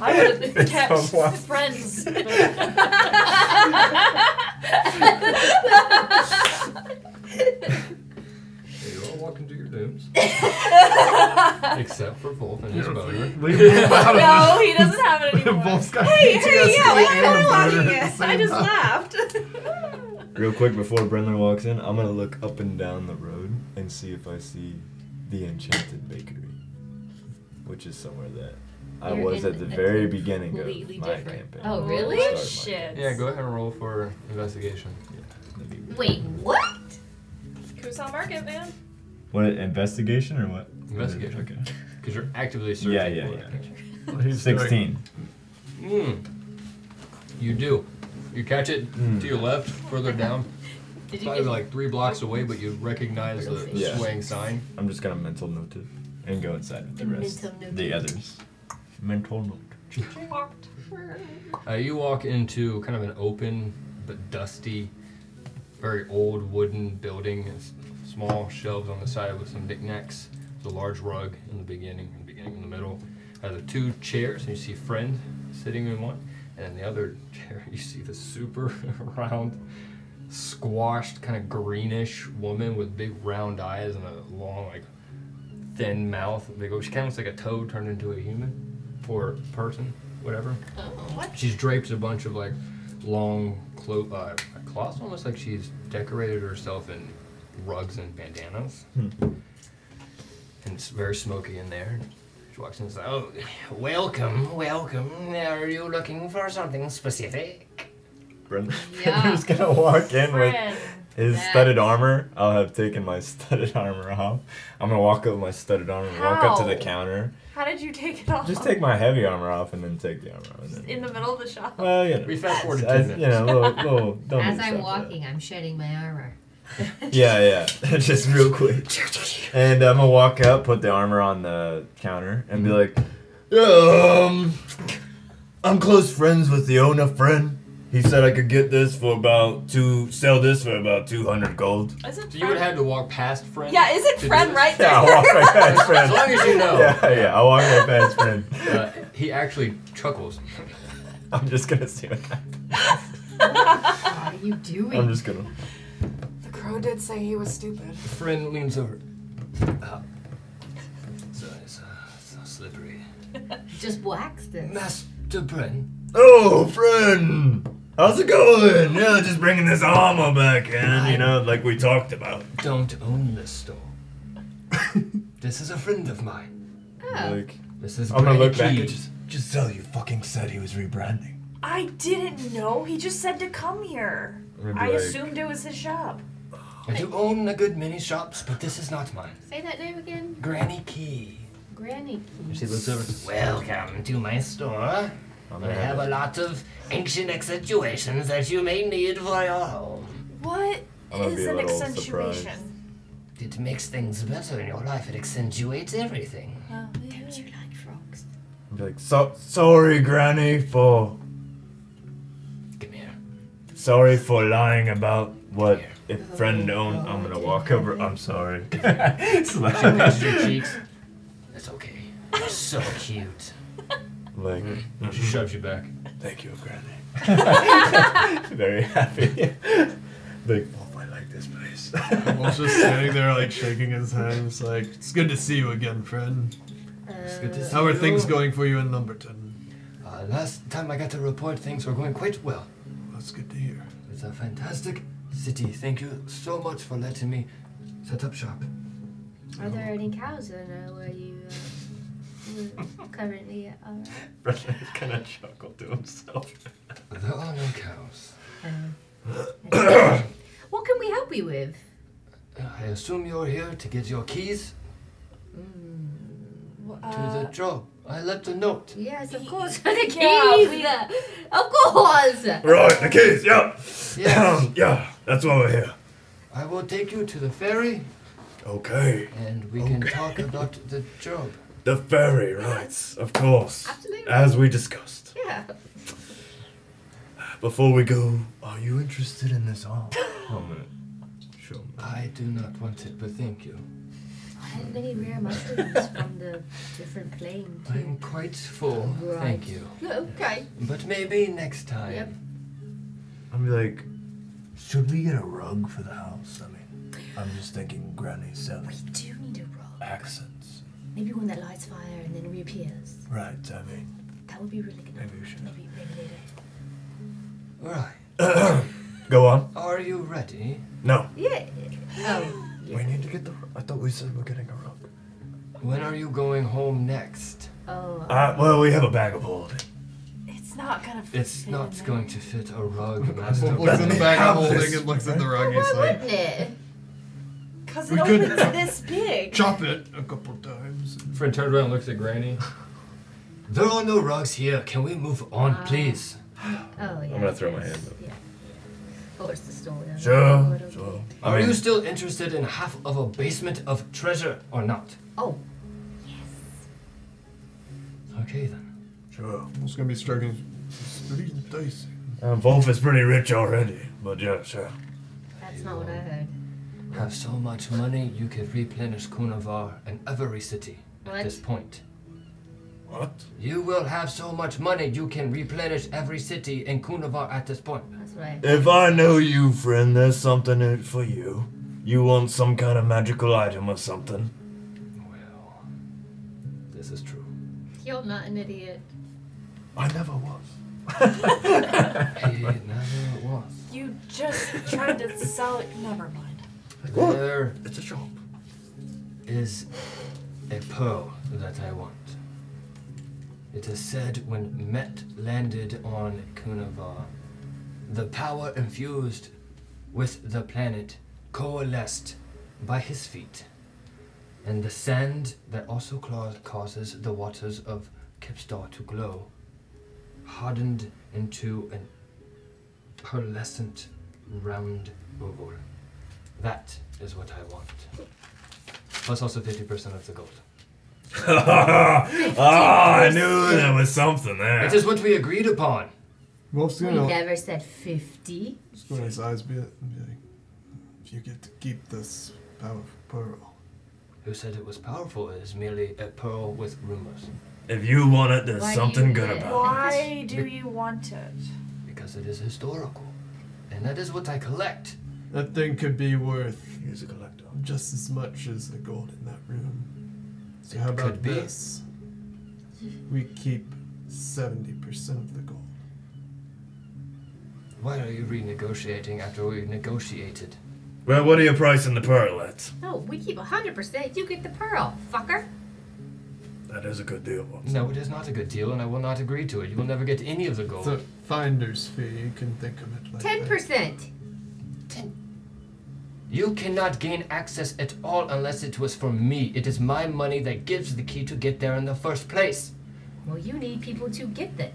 would have
It's
kept
so wild.
friends.
You're all walking to your dooms. Except for Wolf and his boner.
Leave Wolf out of
No, he doesn't have it anymore.
Wolf's got
hey, hey,
PTSD
yeah, we
and a
are
boner
watching
at the
it. I
same
just
time.
laughed.
Real quick before Brendan walks in, I'm gonna look up and down the road and see if I see the Enchanted Bakery, which is somewhere that I
You're
was
in
at the
a
very beginning of
completely
my
different-
campaign.
Oh, really?
Start my-
Shit.
Yeah, go ahead and roll for investigation.
Wait, what?
Kusal Market, man.
What investigation or what?
Investigation.
Okay.
Because you're actively searching.
Yeah, yeah,
for
yeah.
it.
He's doing-
Sixteen.
Mm. You do. You catch it
Hmm.
to your left, further down.
Did you
Probably
get-
like three blocks away, but you recognize the, the
Yeah.
swaying sign.
I'm just gonna mental note it and go inside with the rest.
Mental note
The
it.
others. Mental note.
Uh, you walk into kind of an open but dusty, very old wooden building. It's small shelves on the side with some knickknacks. There's a large rug in the beginning, and beginning in the middle. Uh, there are two chairs, and you see friend sitting in one, and in the other chair you see the super round, squashed, kind of greenish woman with big round eyes and a long, like, thin mouth. They go. She kind of looks like a toad turned into a human, or person, whatever.
What?
She's draped in a bunch of like long clo- uh, cloths, almost like she's decorated herself in rugs and bandanas. And it's very smoky in there. She walks in and says, "Oh, welcome, welcome. Are you looking for something specific?"
Brendan.
Yeah.
Brendan's gonna walk in
Friend.
with his
That-
studded armor. I'll have taken my studded armor off. I'm gonna walk up with my studded armor, walk up to the
How?
counter.
How did you take it off?
Just take my heavy armor off and then take the armor off. and then-
In the middle of the shop.
Well, you know.
We fast forward to
I-
10
You know, little, little dumb
As
stuff,
I'm
yeah.
walking, I'm shedding my armor.
Yeah, yeah. Just real quick. And I'm gonna walk up, put the armor on the counter, and be like,
Mm-hmm.
um, I'm close friends with the owner friend. He said I could get this for about two, sell this for about 200 gold.
Is it
So you would have to walk past friend.
Yeah, is it
to do
friend
this?
right
Yeah, I'll walk right past friend.
As long as you know.
Yeah, yeah, I'll walk right past friend.
Uh, he actually chuckles.
I'm just gonna see what happens.
What are you doing?
I'm just gonna.
The crow did say he was stupid.
Friend leans over. Uh, so it's, uh, it's not slippery.
Just waxed it.
Master Bren.
Oh, friend! How's it going? Yeah, just bringing this armor back in, you know, like we talked about.
Don't own this store. this is a friend of mine.
Oh,
Like,
this is
I'm gonna
Brady
look back at
Keys.
just, Giselle, you fucking said he was rebranding.
I didn't know. He just said to come here.
Maybe
I
like-
assumed it was his shop.
I do own a good many shops, but this is not mine.
Say that name again.
Granny Key.
Granny.
She looks over. Welcome to my store. I have a lot of ancient accentuations that you may need for your home.
What
I'm gonna be
is
a
an
little
accentuation?
It makes things better in your life. It accentuates everything.
Don't you like frogs?
I'd be like, so, sorry, Granny, for.
Come here.
Sorry for lying about what if friend owned. I'm gonna walk over. I'm sorry.
She pinches your cheeks. That's okay. You're so cute.
Like,
She shoves you back.
Thank you, Granny. Very happy. like, oh, I like this place.
Wolf's just standing there, like shaking his head. It's like, it's good to see you again, friend.
good to see
How are things
you.
going for you in Lumberton?
Uh, last time I got to report, things were going quite well.
That's good to hear.
It's a fantastic city. Thank you so much for letting me set up shop.
Uh, Are there any cows in uh, where you uh, were currently at? All right.
Brendan's gonna chuckle to himself.
There are no cows.
What can we help you with?
I assume you're here to get your keys to
uh,
Uh.
the job. I left a note.
Yes, of course. E- the keys.
Yeah, we-
uh, of course.
Right, the keys, yeah.
Yes.
yeah, that's why we're here.
I will take you to the ferry
Okay.
and we can talk about the job.
The fairy rights, of course.
Absolutely.
As we discussed.
Yeah.
Before we go, are you interested in this art? Helmet.
Sure. I do not want it, but thank you.
I had many rare mushrooms from the different plane.
I am quite full.
Right.
Thank you.
Okay.
But maybe next time.
Yep.
I'm like, should we get a rug for the house? I mean, I'm just thinking Granny selling. We
do need a rug.
Accents.
Maybe one that lights fire and then reappears.
Right, I mean,
That would be really good.
maybe we should.
Maybe, maybe later.
Right.
go on.
Are you ready?
No.
Yeah. Oh.
We need to get the. I thought we said we're getting a rug.
When are you going home next?
Oh.
Uh, well, we have a bag of holding.
It's not gonna. fit
It's
in
not
there.
going to fit a rug, Master.
Looks in the
Blade.
bag
Have
of holding
this.
and looks at the rug. He's
Why
like,
Wouldn't it?
Cause
We
it
could-
opens this big.
chop it a couple times.
Friend turns around and looks at Granny. There are no rugs here. Can we move on,
Ah.
please?
Oh, yeah.
I'm gonna throw my hand
yes,
up.
Yeah. Oh, it's the story. of-
Sure,
Oh,
sure.
okay.
Are you still interested in half of a basement of treasure or not?
Oh.
Okay then.
Sure.
It's gonna be striking. It's pretty dicey.
Um, Wolf is pretty rich already, but yeah, sure.
That's not what I heard.
Have so much money you could replenish Kunavar and every city
What?
at this point.
What?
You will have so much money you can replenish every city in Kunavar at this point.
That's right.
If I know you, friend, there's something in it for you. You want some kind of magical item or something?
This is true.
You're not an idiot.
I never was.
He never was.
You just tried to sell it. Never mind.
There
it's a shop.
is a pearl that I want. It is said when Met landed on Kunavar, the power infused with the planet coalesced by his feet, and the sand that also cla- causes the waters of Kipstar to glow hardened into an pearlescent round oval. That is what I want. Plus also 50% of the gold.
ah, I knew there was something there.
It is what we agreed upon.
Wolf's
We
gonna
never said 50.
just go in his eyes a bit and be like, if you get to keep this powerful pearl,
Who said it was powerful? It is merely a pearl with rumors.
If you want it, there's
Why do
something
you
good
do it?
about
Why do you want it?
Because it is historical. And that is what I collect.
that thing could be worth
He's a collector.
just as much as the gold in that room. So how
It
about
could be.
this? We keep seventy percent of the gold.
Why are you renegotiating after we negotiated?
Well, what are you pricing the pearl at?
No, we keep 100%. You get the pearl, fucker.
That is a good deal. Watson.
No, it is not a good deal, and I will not agree to it. You will never get any of the gold.
It's a finder's fee. You can think of it like that.
10%.
You cannot gain access at all unless it was from me. It is my money that gives the key to get there in the first place.
Well, you need people to get the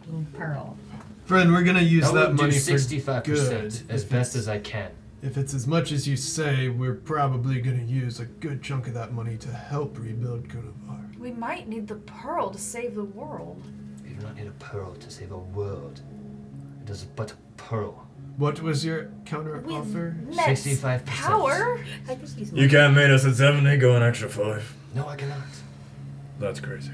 fucking pearl.
Friend, we're gonna use
I
that,
will do
money
sixty-five
for good.
percent as best as I can.
If it's as much as you say, we're probably gonna use a good chunk of that money to help rebuild Kodavar.
We might need the pearl to save the world.
You do not need a pearl to save a world. It is but a pearl.
What was your counter
With
offer?
less
65%.
power.
I think he's
You can't meet us at 70, go an extra five.
No, I cannot.
That's crazy.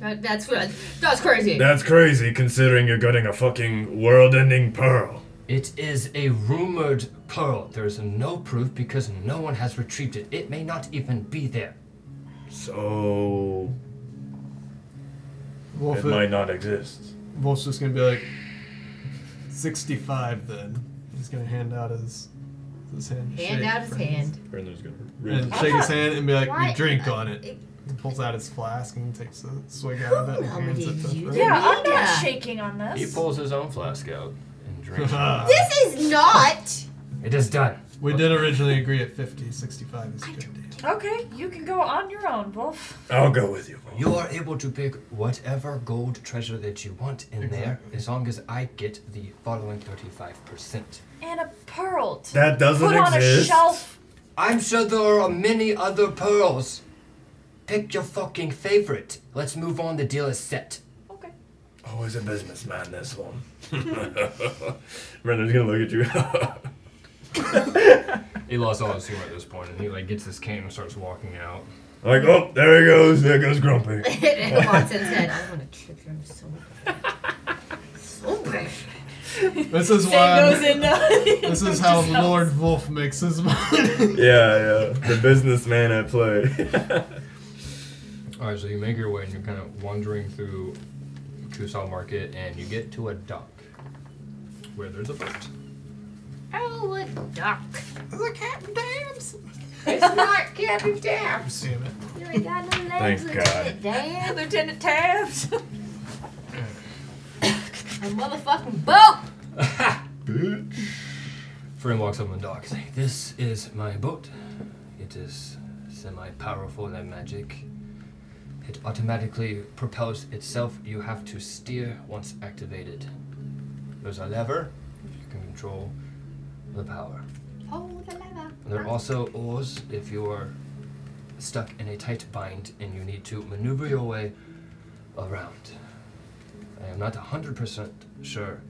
That, that's what. That's crazy.
That's crazy considering you're getting a fucking world ending pearl.
It is a rumored pearl. There is no proof because no one has retrieved it. It may not even be there.
So.
Wolf,
it might not exist.
Wolf's just gonna be like, 65 then. He's gonna hand out his, his hand.
Hand
shake
out his
for
hand.
Brendan's gonna.
And shake his hand and be like,
Why-
we drink on
uh,
it. He pulls out his flask and takes a swig out of it and hands it to Finn.
Yeah, I'm not
Yeah.
shaking on this.
He pulls his own flask out and drinks.
This is not.
it is done.
We did originally agree at 50, 65 is good.
Okay, you can go on your own, Wolf.
I'll go with you.
You are able to pick whatever gold treasure that you want in there, as long as I get the following 35%.
And a pearl. To
That doesn't
put on a
exist.
shelf.
I'm sure there are many other pearls. Pick your fucking favorite. Let's move on. The deal is set.
Always Oh, a businessman, this one.
Brendan's gonna look at you.
He lost all his humor at this point, and he like gets his cane and starts walking out.
Like, oh, there he goes. There goes Grumpy.
and Watson's head. I want to trick him so bad. So bad.
This is why. this is how Lord Wolf makes his money.
yeah, yeah. The businessman at play.
All right, so you make your way and you're kind of wandering through Kusal Market, and you get to a dock where there's a boat.
Oh, a duck.
Look at the dams. It's not Captain Dams.
Damn it.
You ain't got no
Thank
legs.
God.
Damn.
Lieutenant Tabs.
A motherfucking boat.
Friend walks up on the dock. saying, This is my boat. It is semi-powerful and magic. It automatically propels itself. You have to steer once activated. There's a lever. You can control the power.
Hold the lever.
There are also oars if you are stuck in a tight bind and you need to maneuver your way around. I am not 100% sure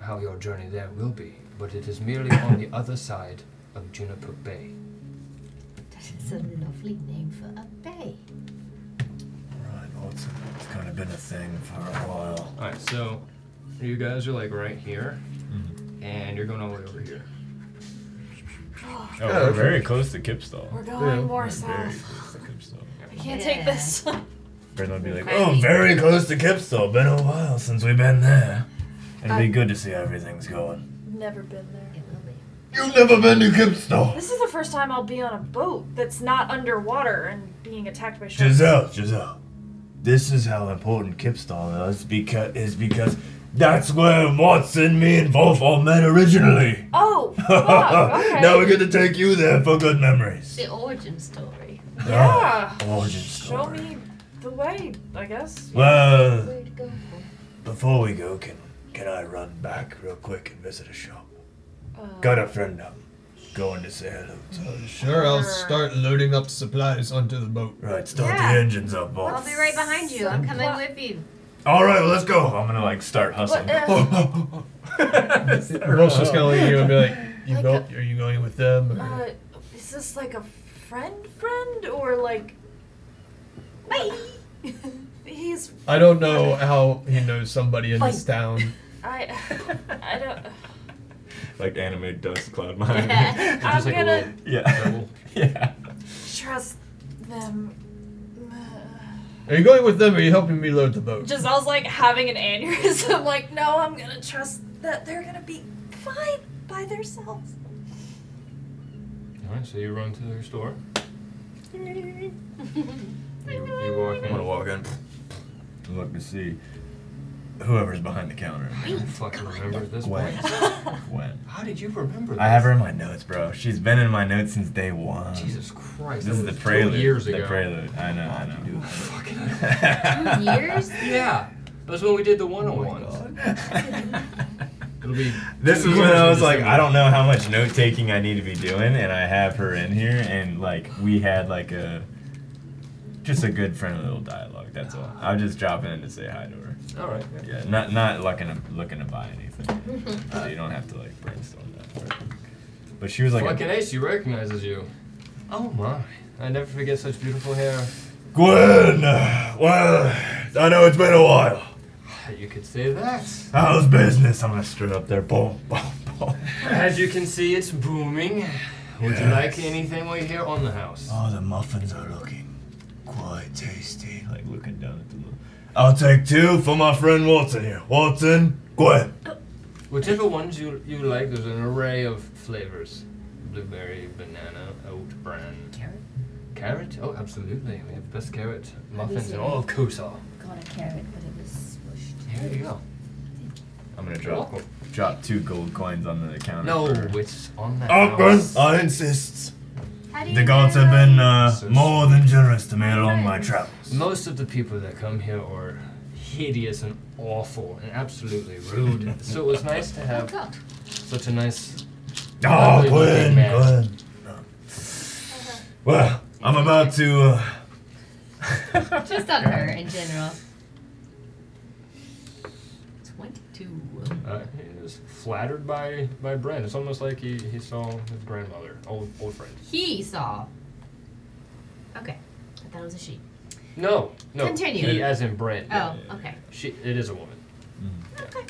how your journey there will be, but it is merely on the other side of Juniper Bay.
That's a lovely name for a bay.
Right, Watson. It's kind of been a thing for a while.
Alright, so you guys are like right here, and you're going all the way over here.
Oh, we're very close to Kipstall.
We're going more south. I can't take this.
Brendan would be like, oh, very close to Kipstall. Been a while since we've been there. It'd
Um,
be good to see how everything's going.
Never been there.
You've never been to Kipstall.
This is the first time I'll be on a boat that's not underwater and being attacked by sharks.
Giselle, Giselle. This is how important Kipstall is because is because that's where Watson, me, and Wolf all met originally.
Oh, fuck. Okay.
now we're gonna take you there for good memories.
The origin story.
Yeah.
Oh, origin
Show me the way, I guess.
Well, before we go, can can I run back real quick and visit a shop? Got a friend up. Going to say hello. To
Sure, I'll start loading up supplies onto the boat.
Right, start
Yeah.
the engines up,
I'll
Wolf.
be right behind you. I'm coming with you.
All right, well, let's go. I'm gonna like start hustling. Oh.
What, uh,
Wolf's just gonna look at you and be like, "You go? Are you going with them?" or-
Uh, is this like a friend friend or like. Bye! He's.
I don't know how he knows somebody in this town.
I. I don't.
like anime dust cloud mine.
I'm
Just like a
gonna-
little- yeah. yeah.
Trust them.
Are you going with them? Or are you helping me load the boat?
Giselle's like having an aneurysm. Like, no, I'm gonna trust that they're gonna be fine by themselves.
Alright, so you run to their store. You, you walk in.
I'm gonna walk in. Look to see whoever's behind the counter.
I don't fucking remember at this
Gwen.
point.
Gwen.
How did you remember this?
I have her in my notes, bro. She's been in my notes since day one.
Jesus Christ.
Um, This
that
is the
was two
prelude.
Years
the
ago.
prelude. I know. I know.
Fucking
years?
Yeah. That's when we did the one on ones. It'll be.
This
two
is when
years
I
in
was like,
December.
I don't know how much note taking I need to be doing, and I have her in here, and like we had like a just a good friendly little dialogue. That's all. I was just dropping in to say hi to her.
All right.
Yeah, not not looking to looking to buy anything. so you don't have to like brainstorm that. Part. But she was like,
Fucking ace, she recognizes you. Oh my. I never forget such beautiful hair.
Gwen. Well, I know it's been a while.
You could say that.
How's business? I'm gonna stir up there. Boom, boom, boom.
As you can see, it's booming. Would you
Yes.
like anything while you're here on the house?
Oh, the muffins are looking quite tasty. Like looking down at the. mu- I'll take two for my friend Watson here. Watson, Gwen.
Whichever ones you you like, there's an array of flavors: blueberry, banana, oat bran,
Carrot?
carrot. Oh, absolutely, we have the best carrot muffins in
see.
all of Kusar.
Got a carrot, but it was squished.
There you go.
I'm gonna drop drop two gold coins on the counter.
No,
for-
it's on that.
Oh, Gwen,
house.
I insist.
How do you
The gods have
know?
been uh, more than generous to me along my travels.
Most of the people that come here are hideous and awful and absolutely rude. so it was nice to
uh,
Oh,
have
God.
such a nice.
Oh,
lovely looking
Gwen,
man.
Gwen. Well, I'm about to uh,
uh,
Just on her in general. 22.
Uh, he was flattered by by Brent. It's almost like he, he saw his grandmother, old old friend.
He saw. Okay. I thought it was a she.
No, no.
Continue.
He, as in Brent.
Oh, okay.
She, it is a woman.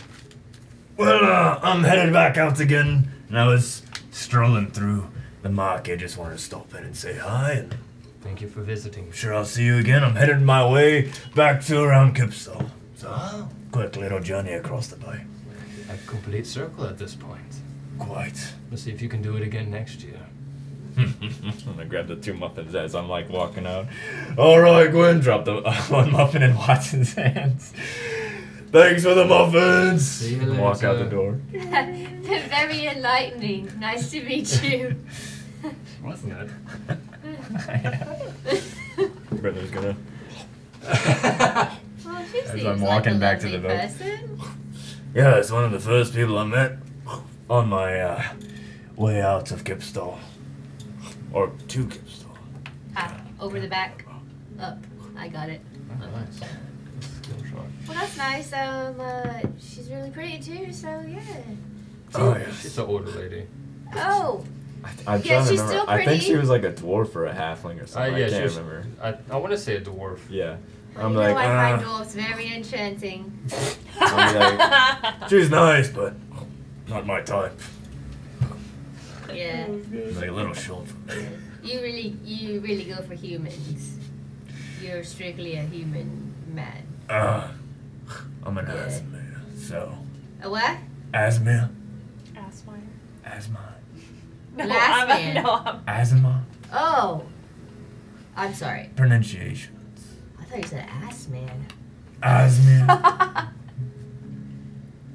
Well, uh, I'm headed back out again, and I was strolling through the market. Just wanted to stop in and say hi. And
Thank you for visiting.
sure, I'll see you again. I'm headed my way back to around Kipso. So, quick little journey across the bay.
A complete circle at this point.
Quite.
Let's see if you can do it again next year.
I grabbed the two muffins as I'm like walking out. All right, Gwen, drop the one muffin in Watson's hands. Thanks for the muffins.
See you
And walk out the
later.
door.
Very enlightening. Nice to meet you.
Wasn't it?
Brenda's gonna.
Well, she
As
seems
I'm
like
walking
a
back to
lovely
the boat.
person.
Yeah, it's one of the first people I met on my uh, way out of Kipstall. Or to Kipstall.
Ah, over the back, up. I got it.
Nice.
Well, that's nice. Um, uh, she's really pretty too. So yeah.
Oh, yeah.
She's an older lady.
Oh,
I'm
Yeah,
trying to
she's
remember.
still
I think she
pretty.
was like a dwarf or a halfling or
Uh,
something.
yeah,
I
she
can't
was-
remember.
I, I want to say a dwarf.
Yeah.
You
I'm
know
like,
I find
ah.
dwarves very enchanting.
I'm like,
She's nice, but not my type.
Yeah.
Like a little short for me.
You really, you really go for humans. You're strictly a human man.
Uh, I'm an asthma, so.
A what?
Asthma?
Assmire.
Asthma?
No,
I'm- no,
Asthma?
Oh. I'm sorry.
Pronunciation.
I thought you said ass man.
Asthma?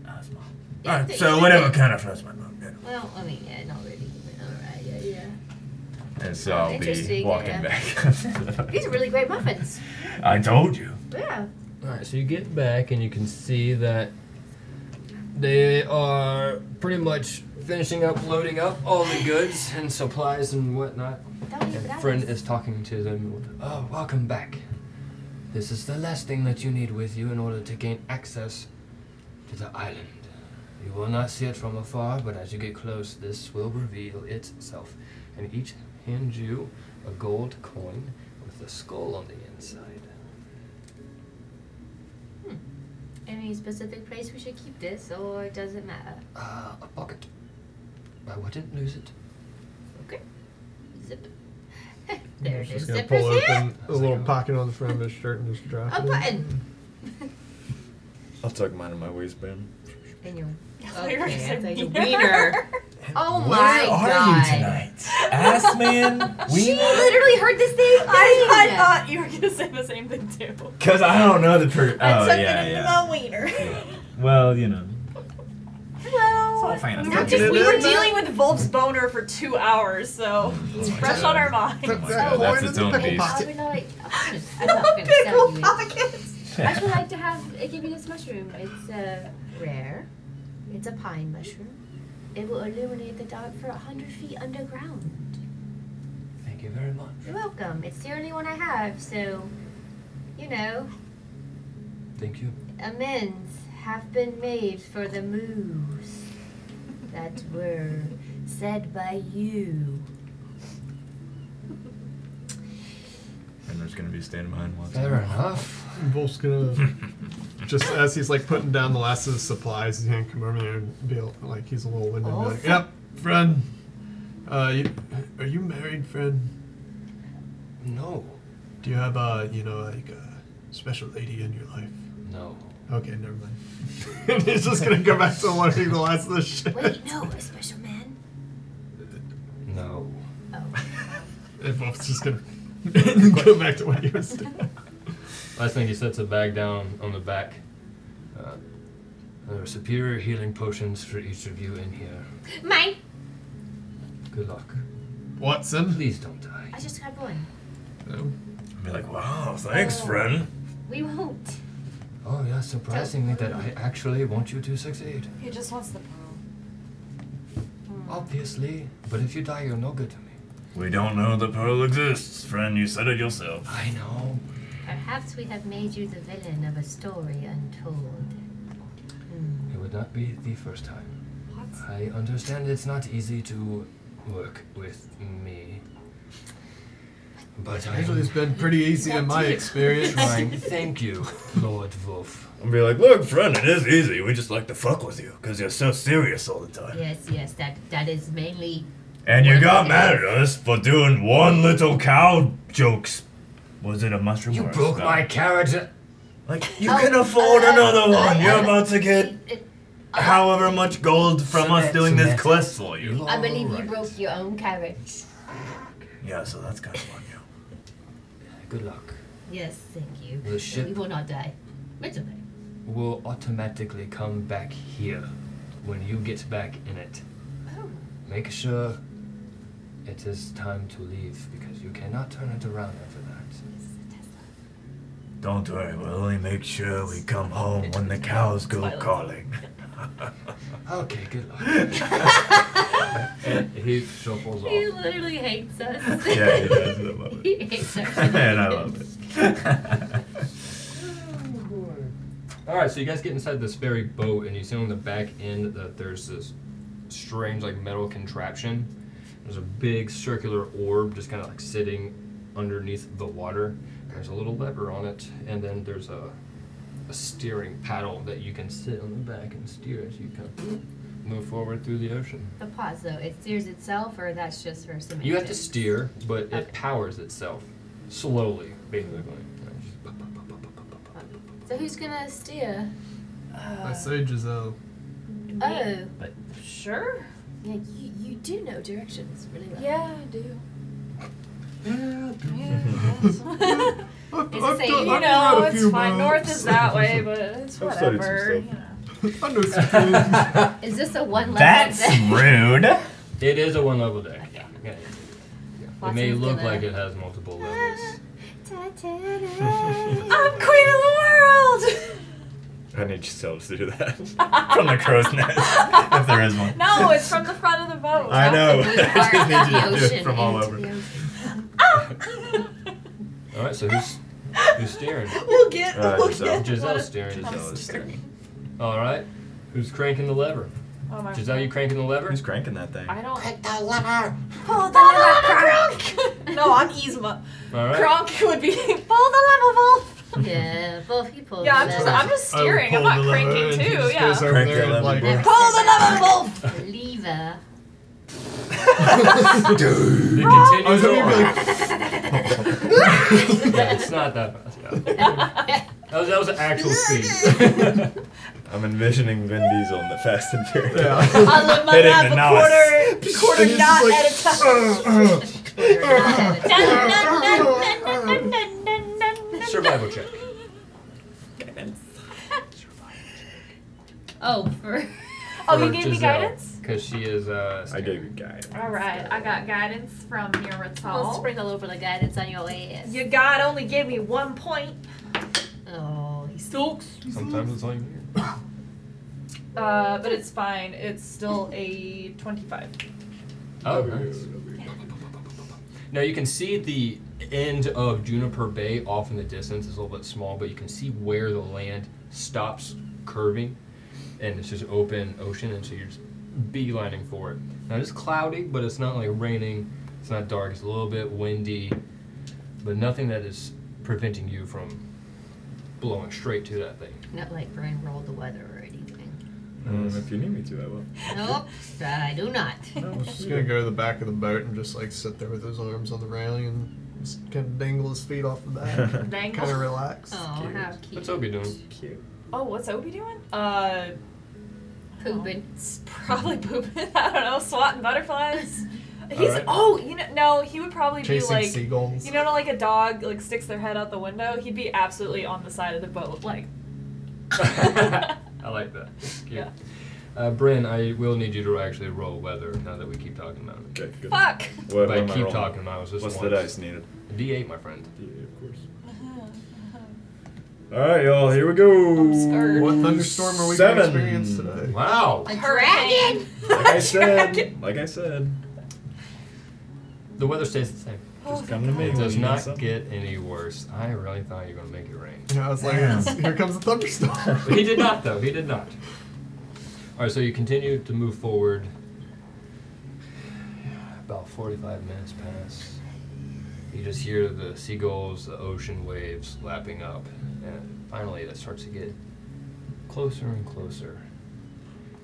Asthma.
Yeah,
Alright,
th-
so
yeah,
whatever
yeah.
kind of floats my boat. yeah.
Well, I mean, yeah, not really. But all right, yeah, yeah.
and so I'll be
Interesting,
walking
yeah.
back.
These are really great muffins.
I told you.
Yeah.
All right, so you get back and you can see that they are pretty much finishing up loading up all the goods and supplies and whatnot. And friend is talking to them. Oh, welcome back. This is the last thing that you need with you in order to gain access to the island. You will not see it from afar, but as you get close, this will reveal itself. And each hand you a gold coin with a skull on the inside.
Any specific place we should keep this, or it doesn't matter?
Uh, a pocket. I wouldn't lose it.
Okay. Zip. there it
Just
is.
gonna
Zippers
pull
here.
open a little pocket on the front of his shirt and just drop
A
it. in.
button.
I'll tuck mine in my waistband.
And you.
thought you were
Okay,
gonna
it's
say
like a
wiener.
wiener. Oh
Where
my
are
god.
you tonight? Ass man?
She
Wiener?
literally heard the same thing.
I, I thought you were gonna say the same thing too.
Cause I don't know the per.
I
Oh
tucked it
yeah,
into
yeah.
my wiener.
Well, you know.
Hello.
It's all fine.
Not just- we were dealing with Volp's boner for two hours, so it's
my
fresh
God.
on our minds.
Oh my God, that's its own beast.
I would like. I'm just- I'm not gonna sell
Pickle
you it.
pockets.
I would like to have a gibbous mushroom. It's uh, rare. It's a pine mushroom. It will illuminate the dark for hundred feet underground.
Thank you very much.
You're welcome. It's the only one I have, so you know,
Thank you.
amends have been made for the moves that were said by you.
And there's gonna be standing behind one.
enough.
Wolf's gonna just as he's like putting down the last of his supplies, he's gonna come over here and be all- like he's a little winded. and be like,
Awesome.
yep, friend. Uh, you, are you married, friend?
No.
Do you have a you know like a special lady in your life?
No.
Okay, never mind. and he's just gonna go back to learning the last of the shit.
Wait, no, a special man.
No.
Oh.
And Wolf's just gonna go back to what you were saying.
Last thing he sets a bag down on the back. Uh, there are superior healing potions for each of you in here.
Mine.
Good luck.
Watson,
please don't die.
I just grabbed one.
I'd be like, wow, thanks, friend.
We won't.
Oh yeah, surprisingly that I actually want you to succeed.
He just wants the pearl.
Obviously, but if you die, you're no good to me.
We don't know the pearl exists, friend. You said it yourself.
I know.
Perhaps we have made you the villain of a story untold.
It would not be the first time. I understand it's not easy to work with me. But I
Actually, it's been pretty easy in my experience.
Trying. Thank you, Lord Wolf.
And be like, look, friend, it is easy. We just like to fuck with you because you're so serious all the time.
Yes, yes, that that is mainly.
And you
what
got
it
mad at
is.
us for doing one little cow jokes. Was it a mushroom?
You
or a
broke
snout?
my character.
Like
Oh,
you can afford
uh,
another one. You're about to get
Uh,
however much gold from us doing this quest for you.
I believe you broke your own carriage.
Yeah, so that's kind of on you.
Good luck.
Yes, thank you.
The ship-
We will not die. It's okay.
Will automatically come back here when you get back in it. Make sure it is time to leave because you cannot turn it around after that.
Don't worry, we'll only make sure we come home when the cows go calling.
Okay, good luck. he shuffles off.
He literally hates us.
Yeah, he does. I love
He hates us.
and I love it.
All right, so you guys get inside this very boat, and you see on the back end that there's this strange, like, metal contraption. There's a big circular orb just kind of like sitting underneath the water. There's a little lever on it, and then there's a, a steering paddle that you can sit on the back and steer as you kind of move forward through the ocean.
The pause though, it steers itself, or that's just for some.
You have to steer, but it powers itself slowly, basically.
So who's gonna steer?
I say Giselle.
Oh.
But-
Sure. Yeah, you, you do know directions really well. Yeah, I do.
It's
I've
safe,
done-
you
I've
know,
read a
it's
few
fine.
books.
North is that way, but it's
I've studied some
whatever. you know.
I know some things.
Is this a one level?
That's
thing?
rude. It is a one level deck. Yeah. yeah, yeah, yeah. It may
Watson's
look
gonna-
like it has multiple levels.
I'm queen of the world!
I need yourselves to do that from the crow's nest, if there is one.
No, it's from the front of the boat.
I know.
We are
I just need you to
the
do it
ocean
from all
into
over.
the ocean.
All right, so who's who's steering?
We'll get-
Uh, we'll Giselle. get
Giselle's
one.
steering.
Giselle is steering.
All right, who's cranking the lever?
Oh my
Giselle, you cranking the lever? Who's cranking that thing?
I don't. Hit the lever. Pull the lever, Kronk. no, I'm Yzma.
All right.
Kronk would be pull the lever, Wolf.
Yeah, both he pulled.
Yeah, I'm
the
just
lever.
I'm just steering. I'm not cranking too. Yeah.
over Crank there and,
lever,
like-
bro.
Pull the lever, Wolf.
Lever.
Dude. It continues on. yeah, it's not that fast. Yeah. That was that was an actual speed.
I'm envisioning Vin Diesel in the Fast and Furious.
I live my
Hitting
life
the
a quarter,
novice.
quarter
And he's
knot
like,
at a time. Dun, dun, dun, dun, dun, dun, dun.
Survival check.
Oh, for.
Oh, you gave me guidance?
Because she is. Uh, I gave
you guidance.
All right, I got guidance from
I'll
Miratal.
sprinkle over the guidance on your ass.
Your god only gave me one point.
Oh, he stalks.
Sometimes it's all you need.
Uh, but it's fine. It's still a 25.
Oh, nice. Now you can see the end of Juniper Bay off in the distance. It's a little bit small, but you can see where the land stops curving, and it's just open ocean, and so you're just beelining for it. Now it's cloudy, but it's not like raining. It's not dark. It's a little bit windy, but nothing that is preventing you from blowing straight to that thing.
Not like Brian rolled the weather or anything.
Um,
if you need me to, I will.
Nope, I do not.
Just gonna go to the back of the boat and just like sit there with his arms on the railing and just kind of dangle his feet off the back.
Dangle?
Kind of relax.
Oh, how cute.
What's Obi doing?
Cute.
Oh, what's Obi doing? Uh,
Pooping.
It's probably pooping. I don't know, swatting butterflies. He's
Alright.
oh, you know, no, he would probably
Chasing
be like
seagulls.
you know, like a dog like sticks their head out the window. He'd be absolutely on the side of the boat, like
I like that. It's cute.
Yeah.
Uh, Bryn, I will need you to actually roll weather now that we keep talking about it. Okay, good.
fuck.
What- what
By
am I
keep
rolling?
talking about it, it was just
What's the
once.
dice needed?
A D8, my friend.
D8, of course. uh-huh. All right, y'all. Here we go.
What thunderstorm are we
Seven.
gonna experience today?
Wow.
A dragon.
Like I said. Like I said.
The weather stays the same.
Oh,
Just come to me. It does not get any worse. I really thought you were gonna make it rain.
And I was like, here comes the thunderstorm.
he did not, though. He did not. All right, so you continue to move forward. About 45 minutes pass. You just hear the seagulls, the ocean waves lapping up, and finally it starts to get closer and closer.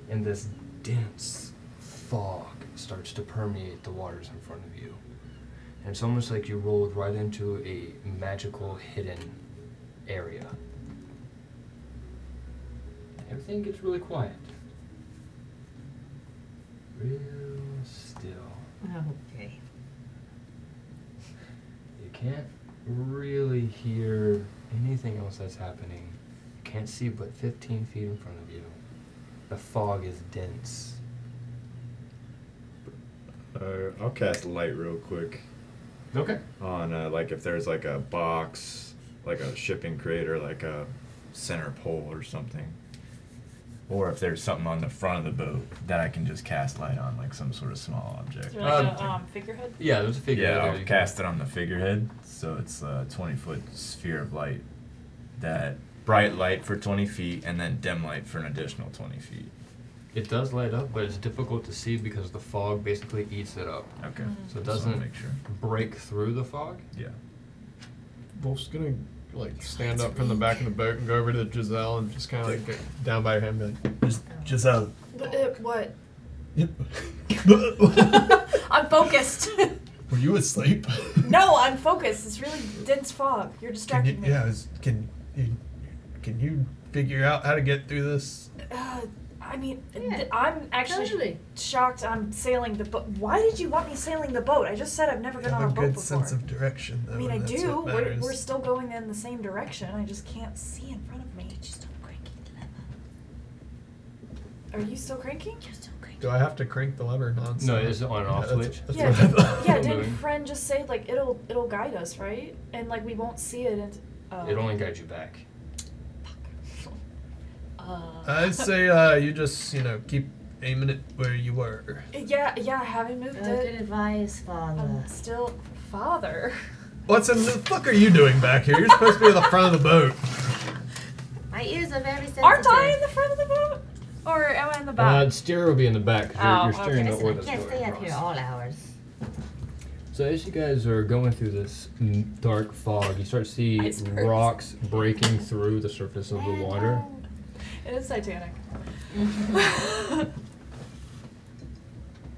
And this dense fog starts to permeate the waters in front of you. And it's almost like you rolled right into a magical hidden area. Everything gets really quiet. Real still.
Okay.
You can't really hear anything else that's happening. You can't see but 15 feet in front of you. The fog is dense.
Uh, I'll cast light real quick.
Okay.
On uh, like if there's like a box, like a shipping crate or like a center pole or something,
Or if there's something on the front of the boat that I can just cast light on, like some sort of small object.
Is there like a um, figurehead?
Yeah,
there
I'll
you can-
cast it on the figurehead. So it's a 20 foot sphere of light. That bright light for 20 feet and then dim light for an additional 20 feet.
It does light up, but it's difficult to see because the fog basically eats it up.
Okay.
Mm.
So it
Just wanna
doesn't
make sure.
break through the fog.
Yeah.
Wolf's gonna like stand up from the back of the boat and go over to Giselle and just kind of like get down by her hand and be like, just Giselle.
What? uh, what?
Were
I'm focused.
you asleep?
no, I'm focused. It's really dense fog. You're
Can you,
distracting me.
yeah, is, can you can you figure out how to get through this?
Uh, I mean, th- I'm actually shocked I'm sailing the boat. Why did you want me sailing the boat? I just said I've never been
Have
on a,
a
boat
good
before.
sense of direction. Though,
I mean, I
and that's
do.
what
We're,
matters.
we're still going in the same direction. I just can't see in front of me. Did you stop cranking the lever? Are you still cranking? You're still cranking.
Do I have to crank the lever non
No, it's on and off switch.
Yeah,
what I
did-
thought.
yeah. Didn't friend just say like it'll it'll guide us right? And like we won't see it. And, uh,
It only guides you back.
Uh,
I'd say uh, you just you know keep aiming it where you were.
Yeah, yeah. I haven't moved
Oh,
it.
good advice, father.
I'm still father.
What's in the fuck are you doing back here? You're supposed to be in the front of the boat.
My ears are very sensitive.
Aren't I in the front of the boat? Or am I in the back?
Uh, steer will be in the back. 'cause
Oh,
you're, you're steering
okay.
the
So
or
I
the
can't
steer.
stay up
here all hours.
So as you guys are going through this mm, dark fog, you start to see rocks breaking through the surface of the water.
it is Titanic.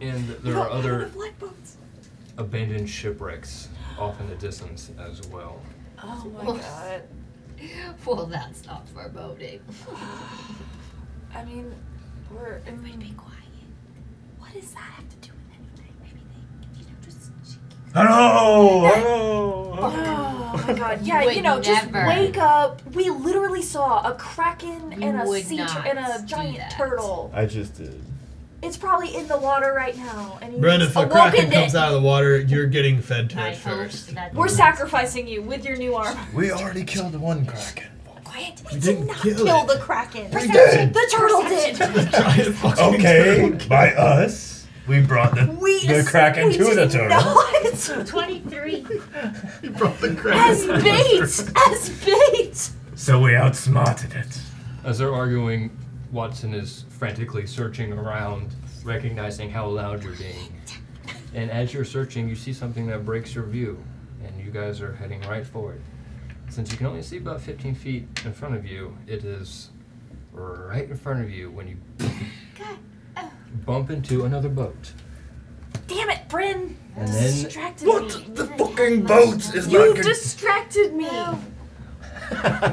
And there are other
lifeboats.
abandoned shipwrecks off in the distance as well.
Oh my
Well,
god.
Well, that's not foreboding.
I mean, we're. Everybody be quiet.
What does that have to do with anything? Maybe they, you know, just
Hello! Hello!
Oh my god. Yeah, you,
would
know, just
never.
wake up. We literally saw a kraken
You
and a
would
sea tur-
not
and a giant turtle.
I just did.
It's probably in the water right now. And you
Bren,
just
if a
awoken
kraken comes
it.
out of the water, you're getting fed to
I
it first.
We're sacrificing you with your new armor.
We already killed one kraken.
Quiet.
We didn't
Kill, the kraken.
did.
The turtle did.
Okay, by us, we brought the,
We
the kraken
we
to the
did
turtle.
Not.
23.
You brought the
As bait. As bait.
So we outsmarted it.
As they're arguing, Watson is frantically searching around, recognizing how loud you're being. And as you're searching, you see something that breaks your view, and you guys are heading right for it. Since you can only see about 15 feet in front of you, it is right in front of you when you bump into another boat.
Damn it, Bryn.
And then-
distracted me.
The fucking boats is
You
not
distracted me.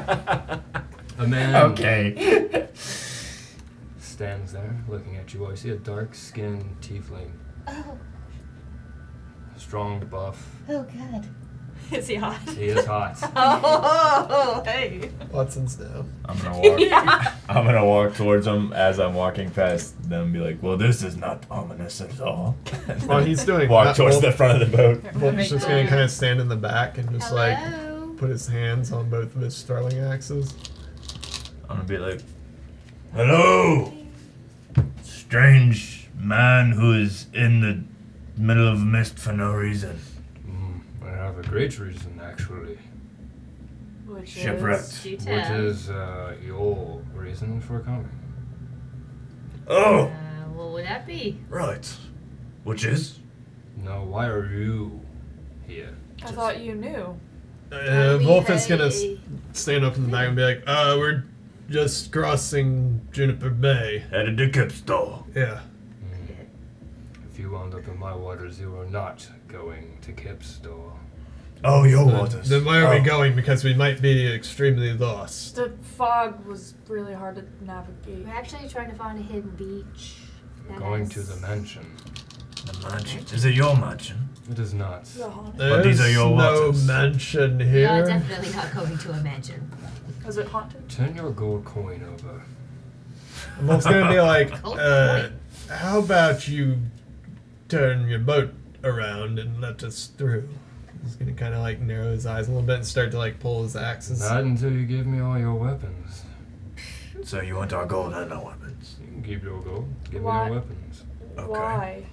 A man.
Okay.
Stands there looking at you. All you see a dark skinned tiefling,
Oh,
strong, buff.
oh, good.
Is he hot?
He is hot.
Oh, hey.
Watson's down.
I'm gonna walk.
Yeah.
I'm gonna walk towards them as I'm walking past them. and Be like, well, this is not ominous at all.
While he's doing
walk
that,
towards
Wolf-
the front of the boat.
Wolf's just gonna kind of stand in the back and just
Hello?
like put his hands on both of his throwing axes.
I'm gonna be like,
Hello, strange man who is in the middle of mist for no reason.
Mm, have a great reason, actually.
Which
Shipwrecked.
Is,
What is uh, your reason for coming?
Oh!
Uh, what would that be?
Right. Which is?
No, why are you here?
I thought you knew.
Uh, Wolf is gonna s- stand up in the back and be like, "Uh, we're just crossing Juniper Bay."
At a dickhead store.
Yeah.
If you wound up in my waters, you are not going to Kip's store.
Oh, your
Then-
waters.
Uh, Then where are
Oh.
we going? Because we might be extremely lost.
The fog was really hard to navigate.
We're actually trying to find a hidden beach. That
Going
has-
to the mansion.
The mansion? Is it your mansion?
It is not.
The haunted.
But these are your
There's
waters.
no mansion
You're
here.
definitely not going to a mansion.
Is it haunted?
Turn your gold coin over.
And Wolf's gonna be like,
Cold
uh, "How about you turn your boat around and let us through?" He's gonna kind of like narrow his eyes a little bit and start to like pull his axes.
Not until you give me all your weapons.
So you want our gold and our weapons?
You can keep your gold. Give
Why-
me your weapons.
Why?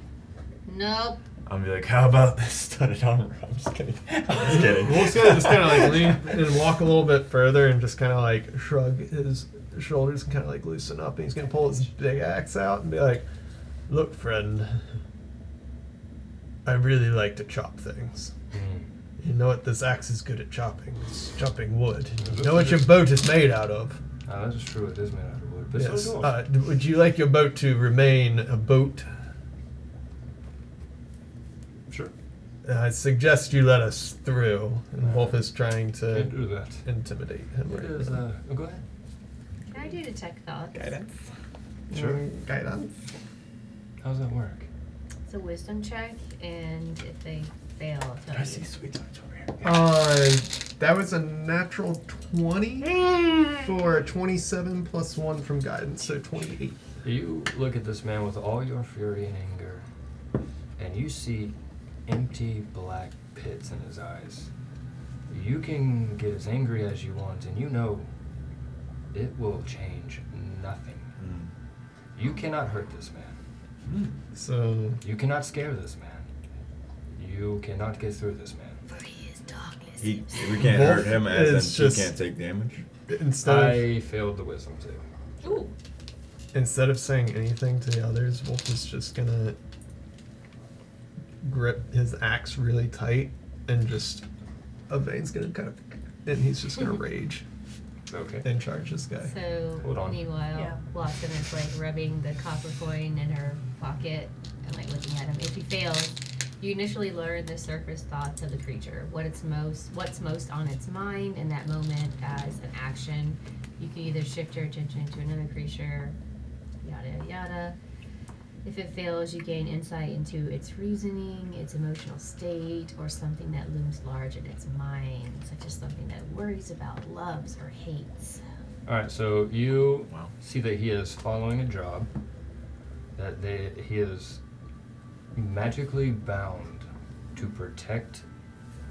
Nope.
I'm gonna be like, how about this studded armor? I'm just kidding. I'm just kidding.
Wolf's gonna just kind of like lean and walk a little bit further and just kind of like shrug his shoulders and kind of like loosen up. And he's gonna pull his big axe out and be like, "Look, friend, I really like to chop things.
Hmm.
You know what this axe is good at chopping? It's chopping wood. You know what your boat is made out of?
Ah, that is true. It is made out of wood. But
Yes.
so is yours.
Uh, d- would you like your boat to remain a boat?
Sure.
I suggest you let us through. And Wolf is trying to
Can't do that.
intimidate him.
It is,
now.
uh, oh, go ahead.
Can I do detect thoughts?
Guidance.
Sure.
Mm, Guidance.
How does that work?
It's a wisdom check, and if they fail, I'll tell you.
sweet tarts over here?
Uh, that was a natural 20 for 27 plus 1 from guidance, so 28.
You look at this man with all your fury and anger, and you see empty black pits in his eyes. You can get as angry as you want, and you know it will change nothing. You cannot hurt this man.
Hmm.
So,
You cannot scare this man. You cannot get through this man.
He, we can't
Wolf
hurt him as in
is just-
he can't take damage.
instead of,
I failed the wisdom save.
Ooh.
instead of saying anything to the others, Wolf is just gonna grip his axe really tight and just. A vein's gonna kind of. And he's just gonna rage
Okay.
and charge this guy.
So
Hold on.
meanwhile,
Yeah.
Blossom is like rubbing the copper coin in her pocket and like looking at him. If he fails, you initially learn the surface thoughts of the creature, what it's most, what's most on its mind in that moment as an action. You can either shift your attention to another creature, yada yada, yada. If it fails, you gain insight into its reasoning, its emotional state, or something that looms large in its mind, such as something that it worries about, loves, or hates.
All right, so you see that he is following a job, that they, he is magically bound to protect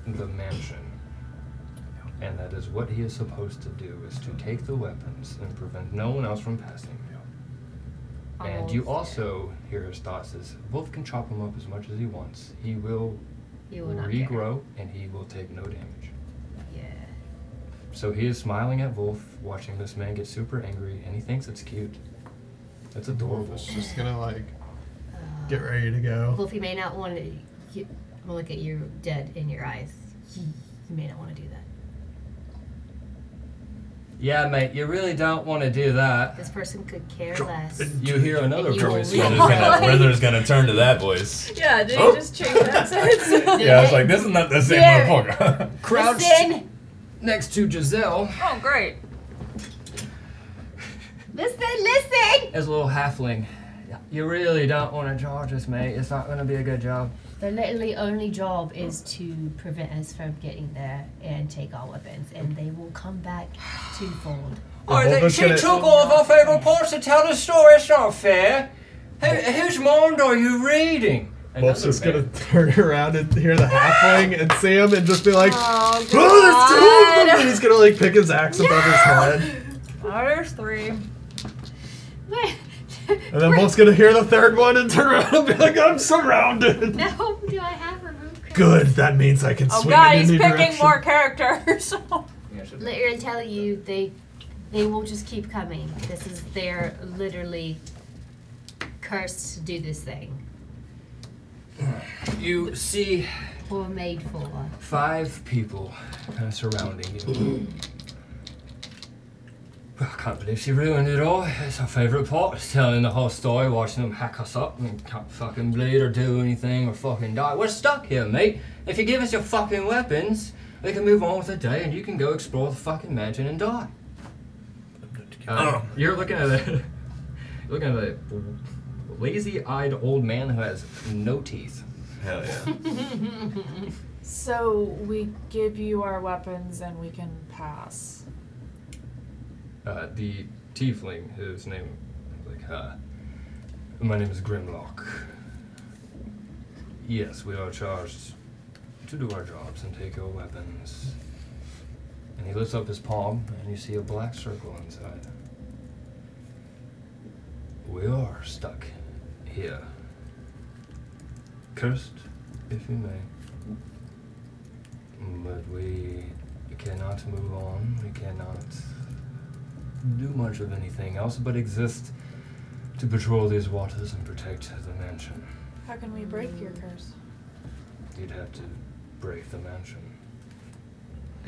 the mansion, and that is what he is supposed to do: is to take the weapons and prevent no one else from passing. And you also hear his thoughts: is Wolf can chop him up as much as he wants. He will,
You will not get her.
regrow, and he will take no damage.
Yeah.
So he is smiling at Wolf, watching this man get super angry, and he thinks it's cute. That's adorable.
Wolf's just gonna like get ready to go.
Wolfie may not want to. You, I'm gonna look at you dead in your eyes. You, you may not want to do that.
Yeah, mate, you really don't want to do that.
This person could care less.
You hear another
You will
voice.
leave.
from-
Riddler's gonna, Riddler's gonna turn to that voice.
Yeah, did
he Oh.
just change
Oh.
accents?
Yeah, I was like, this is not the same
Yeah.
motherfucker.
Crouched
Listen,
next to Giselle
Oh, great.
listen, listen.
as a little halfling. You really don't want to charge us, mate. It's not going to be a good job.
Their literally only job is to prevent us from getting there and take our weapons, and they will come back twofold.
Oh, that
Wolver's
she
gonna-
took all of our favourite parts to tell the story. It's not fair. Who, whose mind are you reading? Another
Wolf's just gonna
man.
turn around and hear the halfling and see him and just be like,
Oh,
Oh, there's two of
God.
them! And he's gonna like pick his axe above his head.
Oh, there's three.
And then Wolf's gonna hear the third one and turn around and be like, I'm surrounded.
Now, do I have remove
Good. That means I can
Oh
swing
god,
in
he's
any
picking
direction.
more characters.
Literally tell you they they will just keep coming. This is they're literally cursed to do this thing.
You see
Or made for.
five people kind of surrounding you. I can't believe she ruined it all. It's her favourite part, it's telling the whole story, watching them hack us up and can't fucking bleed or do anything or fucking die. We're stuck here, mate. If you give us your fucking weapons, we can move on with the day and you can go explore the fucking mansion and die.
Oh.
Uh, You're looking at a looking at a lazy-eyed old man who has no teeth.
Hell yeah.
so we give you our weapons and we can pass.
Uh, the tiefling, whose name, like, uh, my name is Grimlock. Yes, we are charged to do our jobs and take your weapons. And he lifts up his palm, and you see a black circle inside. We are stuck here. Cursed, if you may. But we cannot move on. We cannot do much of anything else but exist to patrol these waters and protect the mansion.
How can we break your curse?
You'd have to break the mansion.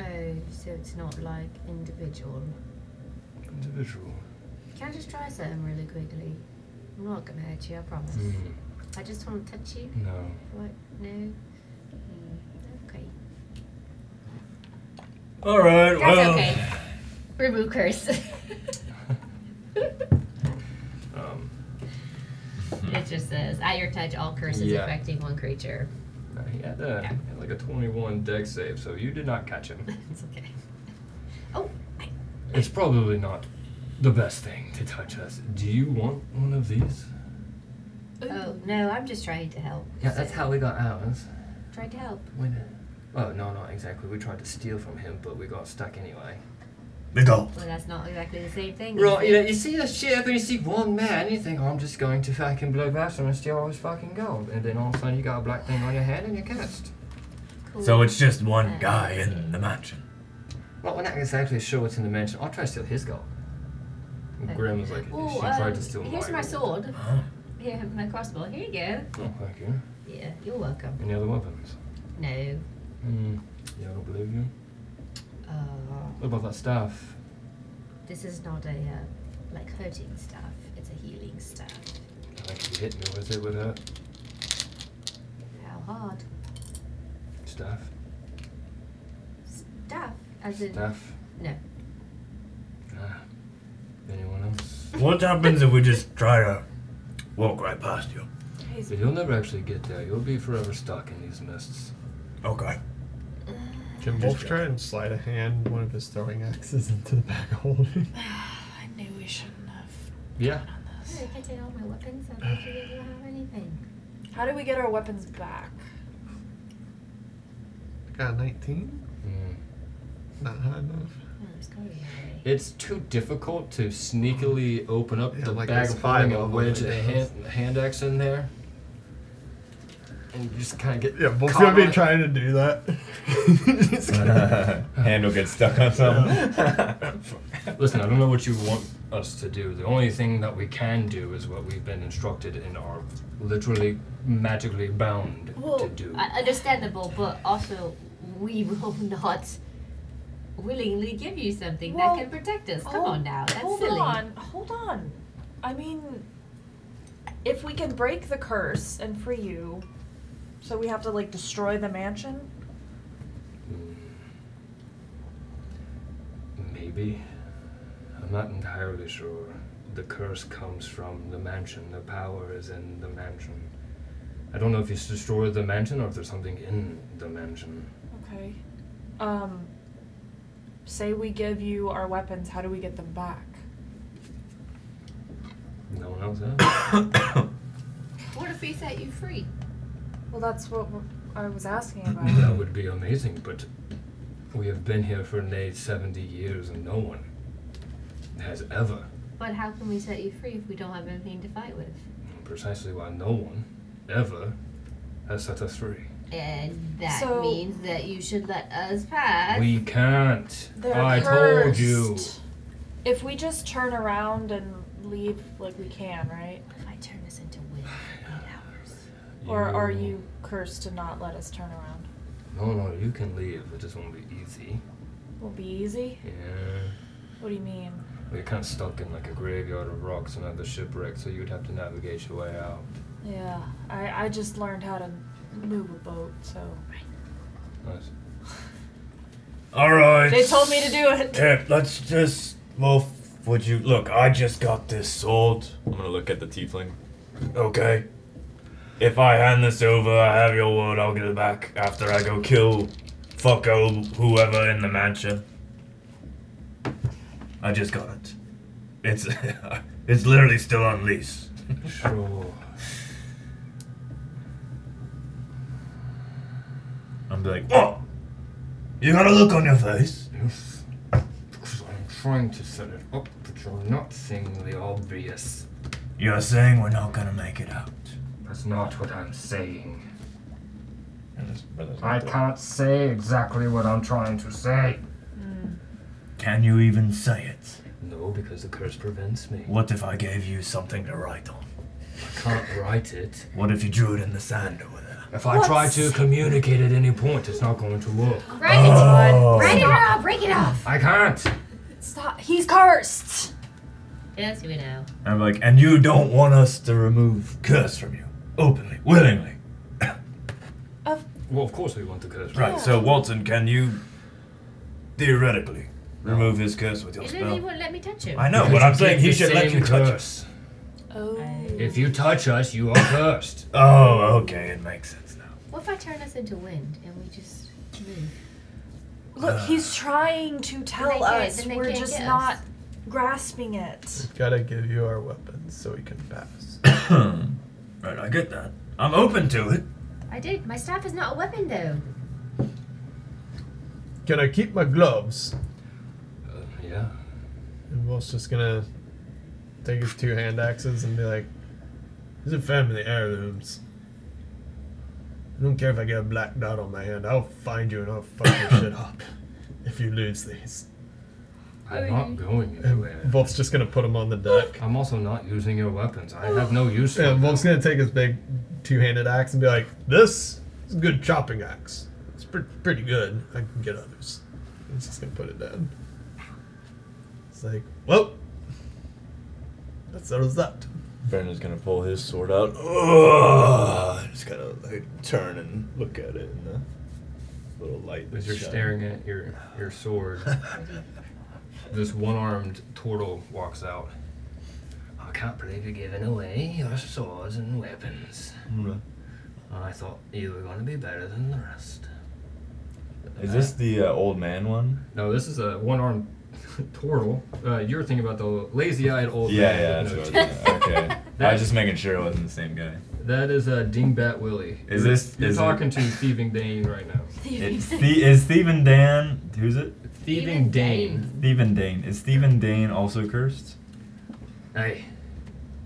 Oh, so it's not like individual.
Individual.
Can I just try something really quickly? I'm not gonna hurt you, I promise.
Mm.
I just want to touch you.
No.
What? No. Mm, Okay.
All right.
That's
well,
okay. Remove curse.
Hmm. Um,
it just says at your touch, all curses
Yeah.
affecting one creature.
no, he had, a, he had like a 21 deck save, so you did not catch him.
It's okay. Oh,
it's probably not the best thing to touch us. Do you want one of these?
Oh no, I'm just trying to help.
Yeah, that's how we got ours.
Trying to help.
We did. Oh, no, not exactly. We tried to steal from him, but we got stuck anyway.
The gold.
Well, that's not exactly the same thing. is
Right, you know,
it?
you see a ship and you see one man, you think, I'm just going to fucking blow past him and steal all his fucking gold. And then all of a sudden you got a black thing on your head and you're cursed.
So it's just one guy in the mansion.
Well, we're not exactly sure what's in the mansion. I'll try to steal his gold. Grim was like,
Ooh,
she tried
um,
to steal
here's my
gold."
sword. Here, my crossbow. Here you go.
Oh, thank you.
Yeah, you're welcome.
Any other weapons?
No.
Hmm. Yeah, I don't believe you.
Uh,
What about that staff?
This is not a uh, like hurting stuff. It's a healing stuff.
I think you hit me with it with that
How hard?
staff.
Stuff. As in.
Staff.
No.
Ah. Anyone else?
What happens if we just try to walk right past you?
But you'll never actually get there. You'll be forever stuck in these mists.
Okay.
uh,
Can
Just
Wolf try and slide a hand, one of his throwing axes, into the back holding?
I knew we shouldn't have.
Yeah.
I can take all my weapons. I don't think you guys will have anything.
How do we get our weapons back?
Got a 19?
Mm.
Not high enough.
Oh,
It's too difficult to sneakily open up the
like
bag
there's
of holding
five
and
of them,
wedge
like
a hand,
those.
hand axe in there. And you just kind of get.
Yeah, Wolf's
caught
gonna
on
be
it.
trying to do that.
Handle gets stuck on something.
Listen, I don't know what you want us to do. The only thing that we can do is what we've been instructed and are literally magically bound to
Well,
do.
uh, understandable, but also we will not willingly give you something
Well,
that can protect us. Come
Hold-
on now, that's
hold
silly.
on, hold on. I mean, if we can break the curse and free you, so we have to like destroy the mansion.
Maybe. I'm not entirely sure. The curse comes from the mansion. The power is in the mansion. I don't know if it's destroyed the mansion or if there's something in the mansion.
Okay. Um. Say we give you our weapons. How do we get them back?
No one else has.
What if we set you free?
Well, that's what w- I was asking about.
that would be amazing, but we have been here for nearly 70 years and no one has ever.
But how can we set you free if we don't have anything to fight with?
Precisely why no one ever has set us free.
And that
So-
means that you should let us pass.
We can't.
They're
I told you.
cursed. If we just turn around and leave like we can, right? If I turn this into wind eight hours. Or are
You-
you cursed to not let us turn around?
No, no, you can leave. It just won't be easy.
Will be easy?
Yeah.
What do you mean?
We're kind of stuck in like a graveyard of rocks and another shipwreck, so you'd have to navigate your way out.
Yeah. I, I just learned how to move a boat, so
Nice.
All right.
They told me to do it.
Yeah, let's just. Well, would you look? I just got this sold.
I'm gonna look at the tiefling.
Okay. If I hand this over, I have your word. I'll get it back after I go kill fucko whoever in the mansion. I just got it. It's it's literally still on lease.
Sure.
I'm like, whoa! Oh! You got a look on your face.
Yes. Because I'm trying to set it up, but you're not seeing the obvious.
You're saying we're not gonna make it out.
That's not what I'm saying.
brother's
I can't say exactly what I'm trying to say.
Can you even say it?
No, because the curse prevents me.
What if I gave you something to write on?
I can't write it.
What if you drew it in the sand over there?
If I try to communicate at any point, it's not going to work.
Write it,
Oh.
write it off, break it off.
I can't.
Stop he's cursed.
Yes, we know.
I'm like, and you don't want us to remove curse from you openly, willingly.
Well, of course we want the curse.
Right, so Walton, can you theoretically remove his curse with your
He didn't
spell?
even let me touch him.
I know,
Because
but I'm
you
saying
get
he
the
should let
same
you touch
curse.
us.
Oh.
If you touch us, you are cursed.
Oh, okay, it makes sense now.
What if I turn us into wind and we just move?
Look, he's trying to
they
tell
can't-
us.
then they
We're
can't
just
get
not
us.
grasping it.
uh, Gotta give you our weapons so we can pass.
right, I get that. I'm open to it.
I did. My staff is not a weapon, though.
Can I keep my gloves?
Uh, yeah.
And Wolf's just gonna take his two hand axes and be like, "These are family heirlooms. I don't care if I get a black dot on my hand. I'll find you and I'll fuck your shit up if you lose these."
I'm not going anywhere.
And Wolf's just gonna put them on the deck.
I'm also not using your weapons. I have no use for
And
them.
Wolf's gonna take his big two-handed axe and be like, "This is a good chopping axe. It's pre- pretty good. I can get others." And he's just gonna put it down. It's like, well, that settles that.
Vernon's gonna pull his sword out. Ugh, just gotta like turn and look at it in the little light.
As
that's
you're
shining.
staring at your your sword, this one-armed turtle walks out. I can't believe you're giving away your swords and weapons.
Mm.
I thought you were going to be better than the rest.
Is this the uh, old man one?
No, this is a one-armed turtle. Uh, you're thinking about the lazy-eyed old
yeah, yeah,
man.
that's
No,
what I was doing. Okay. I was just making sure it wasn't the same guy.
that is a dingbat Willie.
Is
You're-
this-
You're
is it-
talking to thieving Dane right now.
It, Thie- is Steven Dan. Who's it?
Thieving Dane.
Steven Dane. Is Steven Dane also cursed?
Hey,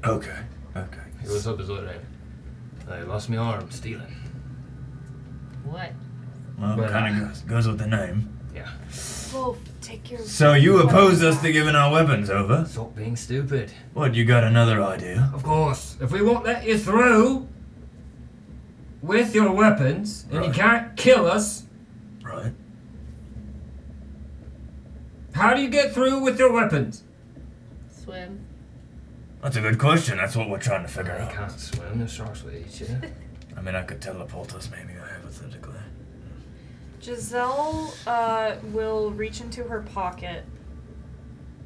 Okay, okay.
hey, what's up, is it? I lost my arm stealing.
What?
Well,
But,
kind
uh,
of goes, goes with the name.
Yeah.
Wolf, take your
So you oppose us to giving our weapons over?
Stop being stupid.
What, you got another idea?
Of course. If we won't let you through with your weapons and you
Right.
can't kill us,
Right.
how do you get through with your weapons?
Swim.
That's a good question. That's what we're trying to figure
I
out.
can't swim. The sharks will eat you.
I mean, I could teleport us maybe, hypothetically.
Giselle uh, will reach into her pocket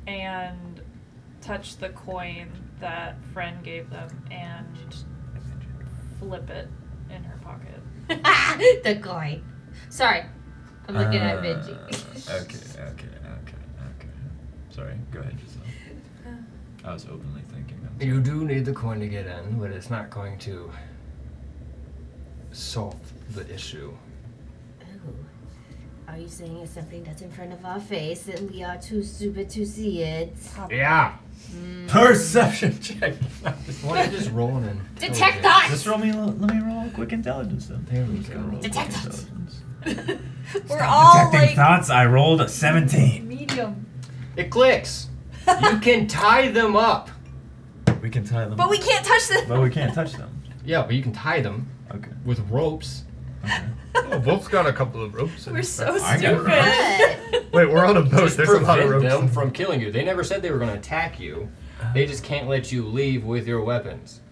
and touch the coin that Fren gave them and flip it in her pocket.
the guy. Sorry. I'm looking at Benji.
Uh, okay, okay, okay, okay. Sorry, go ahead, Giselle. I was openly thinking that.
You do need the coin to get in, but it's not going to solve the issue.
Ooh. Are you saying it's something that's in front of our face and we are too stupid to see it?
Yeah.
Perception check.
Why don't you just roll an intelligence?
Detect thoughts!
Just roll me. a little- Let me roll a quick intelligence. Though. There we go.
Detect
thoughts.
We're all like
Detecting thoughts. I rolled a 17.
medium.
It clicks. you can tie them up.
We can tie them.
But we can't touch them.
But we can't touch them.
Yeah, but you can tie them.
Okay.
With ropes.
Oh, Wolf's got a couple of ropes.
We're so
I got
stupid.
Wait, we're on a boat.
Just
There's a lot of
prevent
ropes.
them from killing you. They never said they were going to attack you. They just can't let you leave with your weapons.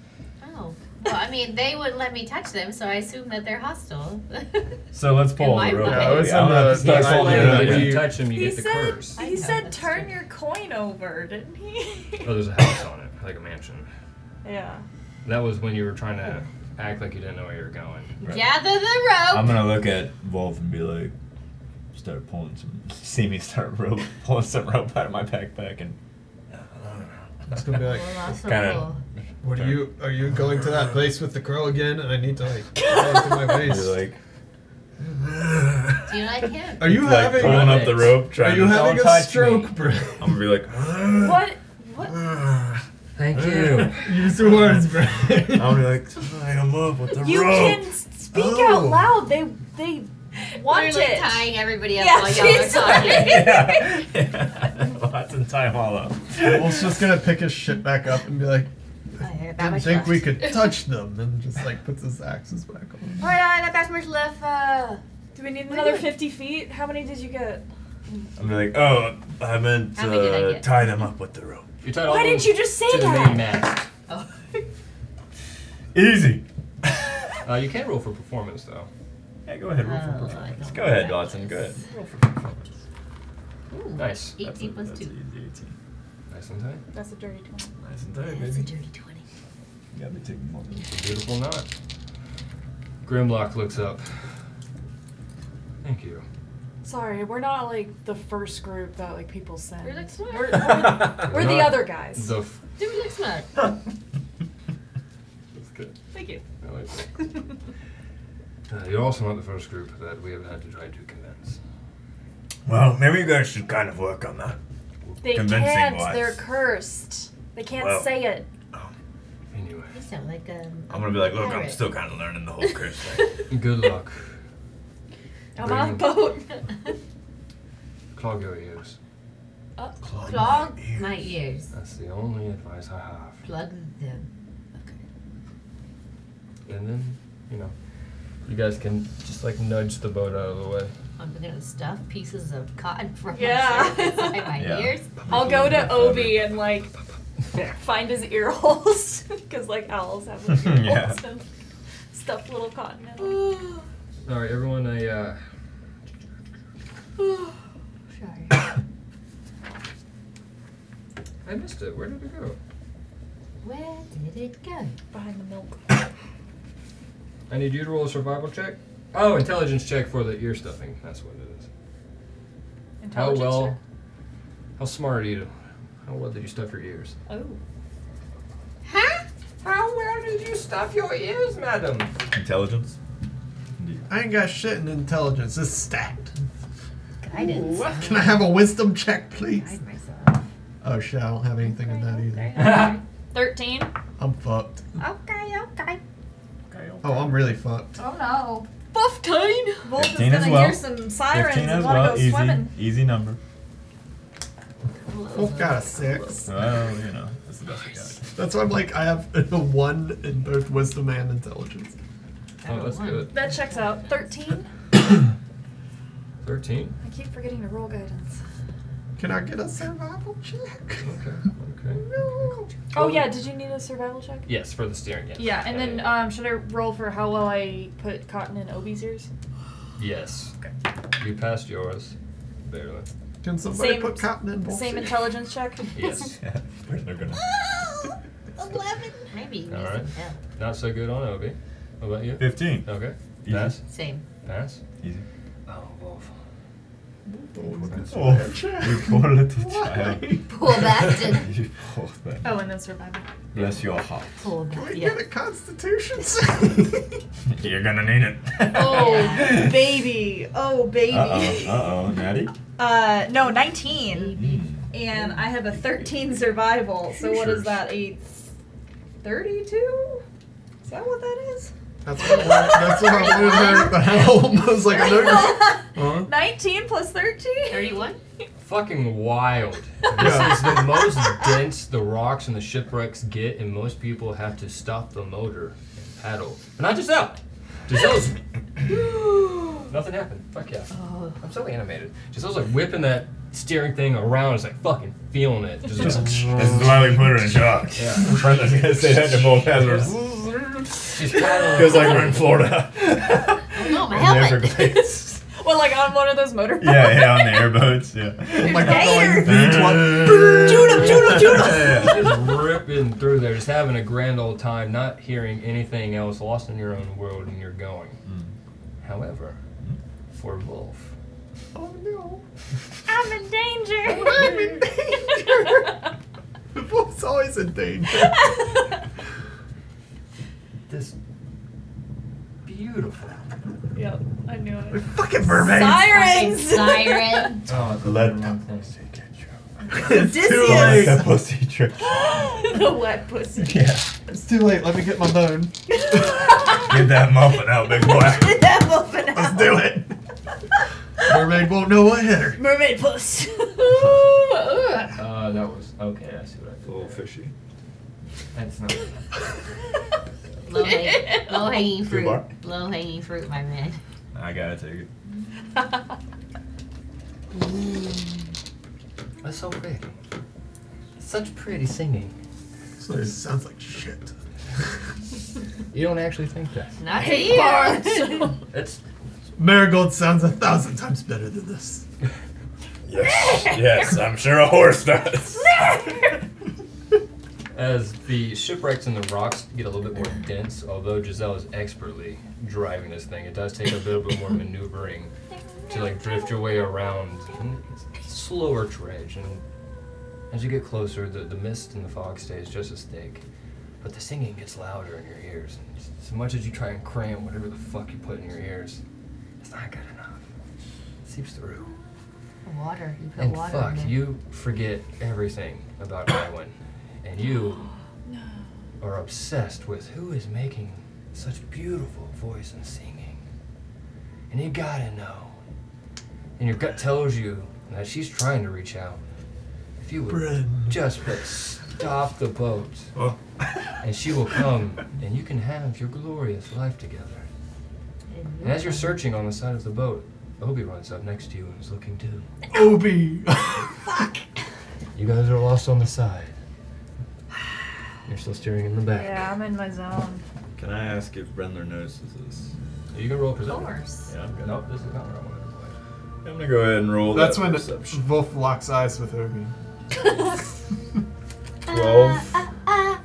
Oh. Well, I mean, they wouldn't let me touch them, so I assume that they're hostile.
So let's pull
my
the rope.
mind.
Yeah, let's have
I'll
a-
have to start
yeah,
folding
yeah,
it up.
yeah.
If you touch them, you
He
get the
said,
curse.
he said turn your coin over, didn't he?
Oh, there's a house on it, like a mansion.
yeah.
That was when you were trying to act like you didn't know where you were going.
Gather the rope.
I'm gonna look at Wolf and be like, start pulling some. See me start rope, pulling some rope out of my backpack and.
It's gonna be like,
Kind of.
what are you? Are you going to that place with the crow again? I need to like go to my waist.
like,
Do you like him?
Are you
like
having?
pulling up the rope? Trying
Are you
to
having
Don't
a
touch
stroke,
me.
bro?
I'm gonna be like,
What? What?
Thank you.
Use the words, bro.
I'm gonna be like, "Oh." tie him up with the
You
rope.
can s- speak
Oh.
out loud. They they want
Literally
it.
tying everybody up
Yeah,
while y'all are
she's
talking.
yeah. yeah. Lots of time all up.
Wolf's just gonna pick his shit back up and be like,
That
I
much
didn't think we
left.
could touch them, and just like puts his axes back on.
Alright, I got that much left. Uh,
Do we need
What
another
do you-
50 feet? How many did you get?
I'm gonna be like, oh, I meant
How many did I
uh,
get?
tie them up with the rope.
You tied all
Why
them
didn't you just say
to the main
that?
mast.
Oh.
Easy.
Uh, you can roll for performance though.
Yeah, go ahead. Roll
Oh, I
for performance.
don't
Go
know
ahead,
that
Dodson.
was-
Go ahead. Roll for performance.
Ooh,
Nice.
18
That's a-
plus
that's
2.
an easy 18.
Nice and tight.
That's a dirty 20.
Nice and tight,
That's a
baby.
dirty 20.
You gotta be taking more than
Beautiful knot. Grimlock looks up. Thank you.
Sorry, we're not like the first group that like people send.
We're like smart.
We're, we're- we're the
Not
other guys.
The f-
Do we look smart?
That's good.
Thank you.
I like that. Uh, you're also not the first group that we have had to try to convince.
Well, maybe you guys should kind of work on that.
They
Convincing
can't.
wise.
They're cursed. They can't
Well.
say it.
Anyway,
You sound like um, a.
I'm gonna be like, look, I'm
pirate.
still kind of learning the whole curse thing.
good luck.
I'm
Bring
on a
them.
boat.
Clog your ears.
Clog my ears.
That's the only advice I have.
Plug them.
And then, you know, you guys can just like nudge the boat out of the way.
I'm gonna stuff pieces of cotton from
Yeah.
my shirt inside my
Yeah.
ears.
I'll go to Obi and like find his ear holes because like owls have like, ear
Yeah.
holes and stuffed little cotton.
Oh,
In
All right, everyone. I uh,
them.
Sorry.
I missed it. Where did it go?
Where did it go?
Behind the milk.
I need you to roll a survival check. Oh, intelligence check for the ear stuffing. That's what it is. How
Intelligence
well? How smart are you? How well did you stuff your ears?
check. Oh.
Huh?
How well did you stuff your ears, madam?
Intelligence.
I ain't got shit in intelligence. It's stacked.
Guidance.
Can I have a wisdom check, please?
Guide myself.
Oh shit, I don't have anything in that either.
Okay.
13.
I'm fucked.
okay, okay.
Oh, I'm really fucked.
Oh no. 15! Wolf is
15
gonna
as well.
hear some sirens
Fifteen
and
as
wanna
well.
go
Easy,
swimming.
easy number.
Oh,
Wolf got a six.
Well, you know, that's the best we got.
That's why I'm like, I have a one in both wisdom and intelligence.
Oh, that's good.
That checks out. 13?
Thirteen.
I keep forgetting to roll guidance.
Can I get a survival check?
Okay. Okay.
Oh yeah, did you need a survival check?
Yes, for the steering. Yes.
Yeah, and then um, should I roll for how well I put cotton in Obi's ears?
yes. You passed yours, barely.
Can somebody
Same-
put cotton in Wolf's
Same
ear?
intelligence check.
Yes.
Yeah, of course they're gonna.
Maybe you need
All
some
right.
help.
Not so good on Obi. What about you?
Fifteen.
Okay.
Easy.
Oh, Pass.
Same.
Pass.
Easy.
Oh, Wolf.
Oh, you poor little child.
Poor bastard.
You poor thing.
Oh, and then survival.
Bless your heart.
Poor bastard.
Can we
Yeah.
get a constitution
You're gonna need it.
Oh baby. Oh baby.
Uh oh. Uh oh, Natty.
Uh no, 19.
Mm.
and I have a 13 survival. So what is that? A 32? Is that what that is?
That's what I wanted, that's what I wanted her at the helm. I was like, I know you're-
Huh?
19 plus 13? 31?
Fucking wild. This is the most dense the rocks and the shipwrecks get, and most people have to stop the motor and paddle. But not just that. Giselle's. Nothing happened. Fuck yeah. I'm so animated. Giselle's like whipping that steering thing around. It's like fucking feeling it. Just
This is why we put her in charge.
Yeah.
I was gonna say that to both hazards.
She's paddling.
Feels like we're in Florida.
Oh,
No,
my In the helmet. Everglades.
well, like on one of those motorboats.
yeah, yeah, on the airboats.
Oh
Yeah.
Like, Gator.
Judah,
Judah,
Judah.
Just ripping through there, just having a grand old time, not hearing anything else, lost in your own world, and you're going.
Mm.
However,
Mm-hmm.
for Wolf,
Oh no.
I'm in danger.
I'm in danger. the wolf's always in danger.
this beautiful.
Yep, I knew it.
Fucking
mermaids.
Sirens.
Siren.
Oh, let the pussy get you.
It's
too late. The pussy trick.
the wet pussy.
Yeah.
It's too late. Let me get my bone.
Get that muffin out, big boy.
that muffin out.
Let's do it.
Mermaid won't know what hit her.
Mermaid puss. Ugh.
Uh, that was okay. I see what I did. A little fishy. That's not.
Low, hang- low hanging
Good bar.
fruit. Low hanging fruit, my man.
I gotta take it.
That's so pretty. Such pretty singing.
So it sounds like shit.
You don't actually think that.
Not
Hey,
to you.
Bart.
It's
Marigold sounds a thousand times better than this.
Yes, yes, I'm sure a horse does.
As the shipwrecks and the rocks get a little bit more dense, although Giselle is expertly driving this thing, it does take a little bit more maneuvering to like drift your way around and it's slower dredge. And as you get closer, the, the mist and the fog stays just as thick, but the singing gets louder in your ears. And s- as much as you try and cram whatever the fuck you put in your ears, it's not good enough. It seeps through.
Water. You put
And
water
fuck,
in there.
you forget everything about Iwan. And you are obsessed with who is making such beautiful voice and singing. And you gotta know. And your gut tells you that she's trying to reach out. If you would
Bren.
just but stop the boat, and she will come, and you can have your glorious life together. And as you're searching on the side of the boat, Obi runs up next to you and is looking too.
Obi.
You guys are lost on the side. You're still steering in the back.
Yeah, I'm in my zone.
Can I ask if Brendler notices this?
You can roll perception.
Of course.
Yeah, I'm good.
Nope, this is not what I wanted to play.
I'm gonna go ahead and roll.
That's
that
when
perception.
Wolf locks eyes with Obi.
Twelve.
Ah,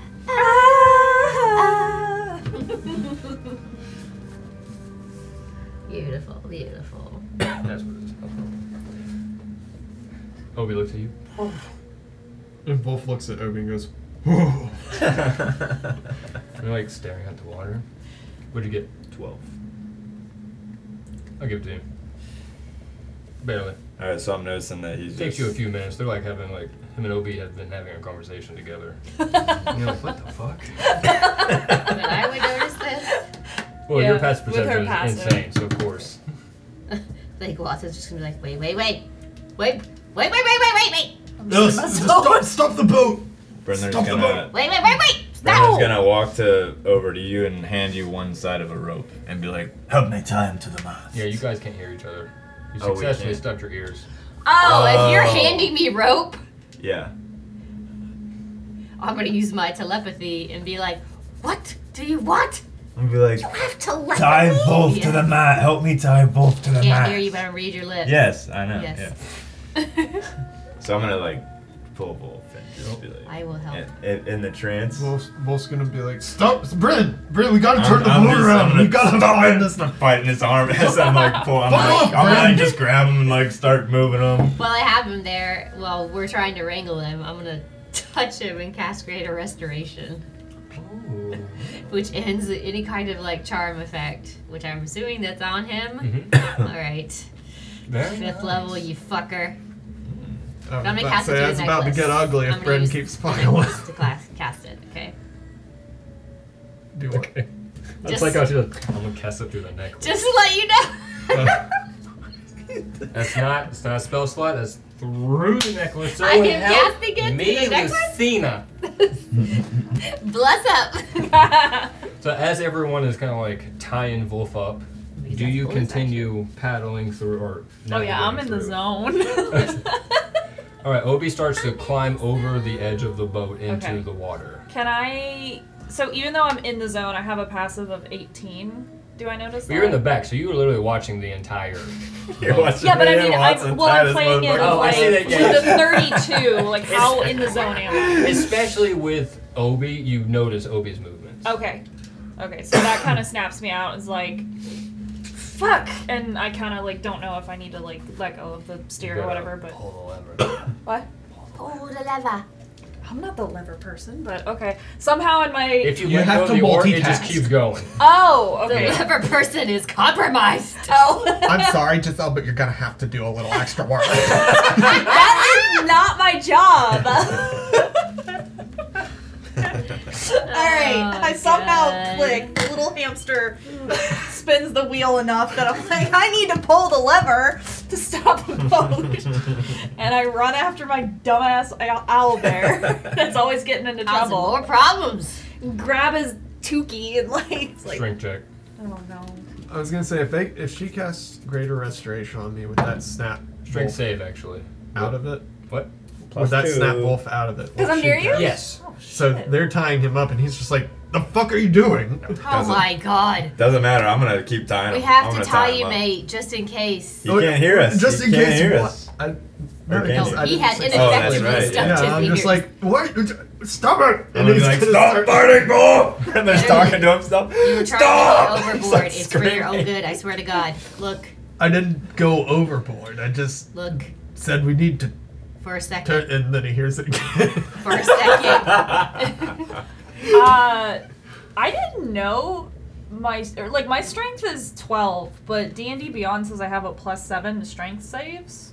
Beautiful, beautiful.
That's what it is. No problem. Obi looks at you.
And Wolf looks at Obi and goes, Whoa.
And you're like staring at the water. What'd you get?
Twelve.
I'll give it to you. Barely.
All right, so I'm noticing that he's.
It takes
just-
you a few minutes. They're like having like him and Obi have been having a conversation together. and you're like, what the fuck?
But I would notice this.
Well,
Yeah,
your past
with her
perception is
passive.
insane, so of course.
Like Watson's just gonna be like, wait, wait, wait, wait, wait, wait, wait, wait, wait, wait,
No, s- s-
Stop, stop the boat!
Brendler's
Stop the
gonna.
wait, wait, wait, wait.
Brenda's
Stop.
gonna walk to over to you and hand you one side of a rope and be like, "Help me tie him to the mast."
Yeah, you guys can't hear each other. You
Oh, we
successfully
can't.
stuck your ears.
Oh, if you're
Oh.
handing me rope,
Yeah.
I'm gonna use my telepathy and be like, what do you want?
I'd be like,
You have telepathy.
tie both to the mat. Help me tie both to the
Can't
mat.
hear you, but I read your lips.
Yes, I know.
Yes.
Yeah. So I'm gonna like pull Wolf and just be like,
I will help.
in, in, in the trance.
Wolf's, Wolf's gonna be like, Stop, Bryn! Bryn, we gotta
I'm-
turn the
I'm
boat
just- I'm
around!
gonna
We gotta
stop
find
him.
this
I'm fighting his arm as I'm like pulling. I'm
Fuck
like,
off,
I'm gonna
Brandon.
just grab him and like start moving him.
Well, I have him there. Well, we're trying to wrangle him. I'm gonna touch him and cast Greater Restoration, which ends any kind of like charm effect, which I'm assuming that's on him.
Mhm.
All right,
Very
fifth
nice.
level, you fucker.
I was
I'm gonna
about to
cast it
say,
through
it's
the
about to
necklace.
get ugly if
I'm gonna
Bren
use
keeps
the
fucking with-
necklace to class, cast it. Okay.
Do
what? Okay. That's
Just-
like how she goes, I'm gonna cast it through the neck.
Just to let you know.
That's not it's not a spell slot, that's through the necklace. So
I
it
am
helped
casting it
me,
through the necklace?
Lucina.
Bless up.
So as everyone is kind of like tying Wolf up, do you continue paddling through or?
Oh yeah, I'm in
navigating
the
through?
zone.
All right, Obi starts to climb over the edge of the boat into
Okay.
the water.
Can I? So even though I'm in the zone, I have a passive of 18. Do I notice?
But you're in the
that?
back, so you were literally watching the entire. boat.
Yeah, but I mean, I'm, well, I'm playing it
Oh, I
like,
see that. Yeah.
to the 32. Like, how in the zone am I?
Especially with Obi, you notice Obi's movements.
Okay. Okay, so that kind of snaps me out. Is like, fuck, and I kind of like don't know if I need to like let go of the steer or
gotta
whatever. But what?
Pull the lever.
I'm not the lever person, but okay. Somehow in my
If you, let go of the oar, it just keeps going.
Oh, okay.
The lever person is compromised.
I'm sorry, Giselle, but you're gonna have to do a little extra work.
that is not my job. All right,
Oh,
I somehow
God.
click. The little hamster spins the wheel enough that I'm like, I need to pull the lever to stop a boat. and I run after my dumbass ow- owl bear that's always getting into
Causing
trouble.
more problems.
Grab his tookie and like, it's like
Strength check.
oh no.
I was gonna say if they if she casts Greater Restoration on me with that snap
Strength
wolf
save, actually.
out of it,
What?
with that snap wolf out of it,
'Cause
will
I'm
she
near you?
cast-
Yes.
So they're tying him up, and he's just like, "The fuck are you doing?"
Oh my god.
Doesn't matter. I'm gonna keep tying.
We
him.
have
I'm
to
gonna
tie
him
you,
up.
mate, just in case.
He can't hear us.
Just
he
in
can't
case
hear
you
us.
I,
Or can
No, he had
Oh,
ineffectively
that's right,
stuffed
yeah.
yeah,
his
I'm
fingers.
just like, "What? Stop it!"
I'm gonna be like, stop burning, ball! And then talking to himself.
you were trying
Stop!
to go
He's
overboard.
like
it's for your own
screaming.
good, I swear to God. Look,
I didn't go overboard. I just
look,
said we need to
for a second.
turn, and then he hears it again.
For a second.
Uh, I didn't know my or like my strength is 12, but D&D Beyond says I have a plus 7 to strength saves.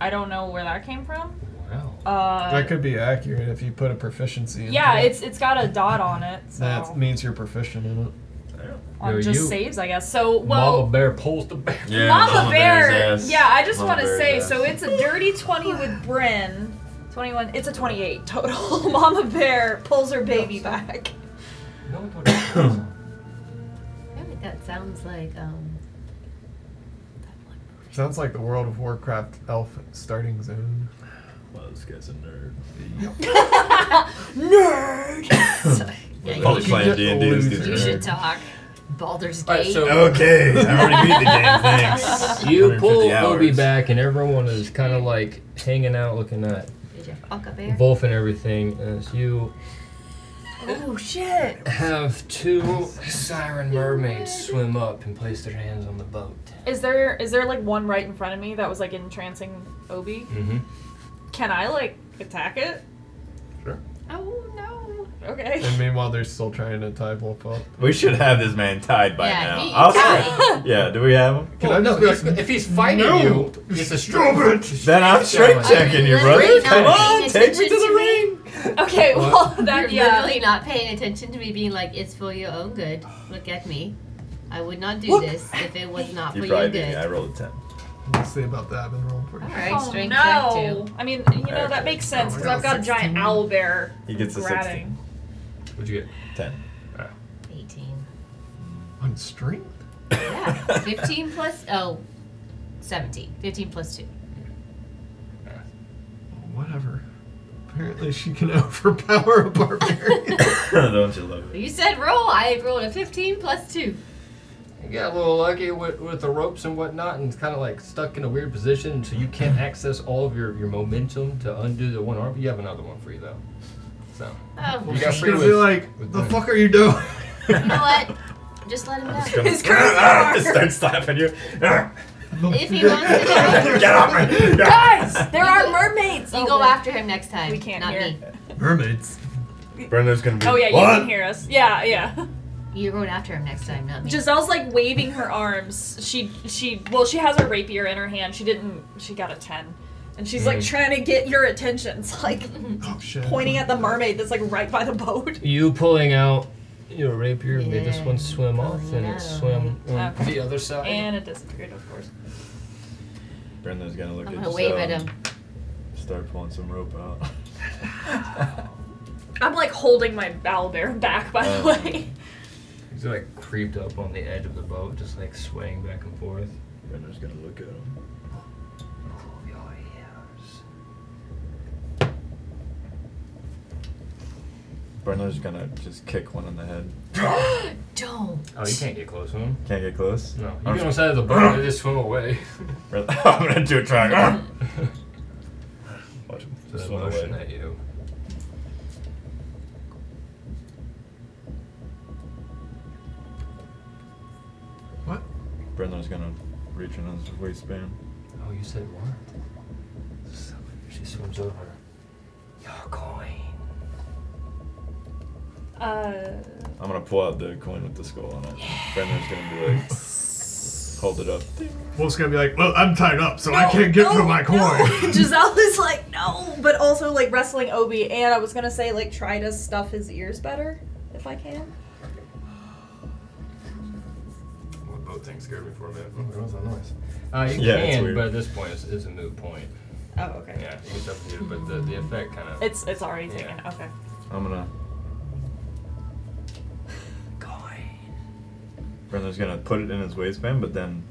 I don't know where that came from.
Wow.
Uh,
that could be accurate if you put a proficiency. into
yeah,
it.
it's Oh. it's got a dot on it. So
that means you're proficient in it.
on
Yo,
just
you-
saves, I guess. So well,
Mama bear pulls the bear.
Yeah,
Mama, Bear.
Bear's ass.
Yeah, I just
Mama
want to
Bear's
say
ass.
so it's a dirty 20 with Bryn. 21. It's a 28 total. Mama Bear pulls her baby back.
No one told you.
I feel like that sounds like um
Sounds like the World of Warcraft elf starting zone.
Well, this guy's a nerd.
Nerd.
yeah,
Probably
you,
playing D&D. This
should,
dude's
you
a
should
nerd.
talk. Baldur's Gate.
All right, so
Okay, I already beat the game. Thanks.
You
150
pull
hours.
Obi back, and everyone is kind of like hanging out, looking at
Did you fuck a bear?
Wolf and everything. As you
oh shit.
have two siren mermaids swim up and place their hands on the boat.
Is there is there like one right in front of me that was like entrancing Obi?
Mm-hmm.
Can I like attack it?
Sure.
Oh no. Okay.
And meanwhile, they're still trying to tie Wolf up.
We should have this man tied by
Yeah,
now.
he-
I'll
yeah.
say. Yeah, do we have him?
Can I just be like,
if he's fighting
No!
you, it's a strong.
Then I'm strength checking you, brother.
Literally
Come
not
on,
paying
take me to
attention
the
to me.
ring.
Okay, well that
You're
yeah.
literally not paying attention to me being like, it's for your own good. Look at me. I would not do
Look.
this if it was not for
You
your
probably
good.
did. I rolled a ten.
we'll see about that. I've been rolling for you.
Alright,
Oh,
strength
no.
check
I mean, you know that makes sense
Oh, I
because
got
I've got a giant
16.
owl bear
He gets a
ratting.
sixteen.
What'd you get?
Ten.
too. 18.
On strength?
Yeah. 15 plus, oh, 17. 15 plus 2.
Whatever. Apparently, she can overpower a barbarian.
Don't you love it?
You said roll. I rolled a 15 plus 2.
You got a little lucky with, with the ropes and whatnot, and it's kind of like stuck in a weird position, so you can't access all of your, your momentum to undo the one arm. You have another one for you though. So
Oh,
you got
She's
free
gonna
with,
be like,
with
"The
that.
fuck are you doing?"
you know what? Just let him know.
Just gonna just start slapping you.
If he wants to know,
Get off me!
Guys, there are mermaids.
you
Oh,
go
wait.
after him next time.
We can't
not
hear.
me.
Mermaids.
Brenda's gonna be.
Oh yeah, you
what?
can hear us. Yeah, yeah.
You're going after him next time, not me.
Giselle's like waving her arms. She she well she has her rapier in her hand. She didn't. She got a ten. And she's like
Mm.
trying to get your attention. It's like
Oh,
pointing at the mermaid that's like right by the boat.
You pulling out your rapier made this one swim off, and
yeah.
it swam on
Okay.
the other side.
And it disappeared, of course.
Brenda's gonna look
I'm
at
gonna wave at
Giselle
him.
and Start pulling some rope out.
I'm like holding my owl bear back, by the
Oh.
way.
He's like creeped up on the edge of the boat, just like swaying back and forth.
Brenda's gonna look at him. Brenda's gonna just kick one in the head.
Don't.
Oh, you can't get close to him.
Can't get close.
No, you
I'm
get on the
just-
side of the boat, they just swim away.
Brenda- I'm gonna do a try. Watch him
So
swim
motion
away.
at you.
Brenda's gonna reach in his waistband.
Oh, you said what? So She swims over. Your coin.
Uh,
I'm gonna pull out the coin with the skull on it. Brenda's gonna be like, hold it up.
Wolf's gonna be like, well, I'm tied up, so I can't get to my coin.
Giselle is like, no, but also like wrestling Obi, and I was gonna say like try to stuff his ears better if I can.
Well, boat thing scared me for a minute. Oh, that was a noise. Uh, you
Yeah, it's
can,
weird.
but at this point, it's, it's a moot point.
Oh, okay.
Yeah, you can stuff it here, but the, the effect kind of.
It's it's already
Yeah.
taken. Okay.
I'm gonna.
Coin.
Brenda's gonna put it in his waistband, but then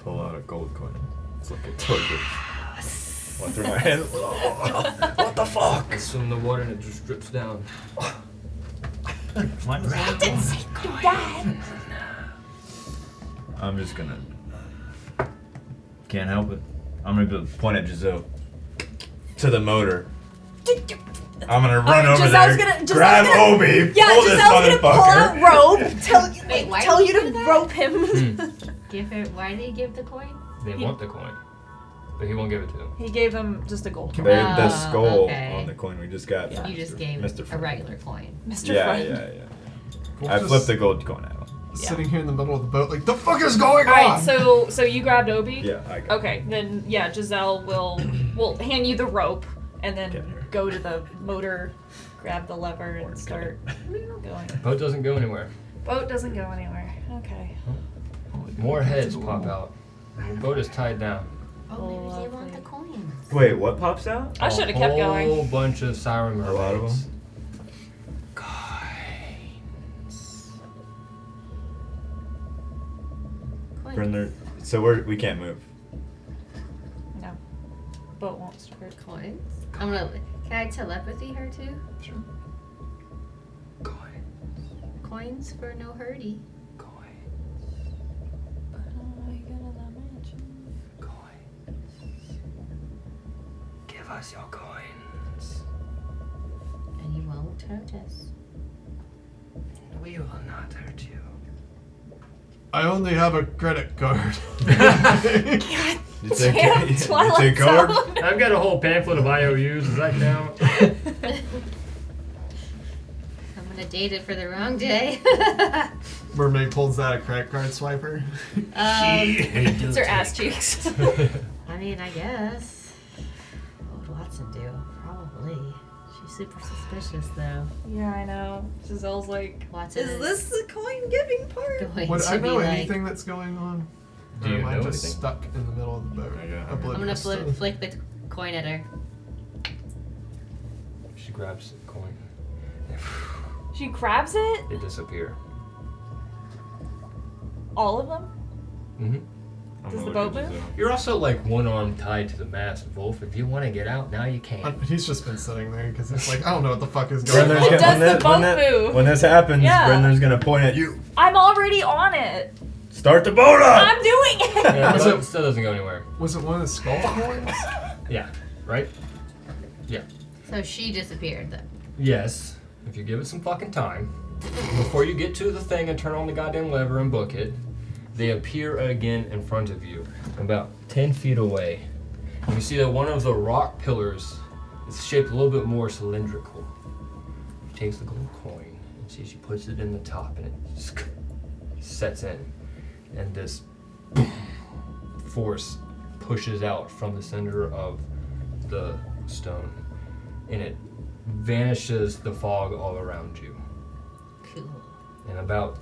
pull out a gold coin. and Flick it towards it. Went through my hand.
what the fuck? It's in the water and it just drips down.
My
Oh
didn't say that.
I'm just gonna. Can't help it. I'm gonna be- point at Giselle. To the motor. I'm gonna run over
Giselle's
there.
gonna Giselle's
grab
gonna,
Obi.
Yeah,
pull this
Giselle's gonna pull out
motherfucker.
rope. Tell
Wait, why
tell
did
you
he
to
do that?
rope him.
Hmm.
Give it. Why did he give the coin?
They
He-
want the coin, but he won't give it to them.
He gave him just a gold.
They-
coin.
the
Oh,
skull
okay.
on the coin we just got.
You just gave
Mr.
a
Friend.
regular coin.
Mr.
Yeah,
Friend.
yeah, yeah.
We'll
I
just-
flipped the gold coin at him.
Sitting here in the middle of the boat, like, the fuck is going
All right,
on?
so so you grabbed Obi.
Yeah, I got
Okay, then yeah, Giselle will will hand you the rope and then go to the motor, grab the lever, and start going.
Boat doesn't go anywhere.
Boat doesn't go anywhere. Okay.
More heads pop out. Your boat is tied down.
Oh, maybe they want the coin.
Wait, what pops out?
I should've kept going.
A whole bunch of siren mermaids.
A lot of Brenda, so we're, we can't move.
No, boat won't start.
Coins. I'm gonna. Can I telepathy her too?
Sure.
Coins for no hurdy.
Give us your coins.
And you won't hurt us.
We will not hurt you.
I only have a credit card.
You
take- Damn, you Twilight take card? Zone.
I've got a whole pamphlet of IOUs. Does that count?
I'm gonna date it for the wrong day.
Mermaid pulls out a credit card swiper.
um,
It's her ass cheeks.
I mean, I guess. What would Watson do? Probably. She's super suspicious, though.
yeah, I know. Giselle's like,
Watson
is this the coin giving part?
going
Would
to
I know
be like,
anything that's going on?
Do
or
you
am I
know
just
anything?
stuck in the middle of the
Oh
boat?
I'm gonna
Oblivious
flip,
to-
flick the coin at her.
She grabs the coin.
She grabs it.
They disappear.
All of them.
Mm-hmm.
Does the boat move?
You're also like one arm tied to the mast, Wolf. If you want to get out, now you can.
But He's just been sitting there because it's like, I don't know what the fuck is going
Brenda's
on.
gonna- when that- when that-
move?
When this happens,
Yeah.
Brenda's gonna point at you.
I'm already on it.
Start the boat up!
I'm doing it.
Yeah,
Was
but
it-
it still doesn't go anywhere.
Was it one of the skull coins?
Yeah. Right? Yeah.
So she disappeared, though.
Yes. If you give it some fucking time, before you get to the thing and turn on the goddamn lever and book it, they appear again in front of you, about 10 feet away. And you see that one of the rock pillars is shaped a little bit more cylindrical. She takes the gold coin and see she puts it in the top and it sk- sets in. And this force pushes out from the center of the stone, and it vanishes the fog all around you.
Cool.
And about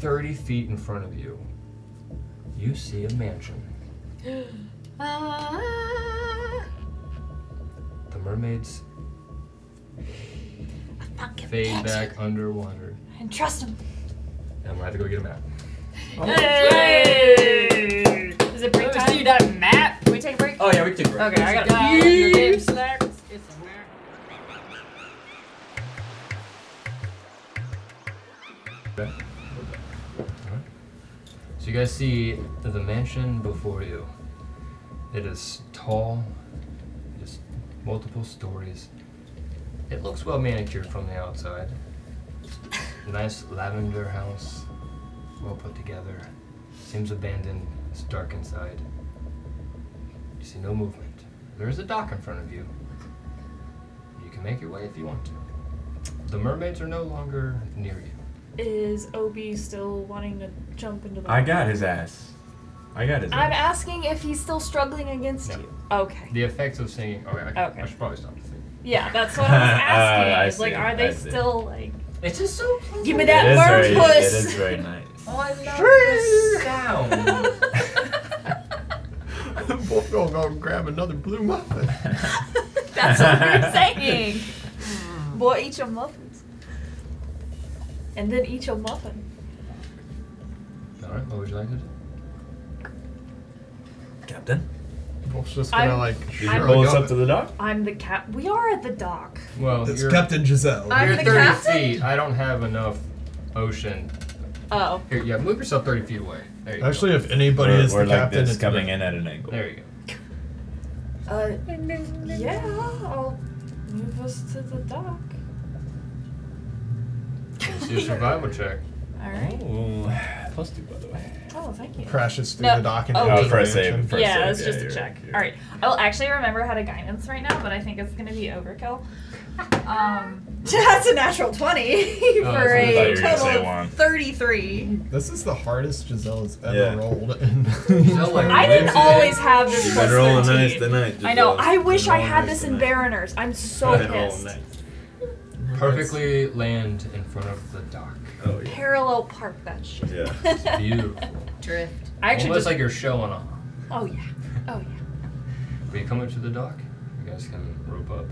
30 feet in front of you, you see a mansion.
Ah,
The mermaids fade back underwater.
And trust him.
And I'm gonna have to go get a map.
Hey! Is it break time? You got a map? Can we take a break?
Oh, yeah, we can take a break.
Okay, I got to
Yeah.
Your game snacks. It's
Okay. Alright. So you guys see the mansion before you. It is tall, just multiple stories. It looks well manicured from the outside. Nice lavender house, well put together. Seems abandoned. It's dark inside. You see no movement. There is a dock in front of you. You can make your way if you want to. The mermaids are no longer near you.
Is Obi still wanting to jump into the
I got his ass. I got his
I'm
ass.
asking if he's still struggling against
No.
you. Okay.
The effects of singing. Okay, I,
Okay.
I should probably stop singing.
Yeah, that's what I was asking.
Oh, I
It's like,
see,
are they
I see.
still like?
It's just so. Pleasant.
Give me
It
that
is
worm
very-
puss.
It is very nice.
Oh, I love
this sound.
Both gonna go and grab another blue muffin.
That's what we're saying. Boy, eat your muffins, and then eat your muffin.
All right. What would you like to do?
Captain?
Wolf's just
I'm-
gonna like.
Did
you
shrug
pull us up
it.
to the dock?
I'm the cap. We are at the dock.
Well,
It's
you're,
Captain Giselle.
I'm
you're
the
30
captain?
feet. I don't have enough ocean.
Oh.
Here, yeah, move yourself 30 feet away. There you go.
Actually, if anybody
We're-
is the
we're like
captain,
this,
it's
coming
me.
in at an angle.
There you go.
Uh, yeah, I'll move us to the dock.
Let's do a survival check.
All right.
Ooh, plus two, by the way.
Oh, thank you.
Crashes through
No.
the dock and
Oh,
into
wait.
the
for a save,
mansion.
for a
yeah,
save,
it's
yeah,
just a
you're
check.
right, you're
All right. I will actually remember how to guidance right now, but I think it's going to be overkill. Um, that's a natural 20
Oh,
for a
I thought you were gonna
total
say
of
one.
33.
This is the hardest Giselle's ever
Yeah.
rolled. In
I didn't always have this
You
plus
better roll a
13.
nice tonight,
I know.
Giselle.
I wish I
Roll a
had
nice
this in
tonight.
Baroners. I'm so
Better roll a
pissed.
nice. Perfectly land in front of the dock.
Oh,
Parallel park that shit.
It's beautiful.
drift.
I actually
Almost
just.
like you're showing off.
oh, yeah. Oh, yeah.
But you come up to the dock. You guys can rope up.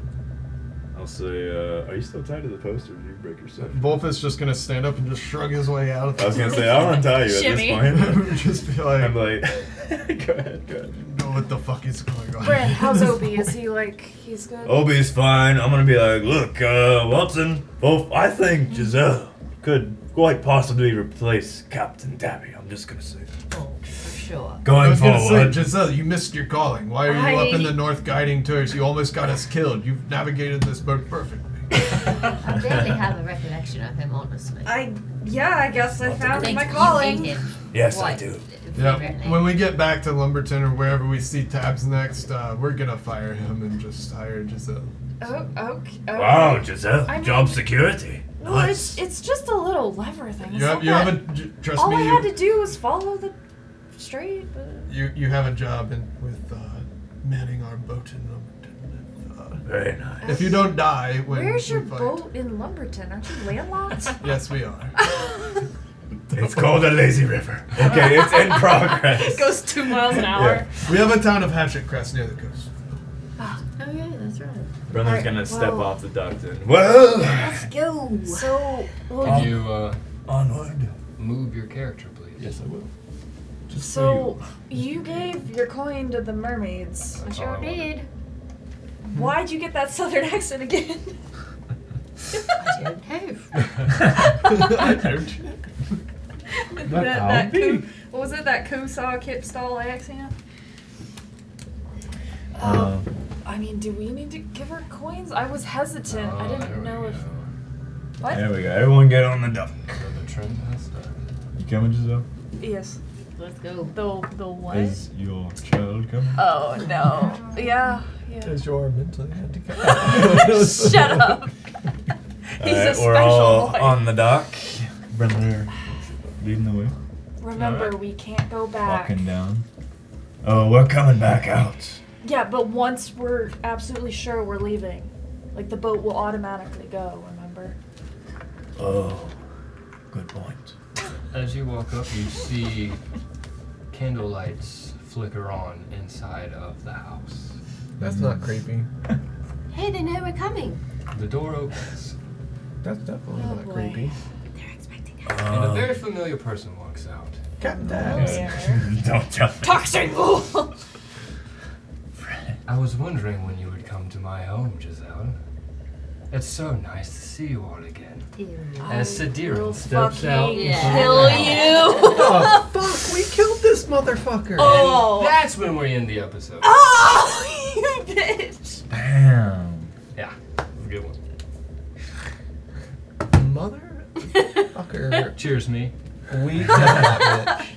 I'll say, uh, are you still tied to the post or did you break yourself?
Wolf is just gonna stand up and just shrug his way out. Of
I was gonna say, I'll untie you
Shimmy.
at this point.
just be like,
I'm like, go ahead, go ahead.
know what the fuck is going on.
Brent, how's Obi? Is he like, he's good?
Obi's fine. I'm gonna be like, look, uh, Watson, both I think Giselle could quite possibly replace Captain Tabby. I'm just gonna say that.
For sure.
I
Going
was gonna
forward.
say, Giselle, you missed your calling. Why are you up in
I-
the north guiding tours? You almost got us killed. You've navigated this boat perfectly.
I barely have a recollection of him, honestly.
I, yeah, I guess I found
Think
my
you
calling.
hate him.
yes, I
What?
do.
Yeah. When we get back to Lumberton or wherever we see Tabs next, uh, we're gonna fire him and just hire Giselle.
Oh, okay. okay.
Wow, Giselle,
I mean-
job security.
Well,
nice.
it's, it's just a little lever thing. It's
You, have,
not
you
that-
haven't. j- Trust
All
me.
I
you,
had to do was follow the straight. uh,
You you have a job in, with uh, manning our boat in Lumberton.
Very nice.
Uh, if you don't die, when
Where's
we
your
fight-
boat in Lumberton? Aren't you landlocked?
Yes, we are.
It's called the Lazy River. Okay, it's in progress.
it goes two miles an hour.
We have a town of Hatchet Crest near the coast.
Oh yeah, that's right.
Brendan's
Alright,
gonna step
well-
off the dock then. Well,
Let's go.
So, well,
Could you uh,
onward.
move your character, please?
Yes, I will.
so you gave your coin to the mermaids.
I sure did.
Why'd you get that southern accent again?
I don't know.
Uh,
that, that Ku- what was it? That Kusaw Kipstall accent? Um, I mean, do we need to give her coins? I was hesitant. I
Oh, there
didn't
we
know if.
go.
What?
There we go. Everyone get on the dock.
So the trend has started.
You coming, Giselle?
Yes.
Let's go.
The the what?
Is your child coming?
Oh no. Yeah. Yeah.
Because you're mentally handicapped.
Shut up. He's a
Alright,
special
Uh, we're all
boy.
on the dock. Brendan, leading the way.
Remember, we can't go back.
Walking down. Oh, we're coming back out.
Yeah, but once we're absolutely sure we're leaving, like the boat will automatically go, remember?
Oh, good point.
As you walk up, you see candle lights flicker on inside of the house.
That's not creepy.
Hey, they know we're coming.
The door opens.
That's definitely
Oh,
not
boy.
creepy.
and
Uh.
a very familiar person walks out.
Captain.
Oh,
Don't jump.
I was wondering when you would come to my home, Giselle. It's so nice to see you all again. As Sidira steps out.
kill you.
Oh,
fuck, we killed this motherfucker.
And that's when we're in the episode.
Oh, you bitch.
Damn.
Yeah, good one.
Mother? Fucker.
Cheers, me.
We killed that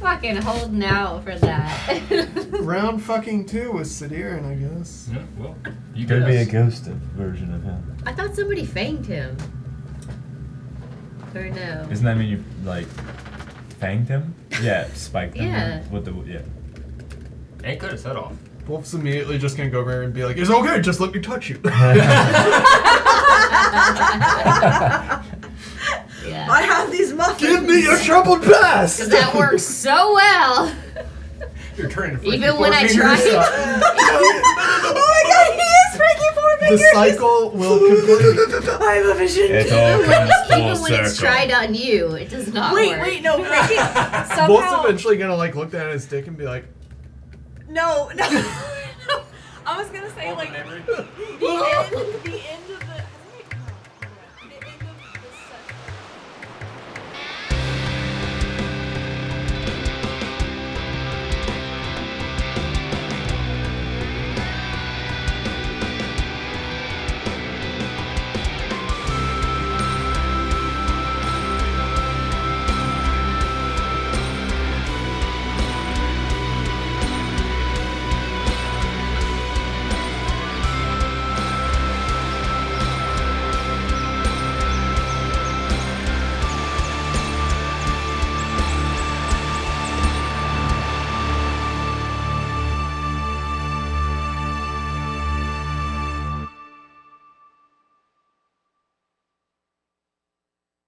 Fucking holding out for that.
Round fucking two with Sadirin, I guess.
Yeah, well, you
Could be a
guessed.
ghost version of him.
I thought somebody fanged him. Or no.
Doesn't that mean you like fanged him? Yeah, spiked him
Yeah.
with the yeah.
It could have set off.
Wolf's immediately just gonna go over and be like, "It's okay, just let me touch you."
Yeah.
I have these muffins.
Give me your troubled past.
Because that works so well.
You're turning
Even when I try
oh my god, he
The
is Frankie Four Fingers!
cycle will complete.
I have a vision.
It all comes full
Even when it's
circle.
tried on you, it does not
Wait,
work.
wait, no, Frankie.
Wolf's
somehow.
eventually gonna like look down at his dick and be like,
No, no. I was gonna say like the end, the end